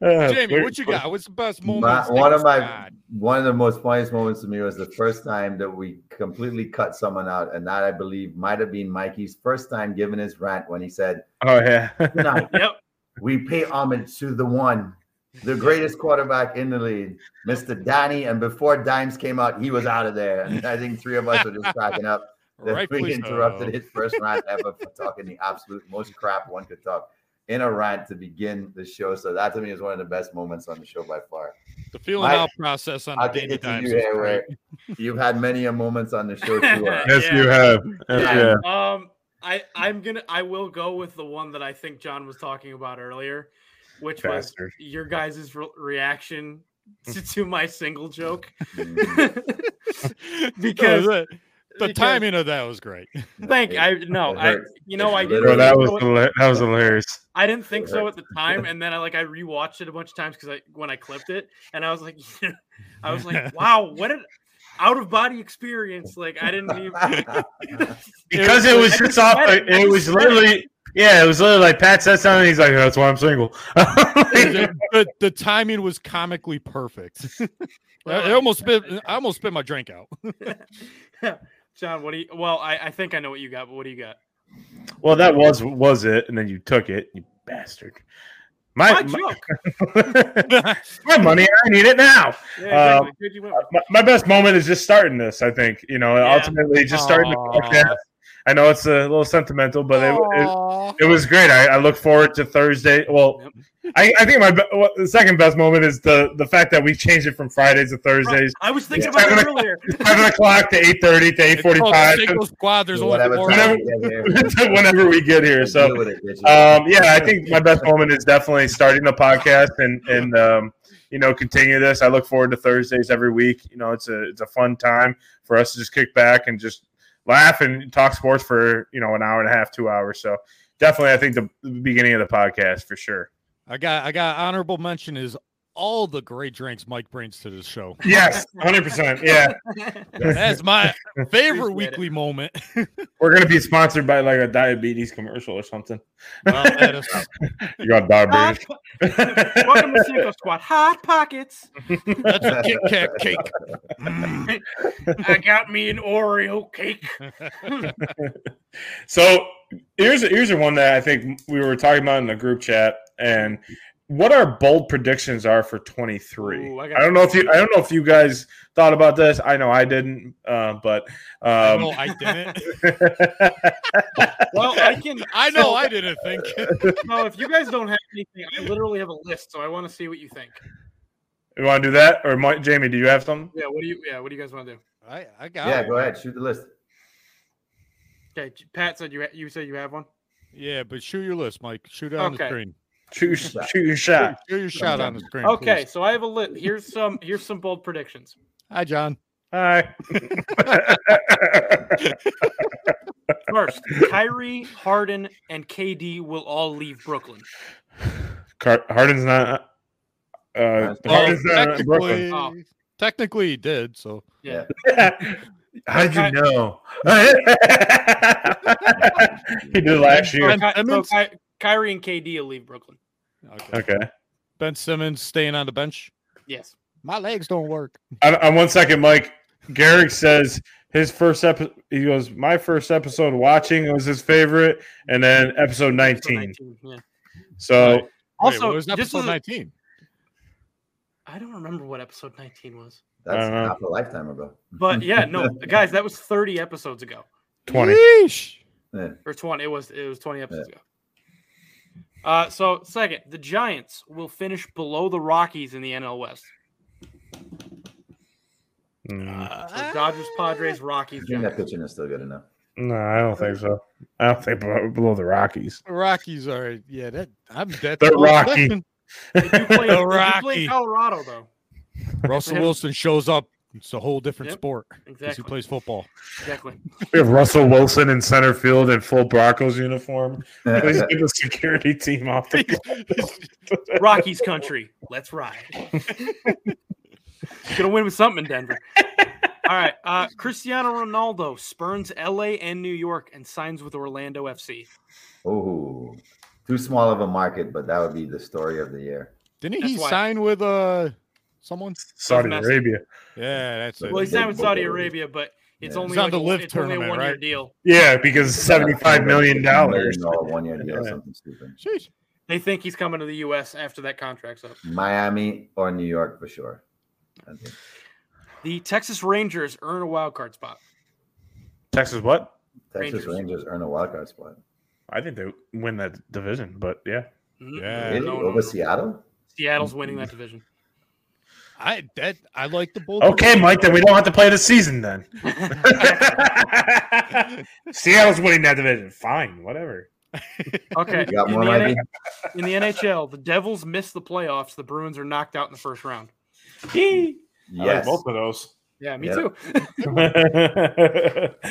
Speaker 2: Uh,
Speaker 5: Jamie, what you got? What's the best moment?
Speaker 4: My-
Speaker 5: that
Speaker 4: one of
Speaker 5: sticks
Speaker 4: my
Speaker 5: out?
Speaker 4: one of the most funniest moments to me was the first time that we completely cut someone out, and that I believe might have been Mikey's first time giving his rant when he said,
Speaker 2: Oh yeah.
Speaker 4: "Tonight
Speaker 3: Yep.
Speaker 4: we pay homage to the one, the greatest quarterback in the league, Mr. Donnie." And before Dimes came out, he was out of there. And I think three of us were just cracking up. that we
Speaker 5: Rightfully
Speaker 4: interrupted
Speaker 5: so.
Speaker 4: his first rant ever for talking the absolute most crap one could talk in a rant to begin the show. So that to me is one of the best moments on the show by far.
Speaker 5: The feeling
Speaker 4: I-
Speaker 5: out process on
Speaker 4: I
Speaker 5: the
Speaker 4: think
Speaker 5: Danny
Speaker 4: it's you,
Speaker 5: Dimes.
Speaker 4: yeah, right. You've had many a moments on the show too. uh,
Speaker 2: Yes,
Speaker 3: Yeah.
Speaker 2: you have. Yes,
Speaker 3: Yeah.
Speaker 2: you have.
Speaker 3: Um, I I'm gonna I will go with the one that I think John was talking about earlier, which was
Speaker 2: Bastard.
Speaker 3: your guys' re- reaction
Speaker 4: Hmm.
Speaker 3: to, to my single joke.
Speaker 4: mm,
Speaker 3: Because-
Speaker 5: the, uh, the
Speaker 3: Because-
Speaker 5: timing of that was great.
Speaker 3: Thank I no
Speaker 4: It
Speaker 3: I
Speaker 4: hurts.
Speaker 3: you know I
Speaker 4: It
Speaker 3: didn't
Speaker 2: Bro, that was
Speaker 3: so at-
Speaker 2: hila- that was hilarious.
Speaker 3: I didn't think
Speaker 4: It
Speaker 3: so at the time, and then I like I rewatched it a bunch of times because I when I clipped it, and I was like, I was like, wow, what an out of body experience! Like I didn't even
Speaker 2: because it was
Speaker 3: I
Speaker 2: just
Speaker 3: just
Speaker 2: off.
Speaker 3: read
Speaker 2: It,
Speaker 3: it. I just
Speaker 2: was
Speaker 3: read it.
Speaker 2: literally, yeah, it was literally like Pat said something. He's like, "That's why I'm single."
Speaker 5: the, the- the timing was comically perfect. I, I almost spit I almost spit my drink out.
Speaker 3: John, what do you? Well, I, I think I know what you got, but what do you got?
Speaker 2: well, that was was it, and then you took it, you bastard. My
Speaker 3: My
Speaker 2: my,
Speaker 3: joke.
Speaker 2: my money, I need it now.
Speaker 3: Yeah,
Speaker 2: um,
Speaker 3: exactly. Good, you went with-
Speaker 2: My, my best moment is just starting this. I think you know,
Speaker 3: Yeah.
Speaker 2: ultimately just starting the
Speaker 5: Aw.
Speaker 2: podcast. I know it's a little sentimental, but it, it
Speaker 5: Aw.
Speaker 2: it was great. I, I look forward to Thursday. Well, I, I think my be- well, the second best moment is the the fact that we changed it from Fridays to Thursdays,
Speaker 3: I was thinking
Speaker 2: Yeah.
Speaker 3: about it earlier.
Speaker 2: seven o'clock to eight thirty to eight
Speaker 5: It's called
Speaker 2: forty five.
Speaker 5: Single Squad. There's only
Speaker 4: whatever
Speaker 5: four
Speaker 4: time
Speaker 5: hours.
Speaker 2: Whenever-
Speaker 4: you get here.
Speaker 2: whenever we get here. So,
Speaker 4: Deal with it, bitches.
Speaker 2: um, yeah, I think my best moment is definitely starting the podcast and and um, you know continue this. I look forward to Thursdays every week. You know, it's a it's a fun time for us to just kick back and just laugh and talk sports for you know an hour and a half, two hours. So, definitely, I think the, the beginning of the podcast for sure.
Speaker 5: I got I got honorable mention is all the great drinks Mike brings to this show.
Speaker 2: Yes, hundred percent. Yeah,
Speaker 5: That's my favorite
Speaker 3: Appreciate
Speaker 5: weekly moment.
Speaker 2: we're gonna be sponsored by like a diabetes commercial or something.
Speaker 5: Well, that is-
Speaker 2: You got diabetes.
Speaker 3: Welcome to Cinco Squad. Hot pockets.
Speaker 5: that's a Kit Kat cake. Mm.
Speaker 3: I got me an Oreo cake.
Speaker 5: Um,
Speaker 2: So here's here's a one that I think we were talking about in the group chat, and what our bold predictions are for 23.
Speaker 3: Ooh, I
Speaker 2: I,
Speaker 3: got-
Speaker 2: don't know if you I don't know if you guys thought about this. I know I didn't, uh, but
Speaker 5: no,
Speaker 2: um,
Speaker 5: Oh, I didn't.
Speaker 3: Well, I can.
Speaker 5: I know I didn't think.
Speaker 3: No, if you guys don't have anything, I literally have a list, so I want to see what you think.
Speaker 2: you want to do that or Mike, Jamie? Do you have something?
Speaker 3: Yeah, what do you? Yeah, what do you guys want to do?
Speaker 5: I, I got
Speaker 4: yeah,
Speaker 5: it.
Speaker 4: go ahead, shoot the list.
Speaker 3: Okay, J- Pat said you ha- you said you have one.
Speaker 5: Yeah, but shoot your list, Mike. Shoot it on the
Speaker 3: Okay.
Speaker 5: screen.
Speaker 2: Shoot, your- shoot your shot.
Speaker 5: Shoot your shot on the screen.
Speaker 3: Okay,
Speaker 5: please.
Speaker 3: so I have a list. Here's some here's some bold predictions.
Speaker 5: Hi, John.
Speaker 2: Hi.
Speaker 3: First, Kyrie, Harden, and KD will all leave Brooklyn.
Speaker 2: Car- Harden's not. Uh, Harden's
Speaker 5: Well,
Speaker 2: not in Brooklyn.
Speaker 5: technically,
Speaker 3: Oh.
Speaker 5: technically, he did. So
Speaker 3: Yeah.
Speaker 2: How did you
Speaker 3: Okay.
Speaker 2: know? he did last year.
Speaker 5: Ben
Speaker 3: Ky- so
Speaker 5: Simmons?
Speaker 3: Ky- Kyrie and KD will leave Brooklyn.
Speaker 5: okay.
Speaker 2: Okay.
Speaker 5: Ben Simmons staying on the bench.
Speaker 3: Yes.
Speaker 5: My legs don't work.
Speaker 2: On, on one second, Mike Garrick says his first episode. He goes, "My first episode watching was his favorite, and then episode
Speaker 3: So
Speaker 2: 19."
Speaker 3: 19, yeah.
Speaker 2: So
Speaker 5: Wait,
Speaker 3: Also,
Speaker 5: what was
Speaker 3: just
Speaker 5: episode
Speaker 3: as a-
Speaker 5: nineteen?
Speaker 3: I don't remember what episode 19 was.
Speaker 4: That's
Speaker 2: Uh-huh.
Speaker 4: half a lifetime ago.
Speaker 3: But yeah, no, guys, that was 30 episodes ago.
Speaker 2: 20.
Speaker 5: Yeesh.
Speaker 4: Yeah.
Speaker 3: Or 20. It was it was 20 episodes ago. Uh, so second, the Giants will finish below the Rockies in the NL West.
Speaker 2: Mm,
Speaker 5: Ah.
Speaker 3: So Dodgers, Padres, Rockies,
Speaker 4: I think that
Speaker 3: Giants.
Speaker 4: pitching is still good enough.
Speaker 2: no, I don't think so. I don't think below, below the Rockies.
Speaker 5: Rockies are yeah. That I'm that's
Speaker 2: They're
Speaker 5: the bold
Speaker 2: Rocky.
Speaker 5: prediction.
Speaker 3: You play,
Speaker 5: The
Speaker 3: you play
Speaker 5: Rocky.
Speaker 3: Colorado though.
Speaker 5: Russell
Speaker 3: Him.
Speaker 5: Wilson shows up. It's a whole different
Speaker 3: Yep,
Speaker 5: sport because he
Speaker 3: Exactly.
Speaker 5: plays football.
Speaker 3: Exactly.
Speaker 2: We have Russell Wilson in center field in full Broncos uniform. Please get the security team off the
Speaker 3: Rockies country. Let's ride. Gonna win with something in Denver. All right. Uh, Cristiano Ronaldo spurns LA and New York and signs with Orlando FC.
Speaker 4: oh, too small of a market, but that would be the story of the year.
Speaker 5: Didn't
Speaker 3: That's
Speaker 5: he
Speaker 3: why-
Speaker 5: sign with uh someone?
Speaker 2: Saudi
Speaker 3: Doesn't
Speaker 2: Arabia.
Speaker 5: Yeah, that's it.
Speaker 3: Well, he's
Speaker 4: Big
Speaker 3: not with Saudi
Speaker 4: boy.
Speaker 3: Arabia, but it's
Speaker 4: Yeah.
Speaker 3: only
Speaker 5: He's on
Speaker 3: like
Speaker 5: the
Speaker 3: a-
Speaker 5: Live
Speaker 3: it's only a
Speaker 5: tournament,
Speaker 3: one-year
Speaker 5: right?
Speaker 3: deal.
Speaker 2: Yeah, because seventy-five million dollars.
Speaker 4: No, one year deal,
Speaker 2: Yeah.
Speaker 4: something stupid.
Speaker 5: Sheesh.
Speaker 3: They think he's coming to the U.S. after that contract's up.
Speaker 4: Miami or New York for sure. I think.
Speaker 3: The Texas Rangers earn a wild card spot.
Speaker 2: Texas, what?
Speaker 4: Texas
Speaker 3: Rangers.
Speaker 4: Rangers earn a wild card spot.
Speaker 2: I think they win that division, but yeah,
Speaker 3: Mm,
Speaker 5: Yeah.
Speaker 4: Really?
Speaker 3: no, no,
Speaker 4: Over
Speaker 3: no.
Speaker 4: Seattle?
Speaker 3: Seattle's winning that division.
Speaker 5: I that I like the Bulls.
Speaker 2: Okay, Mike, then we don't have to play this season then. Seattle's winning that division. Fine, whatever.
Speaker 3: Okay.
Speaker 4: You got
Speaker 3: in
Speaker 4: more,
Speaker 3: the
Speaker 4: Mikey?
Speaker 3: NH in the NHL, the Devils miss the playoffs. The Bruins are knocked out in the first round.
Speaker 2: I like
Speaker 4: Yes.
Speaker 2: both of those.
Speaker 3: Yeah, me
Speaker 4: Yeah.
Speaker 3: too.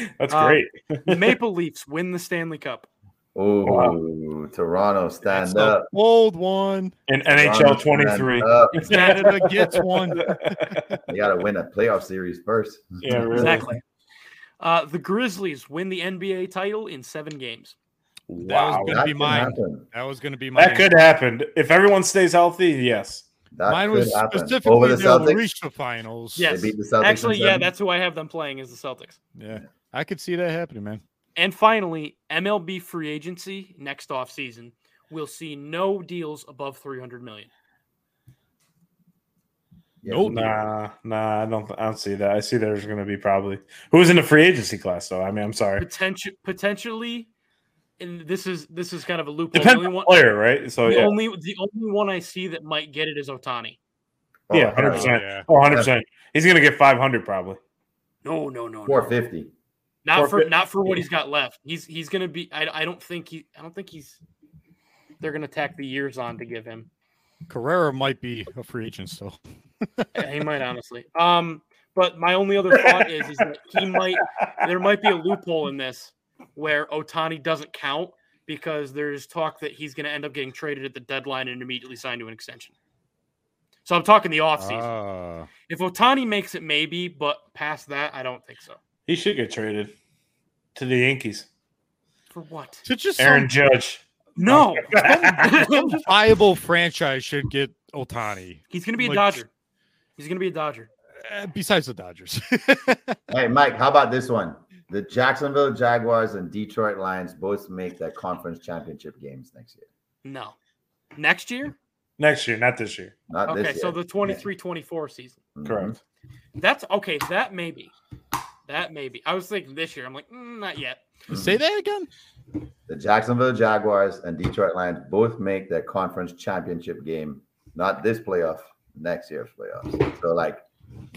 Speaker 2: That's
Speaker 3: Um,
Speaker 2: great.
Speaker 3: The Maple Leafs win the Stanley Cup.
Speaker 4: Oh, Toronto,
Speaker 5: That's
Speaker 4: stand
Speaker 5: a
Speaker 4: up.
Speaker 5: bold one.
Speaker 2: In
Speaker 4: Toronto,
Speaker 2: NHL
Speaker 4: stand
Speaker 2: 23.
Speaker 4: up.
Speaker 5: Canada gets one.
Speaker 4: You got to win a playoff series first.
Speaker 2: Yeah, really.
Speaker 3: Exactly. Uh, the Grizzlies win the NBA title in seven games.
Speaker 2: Wow.
Speaker 5: Could
Speaker 4: That
Speaker 5: be
Speaker 4: could
Speaker 5: mine.
Speaker 4: happen.
Speaker 5: That was going to be my.
Speaker 2: That could happen. If everyone stays healthy, yes.
Speaker 4: That
Speaker 5: Mine
Speaker 4: could
Speaker 5: was
Speaker 4: happen.
Speaker 5: specifically
Speaker 4: over the
Speaker 5: they will
Speaker 4: Celtics.
Speaker 5: reach the finals.
Speaker 3: Yeah.
Speaker 4: They beat the Celtics. in
Speaker 3: Actually, yeah,
Speaker 4: seven.
Speaker 3: that's who I have them playing is the Celtics.
Speaker 5: yeah, I could see that happening, man.
Speaker 3: And finally, MLB free agency next offseason will see no deals above 300 million.
Speaker 4: Yeah,
Speaker 5: Nope.
Speaker 2: Nah, nah, I don't. I don't see that. I see there's going to be probably who's in the free agency class. Though I mean, I'm sorry.
Speaker 3: Potential potentially and this is this is kind of a loophole. The
Speaker 2: Depends
Speaker 3: only
Speaker 2: on the
Speaker 3: one,
Speaker 2: player, right? So
Speaker 3: the
Speaker 2: yeah,
Speaker 3: only the only one I see that might get it is Otani.
Speaker 4: Oh,
Speaker 2: yeah,
Speaker 4: hell,
Speaker 2: 100%.
Speaker 5: yeah.
Speaker 2: Oh, 100 percent. He's going to get 500 probably.
Speaker 3: No, no, no, no.
Speaker 4: 450.
Speaker 3: Not for
Speaker 2: forfeit.
Speaker 3: not for what he's got left. He's he's gonna be. I, I don't think he. I don't think he's. They're gonna tack the years on to give him.
Speaker 5: Carrera might be a free agent still.
Speaker 3: he might honestly. Um, but my only other thought is, is that he might there might be a loophole in this where Otani doesn't count because there's talk that he's gonna end up getting traded at the deadline and immediately signed to an extension. So I'm talking the offseason. season.
Speaker 5: Ah.
Speaker 3: if Otani makes it, maybe, but past that, I don't think so.
Speaker 2: He should get traded to the Yankees.
Speaker 3: For what?
Speaker 5: So just
Speaker 2: Aaron
Speaker 5: some,
Speaker 2: Judge.
Speaker 3: No,
Speaker 5: some viable franchise should get Otani.
Speaker 3: he's gonna be a
Speaker 5: Like-
Speaker 3: Dodger. He's gonna be a Dodger.
Speaker 5: Uh, besides the Dodgers,
Speaker 4: Hey, Mike, how about this one? The Jacksonville Jaguars and Detroit Lions both make that conference championship games next year.
Speaker 3: No. Next year?
Speaker 2: Next year, not this year.
Speaker 4: Not
Speaker 3: Okay,
Speaker 4: this year.
Speaker 3: so the 23 24 season.
Speaker 4: Mhm.
Speaker 2: Correct.
Speaker 3: That's okay. That maybe. That maybe. I was thinking this year. I'm like, mm, not yet.
Speaker 4: Mhm.
Speaker 5: say that again.
Speaker 4: The Jacksonville Jaguars and Detroit Lions both make that conference championship game, not this playoff, next year's playoffs. So, like,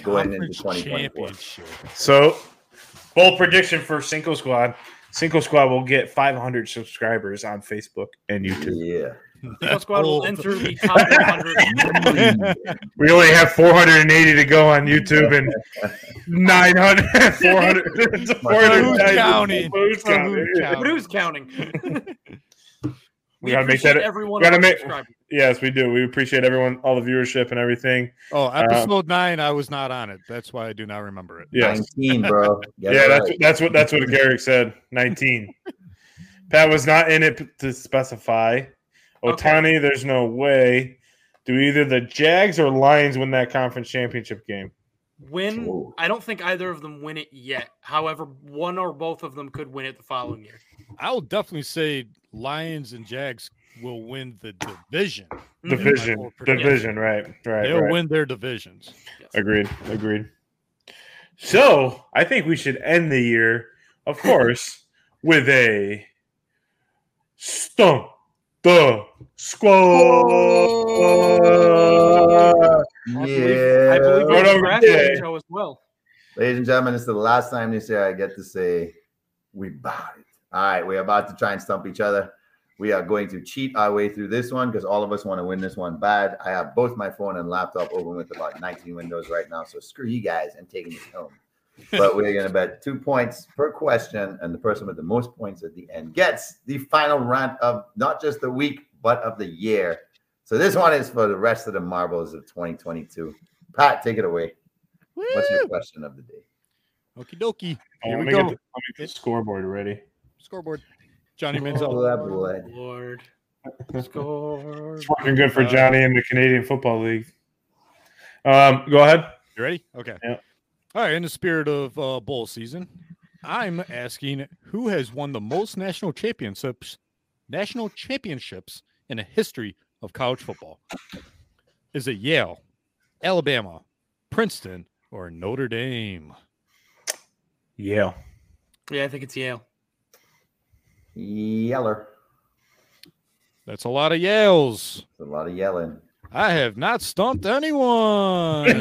Speaker 4: going into
Speaker 5: Conference
Speaker 4: 2024.
Speaker 5: championship.
Speaker 2: So, bold prediction for Cinco Squad. Cinco Squad will get 500 subscribers on Facebook and YouTube.
Speaker 4: yeah.
Speaker 3: Single squad will
Speaker 5: bold.
Speaker 3: enter the top 100.
Speaker 2: We only have 480 to go on YouTube and 900, 400,
Speaker 5: Who's
Speaker 2: 490.
Speaker 5: counting?
Speaker 2: Who's counting?
Speaker 5: Who's counting?
Speaker 3: but who's counting?
Speaker 2: We gotta make that-
Speaker 3: everyone.
Speaker 2: we gotta
Speaker 3: who
Speaker 2: make-
Speaker 3: subscribed.
Speaker 2: Yes, we do. We appreciate everyone, all the viewership and everything.
Speaker 5: Oh, episode nine. I was not on it. That's why I do not remember it.
Speaker 2: Yes.
Speaker 4: 19, bro. Get it
Speaker 2: yeah, that's
Speaker 4: right.
Speaker 2: what that's what that's what Garrick said. Nineteen. Pat was not in it p- to specify.
Speaker 3: Okay.
Speaker 2: Otani, there's no way. Do either the Jags or Lions win that conference championship game?
Speaker 3: Win.
Speaker 4: Whoa.
Speaker 3: I don't think either of them win it yet. However, one or both of them could win it the following year.
Speaker 5: I'll definitely say Lions and Jags will win the division.
Speaker 3: Mhm.
Speaker 2: Division,
Speaker 5: Yes.
Speaker 2: division, right, right,
Speaker 5: They'll
Speaker 2: right.
Speaker 5: win their divisions.
Speaker 2: Agreed, agreed. So I think we should end the year, of course, with a stump the squad.
Speaker 3: I believe,
Speaker 4: Yeah.
Speaker 3: I believe
Speaker 2: Right
Speaker 3: it's
Speaker 2: over
Speaker 3: Brad
Speaker 2: there.
Speaker 3: show as well.
Speaker 4: Ladies and gentlemen, it's the last time this year I get to say we bought it. All right, we're about to try and stump each other. We are going to cheat our way through this one because all of us want to win this one bad. I have both my phone and laptop open with about 19 windows right now. So screw you guys. I'm taking this home. But we're going to bet two points per question. And the person with the most points at the end gets the final rant of not just the week, but of the year. So this one is for the rest of the marbles of 2022. Pat, take it away.
Speaker 5: Woo!
Speaker 4: What's your question of the day?
Speaker 5: Okie dokie.
Speaker 2: Oh,
Speaker 5: Here
Speaker 2: let
Speaker 5: we
Speaker 2: me get
Speaker 5: go.
Speaker 2: the- let me get the scoreboard ready.
Speaker 5: Scoreboard. Johnny Manziel.
Speaker 4: that blood.
Speaker 3: Lord. Score.
Speaker 2: It's working good for
Speaker 5: Uh,
Speaker 2: Johnny in the Canadian Football League. Um, go ahead.
Speaker 5: You ready? Okay.
Speaker 2: Yeah.
Speaker 5: All right. In the spirit of uh, bowl season, I'm asking who has won the most national championships, national championships in the history of college football? Is it Yale, Alabama, Princeton, or Notre Dame?
Speaker 2: Yale.
Speaker 3: Yeah, I think it's Yale.
Speaker 4: Yeller.
Speaker 5: That's a lot of Yales.
Speaker 4: There's a lot of yelling.
Speaker 5: I have not stumped anyone.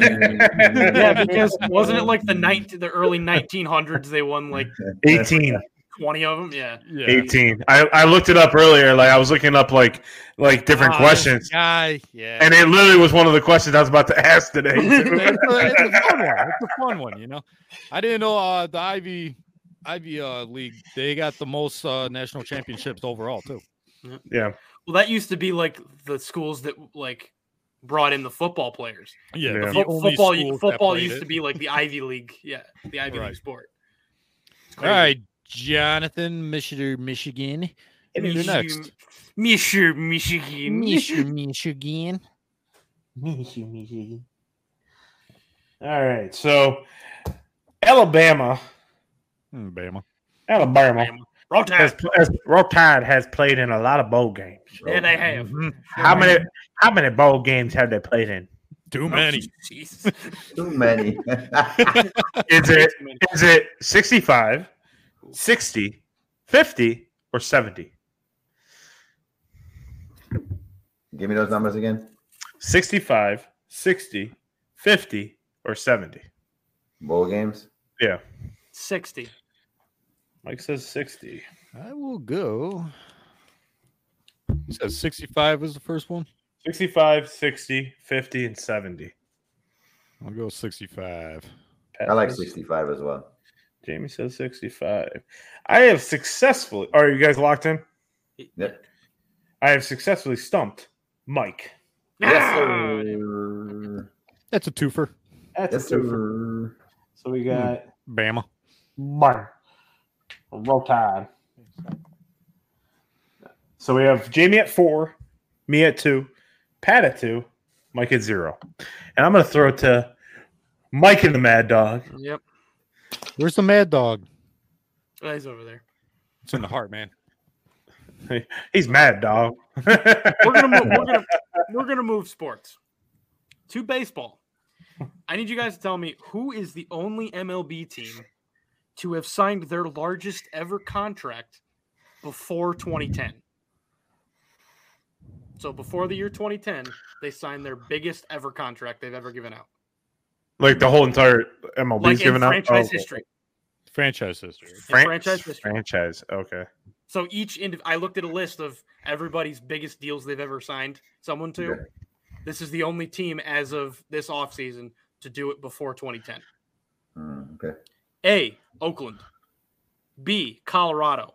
Speaker 3: yeah, because wasn't it like the nine, the early 1900s? They won like
Speaker 2: 18.
Speaker 3: 20 of them. Yeah.
Speaker 5: yeah.
Speaker 2: 18. I, I looked it up earlier. Like I was looking up like like different
Speaker 5: Ah, this
Speaker 2: questions.
Speaker 5: Guy, yeah.
Speaker 2: And it literally was one of the questions I was about to ask today. too.
Speaker 5: it's, a, it's a fun one. It's a fun one, you know. I didn't know uh, the Ivy Ivy uh, League they got the most uh, national championships overall too.
Speaker 2: yeah.
Speaker 3: Well, that used to be like the schools that like brought in the football players.
Speaker 5: Yeah,
Speaker 2: Yeah.
Speaker 5: the
Speaker 3: Fo-
Speaker 5: only
Speaker 3: football
Speaker 5: schools that
Speaker 3: football
Speaker 5: played
Speaker 3: used
Speaker 5: it.
Speaker 3: to be like the Ivy League. Yeah, the Ivy
Speaker 5: Right.
Speaker 3: League sport. It's
Speaker 5: All right, Jonathan, Michigan, Michigan, you're next.
Speaker 3: Michigan, Michigan, Michigan.
Speaker 5: Michigan.
Speaker 2: All right. So Alabama,
Speaker 5: Hmm, Bama.
Speaker 2: Alabama
Speaker 3: Roll Tide.
Speaker 2: has, has Roll Tide has played in a lot of bowl games.
Speaker 3: Yeah, they have.
Speaker 2: Mm-hmm. How many how many bowl games have they played in?
Speaker 5: Too
Speaker 3: Oh,
Speaker 5: many.
Speaker 3: Jesus.
Speaker 4: Too many.
Speaker 2: Is it is it 65, 60, 50 or 70?
Speaker 4: Give me those numbers again.
Speaker 2: 65, 60, 50 or 70?
Speaker 4: Bowl games.
Speaker 2: Yeah.
Speaker 3: 60.
Speaker 2: Mike says 60.
Speaker 5: I will go. He says 65 was the first one.
Speaker 2: 65, 60, 50 and 70.
Speaker 5: I'll go 65.
Speaker 2: Pat
Speaker 4: I like
Speaker 2: says-
Speaker 4: 65 as well.
Speaker 2: Jamie says 65. I have successfully. Are you guys locked in?
Speaker 4: Yep.
Speaker 2: I have successfully stumped Mike.
Speaker 4: Yes,
Speaker 3: Ah!
Speaker 4: sir.
Speaker 5: That's a twofer.
Speaker 2: That's
Speaker 4: Yes,
Speaker 2: a twofer.
Speaker 4: sir.
Speaker 2: So we got
Speaker 5: Bama.
Speaker 2: Mike. Roll Tide. So we have Jamie at four, me at two, Pat at two, Mike at zero. And I'm going to throw it to Mike and the Mad Dog.
Speaker 3: Ah! Yep.
Speaker 5: Where's the mad dog?
Speaker 3: Oh, He's over there.
Speaker 5: It's in the heart, man.
Speaker 2: He's Mad Dog.
Speaker 3: We're gonna move, we're gonna we're gonna move sports to baseball. I need you guys to tell me who is the only MLB team to have signed their largest ever contract before 2010. So before the year 2010, they signed their biggest ever contract they've ever given out,
Speaker 2: like the whole entire MLB's
Speaker 3: like in
Speaker 2: giving out.
Speaker 3: franchise
Speaker 2: Oh,
Speaker 3: history.
Speaker 5: Franchise history.
Speaker 3: In
Speaker 2: fran-
Speaker 3: franchise history.
Speaker 2: Franchise. Okay.
Speaker 3: So each indiv- I looked at a list of everybody's biggest deals they've ever signed someone to.
Speaker 4: Okay.
Speaker 3: This is the only team as of this offseason to do it before 2010.
Speaker 4: Mm, okay.
Speaker 3: A, Oakland. B, Colorado.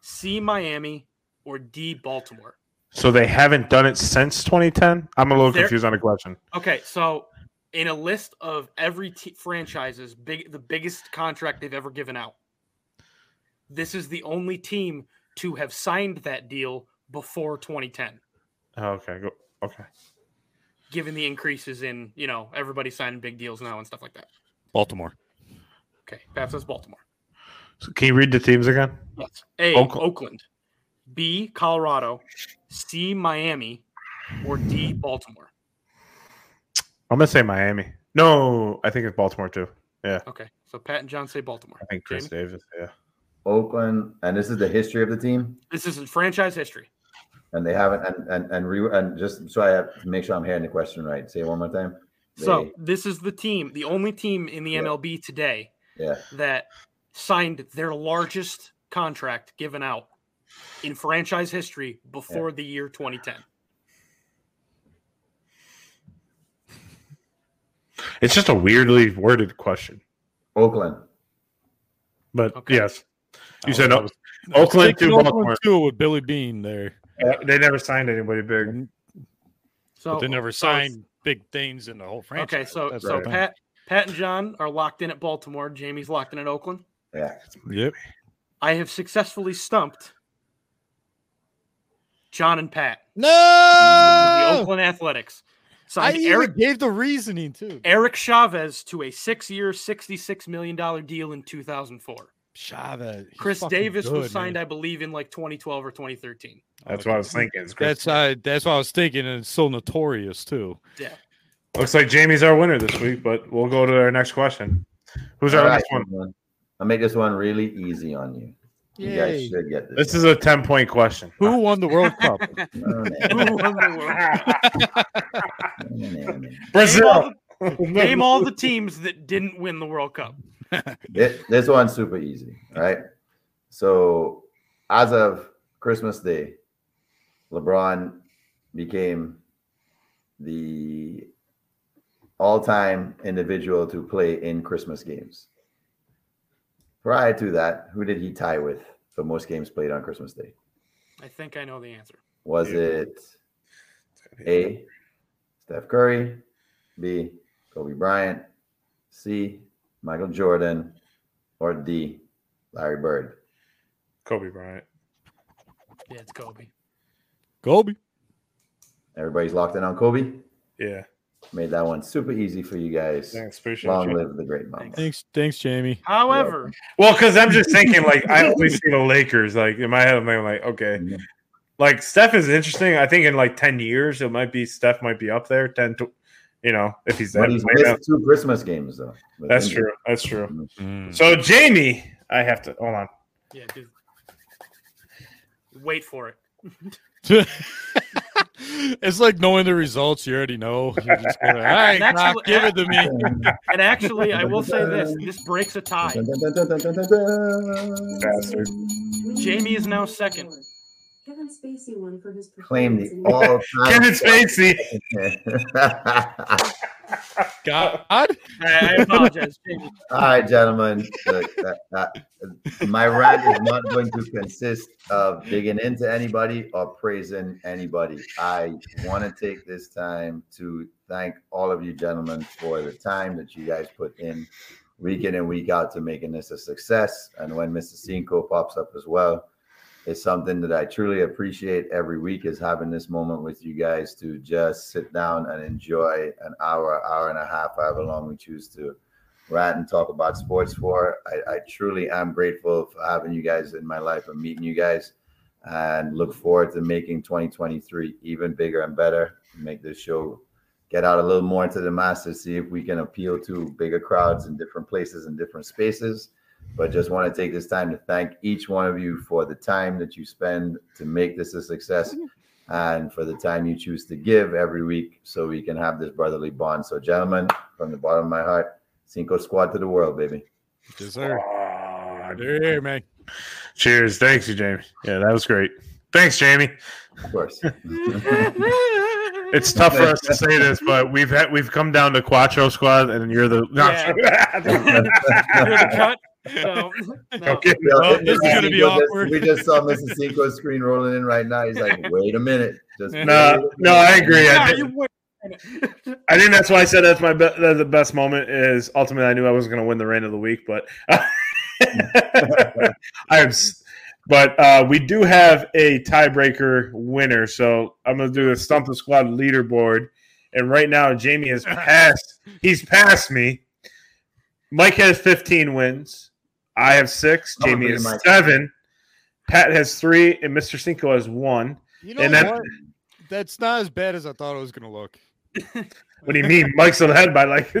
Speaker 3: C, Miami. Or D, Baltimore.
Speaker 2: So they haven't done it since 2010. I'm a little
Speaker 3: There-
Speaker 2: confused on the question.
Speaker 3: Okay, so in a list of every t- franchise's big, the biggest contract they've ever given out, this is the only team to have signed that deal before 2010.
Speaker 2: Oh, okay. Go, okay.
Speaker 3: given the increases in you know everybody signing big deals now and stuff like that.
Speaker 5: Baltimore.
Speaker 3: Okay, Pat says Baltimore.
Speaker 2: So can you read the teams again?
Speaker 3: Yes. A
Speaker 2: Oak-
Speaker 3: Oakland, B Colorado, C Miami, or D Baltimore.
Speaker 2: I'm gonna say Miami. No, I think it's Baltimore too.
Speaker 3: Okay, so Pat and John say Baltimore.
Speaker 2: I think Chris
Speaker 3: Jamie?
Speaker 2: Davis. Yeah.
Speaker 4: Oakland, and this is the history of the team,
Speaker 3: This is franchise history.
Speaker 4: and they haven't. And and and, re, and just so I have to make sure I'm hearing the question right. Say it one more time.
Speaker 3: So
Speaker 4: They-
Speaker 3: this is the team, the only team in the
Speaker 4: Yeah.
Speaker 3: MLB today
Speaker 4: yeah.
Speaker 3: that signed their largest contract given out in franchise history before the year 2010.
Speaker 2: It's just a weirdly worded question,
Speaker 4: Oakland.
Speaker 2: but
Speaker 3: Okay.
Speaker 2: yes, you
Speaker 5: I
Speaker 2: said
Speaker 5: was- I
Speaker 2: O-
Speaker 5: Oh, was- I was
Speaker 2: Oakland
Speaker 5: thinking
Speaker 2: to
Speaker 5: Oakland
Speaker 2: Baltimore.
Speaker 5: too, with Billy Bean there.
Speaker 2: They never signed anybody big.
Speaker 3: So
Speaker 5: but they never
Speaker 3: so it's-
Speaker 5: signed big things in the whole franchise.
Speaker 3: Okay, so
Speaker 5: That's
Speaker 3: so
Speaker 5: the thing.
Speaker 3: Pat Pat and John are locked in at Baltimore. Jamie's locked in at Oakland.
Speaker 4: Yeah.
Speaker 5: Yep.
Speaker 3: I have successfully stumped John and Pat. the
Speaker 5: No,
Speaker 3: Oakland Athletics
Speaker 5: Oh! I
Speaker 3: signed
Speaker 5: even
Speaker 3: Eric
Speaker 5: gave the reasoning too.
Speaker 3: Eric Chavez to a six-year, sixty-six million dollar deal in two thousand four.
Speaker 5: Chavez, he's
Speaker 3: Chris
Speaker 5: fucking
Speaker 3: Davis was
Speaker 5: good,
Speaker 3: signed,
Speaker 5: man.
Speaker 3: I believe, in like twenty twelve or twenty thirteen.
Speaker 2: That's
Speaker 5: Okay.
Speaker 2: what I was thinking. It's Chris.
Speaker 5: That's I. That's what I was thinking, and it's so notorious too.
Speaker 2: Looks like Jamie's our winner this week, but we'll go to our next question. Who's our
Speaker 4: All
Speaker 2: last
Speaker 4: right,
Speaker 2: one?
Speaker 4: everyone. I'll make this one really easy on you. You guys
Speaker 5: Yay.
Speaker 4: should get this.
Speaker 2: This is a 10 point question.
Speaker 5: Who won the World Cup?
Speaker 4: Oh,
Speaker 3: Who
Speaker 4: man.
Speaker 3: won the World-
Speaker 4: Oh, man.
Speaker 2: Brazil.
Speaker 3: Name all the teams that didn't win the World Cup.
Speaker 4: Thi- this one's super easy, right? So, as of Christmas Day, LeBron became the all-time individual to play in Christmas games. Prior to that, who did he tie with for most games played on Christmas Day?
Speaker 3: I think I know the answer.
Speaker 4: Was
Speaker 2: Yeah.
Speaker 4: it A. Steph Curry, B. Kobe Bryant, C. Michael Jordan, or D. Larry Bird.
Speaker 2: Kobe Bryant.
Speaker 3: Yeah, it's Kobe.
Speaker 5: Kobe.
Speaker 4: Everybody's locked in on Kobe.
Speaker 2: Yeah.
Speaker 4: Made that one super easy for you guys.
Speaker 2: Thanks. Appreciate
Speaker 4: Long
Speaker 2: you.
Speaker 4: live the great mama.
Speaker 5: Thanks, thanks, Jamie.
Speaker 3: However,
Speaker 2: Well, because I'm just thinking, like, I only see the Lakers. Like, in my head, I'm thinking, like, okay.
Speaker 4: Mhm.
Speaker 2: Like, Steph is interesting. I think in like 10 years, it might be Steph might be up there. 10 to, you know, if he's that.
Speaker 4: But he's
Speaker 2: way
Speaker 4: missed
Speaker 2: down.
Speaker 4: two Christmas games though. with
Speaker 2: That's
Speaker 4: injury.
Speaker 2: true. That's true.
Speaker 5: Mm.
Speaker 2: So, Jamie, I have to hold on.
Speaker 3: yeah, dude. Wait for it.
Speaker 5: it's like knowing the results you already know. You just go, All right,
Speaker 3: That's
Speaker 5: Doc,
Speaker 3: what-
Speaker 5: give it to me.
Speaker 3: And actually, I will say this: this breaks a tie.
Speaker 2: Bastard.
Speaker 3: Jamie is now second.
Speaker 7: Kevin Spacey won for his
Speaker 4: Claim
Speaker 7: performance.
Speaker 4: the
Speaker 7: in-
Speaker 4: all-time.
Speaker 2: Kevin Spacey.
Speaker 5: God,
Speaker 3: I, I apologize, Jamie.
Speaker 4: All right, gentlemen. Look, that- that- my rant is not going to consist of digging into anybody or praising anybody. I want to take this time to thank all of you gentlemen for the time that you guys put in week in and week out to making this a success. And when Mr. Cinco pops up as well, it's something that I truly appreciate every week is having this moment with you guys to just sit down and enjoy an hour, hour and a half, however long we choose to rant and talk about sports for. I, I truly am grateful for having you guys in my life and meeting you guys and look forward to making 2023 even bigger and better. Make this show get out a little more into the masses, see if we can appeal to bigger crowds in different places and different spaces. But just want to take this time to thank each one of you for the time that you spend to make this a success and for the time you choose to give every week so we can have this brotherly bond. So, gentlemen, from the bottom of my heart, Cinco Squad to the world, baby.
Speaker 5: yes, sir.
Speaker 2: Aw, dude.
Speaker 5: There, man.
Speaker 2: Cheers. Thanks you, Jamie. Yeah, that was great. Thanks, Jamie.
Speaker 4: Of course.
Speaker 2: It's tough for us to say this, but we've had we've come down to Quattro Squad, and you're the no,
Speaker 3: You're the cut. So, no.
Speaker 2: Okay.
Speaker 5: Oh, this is gonna be
Speaker 4: We just-
Speaker 5: awkward.
Speaker 4: we just saw Mrs. Cinco's screen rolling in right now. He's like, wait a minute. Just
Speaker 2: No, no, I agree. I,
Speaker 3: Yeah,
Speaker 2: did,
Speaker 3: you would.
Speaker 2: I think that's why I said that's my be- that's the best moment is ultimately I knew I wasn't going to win the reign of the week, but I am. s- But uh, we do have a tiebreaker winner, so I'm going to do a stump the squad leaderboard, and right now Jamie has passed. He's passed me. Mike has 15 wins. I have six.
Speaker 4: I'm gonna
Speaker 2: Jamie
Speaker 4: beat
Speaker 2: has
Speaker 4: Mike.
Speaker 2: seven. Pat has three, and Mr. Cinco has one.
Speaker 5: You know
Speaker 2: And that-
Speaker 5: what? That's not as bad as I thought it was gonna look.
Speaker 2: What do you mean? Mike's on the head by like the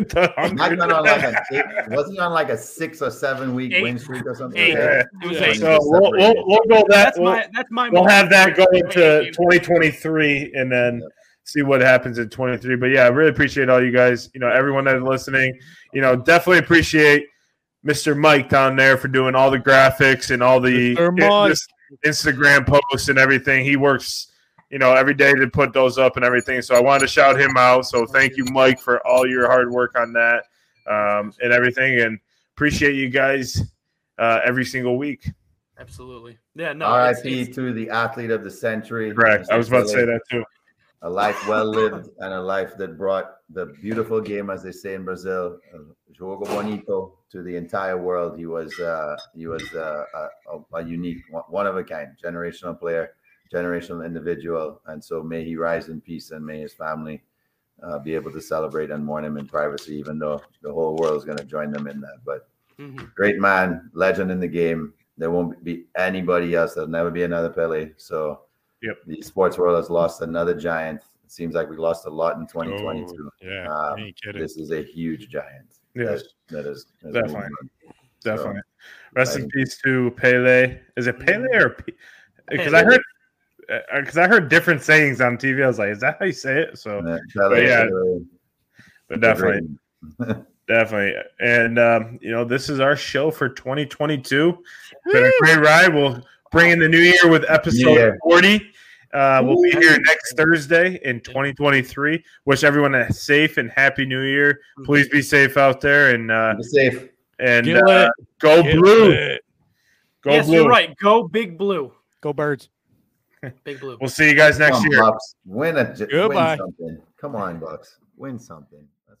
Speaker 4: Mike
Speaker 2: hundred.
Speaker 4: went on like a eight, wasn't he on like a six or seven week
Speaker 3: Eight.
Speaker 4: win streak or something?
Speaker 3: Eight.
Speaker 4: like that?
Speaker 3: It was
Speaker 5: Yeah.
Speaker 3: eight.
Speaker 2: So we'll, we'll, we'll go that.
Speaker 3: That's
Speaker 2: We'll,
Speaker 3: my. That's my.
Speaker 2: we'll
Speaker 3: moment.
Speaker 2: have that go into
Speaker 3: Game.
Speaker 2: 2023 and then see what happens in 23. But yeah, I really appreciate all you guys. You know, everyone that's listening. You know, definitely appreciate Mr. Mike down there for doing all the graphics and all the
Speaker 5: Mr. Mike.
Speaker 2: Instagram posts and everything. He works. You know, every day to put those up and everything. So I wanted to shout him out. So thank you, Mike, for all your hard work on that um, and everything. And appreciate you guys uh, every single week.
Speaker 3: Absolutely. Yeah. No. it's-
Speaker 4: RIP
Speaker 3: it's-
Speaker 4: to the athlete of the century.
Speaker 2: Correct. I was about to say
Speaker 4: that.
Speaker 2: that too.
Speaker 4: a life well lived and a life that brought the beautiful game, as they say in Brazil, uh, jogo bonito, to the entire world. He was uh, he was uh, a, a- a unique, one- one of a kind, generational player, generational individual, and so may he rise in peace and may his family uh, be able to celebrate and mourn him in privacy, even though the whole world is going to join them in that. But
Speaker 3: Mhm.
Speaker 4: great man, legend in the game. There won't be anybody else. There'll never be another Pele. So
Speaker 2: Yep.
Speaker 4: the sports world has lost another giant. It seems like we lost a lot in 2022.
Speaker 5: Yeah,
Speaker 4: Um,
Speaker 5: I ain't kidding.
Speaker 4: This is a huge giant.
Speaker 2: Oh, Yes.
Speaker 4: That, that is that is
Speaker 2: Definitely.
Speaker 4: moving.
Speaker 2: Definitely. Rest in peace to Pele. Is it Pele or because I heard because I heard different sayings on TV. I was like, is that how you say it? So, yeah, but definitely, Definitely. And, um, you know, this is our show for 2022. Been a great ride. We'll bring in the new year with episode
Speaker 4: Yeah.
Speaker 2: 40. Uh, we'll be here next Thursday in 2023. Wish everyone a safe and happy new year.
Speaker 3: mm-hmm.
Speaker 2: Please be safe out there and uh,
Speaker 4: Be safe.
Speaker 2: and
Speaker 5: Get
Speaker 2: uh, go
Speaker 5: Get
Speaker 2: blue.
Speaker 5: lit.
Speaker 2: Go
Speaker 3: yes,
Speaker 2: blue.
Speaker 3: you're right. Go big blue.
Speaker 5: Go birds.
Speaker 3: Big blue.
Speaker 2: We'll see you guys next
Speaker 4: Come on,
Speaker 2: year.
Speaker 4: Bucks. Win, a, win
Speaker 5: Goodbye.
Speaker 4: something. Come on, Bucks. Win something. Let's go.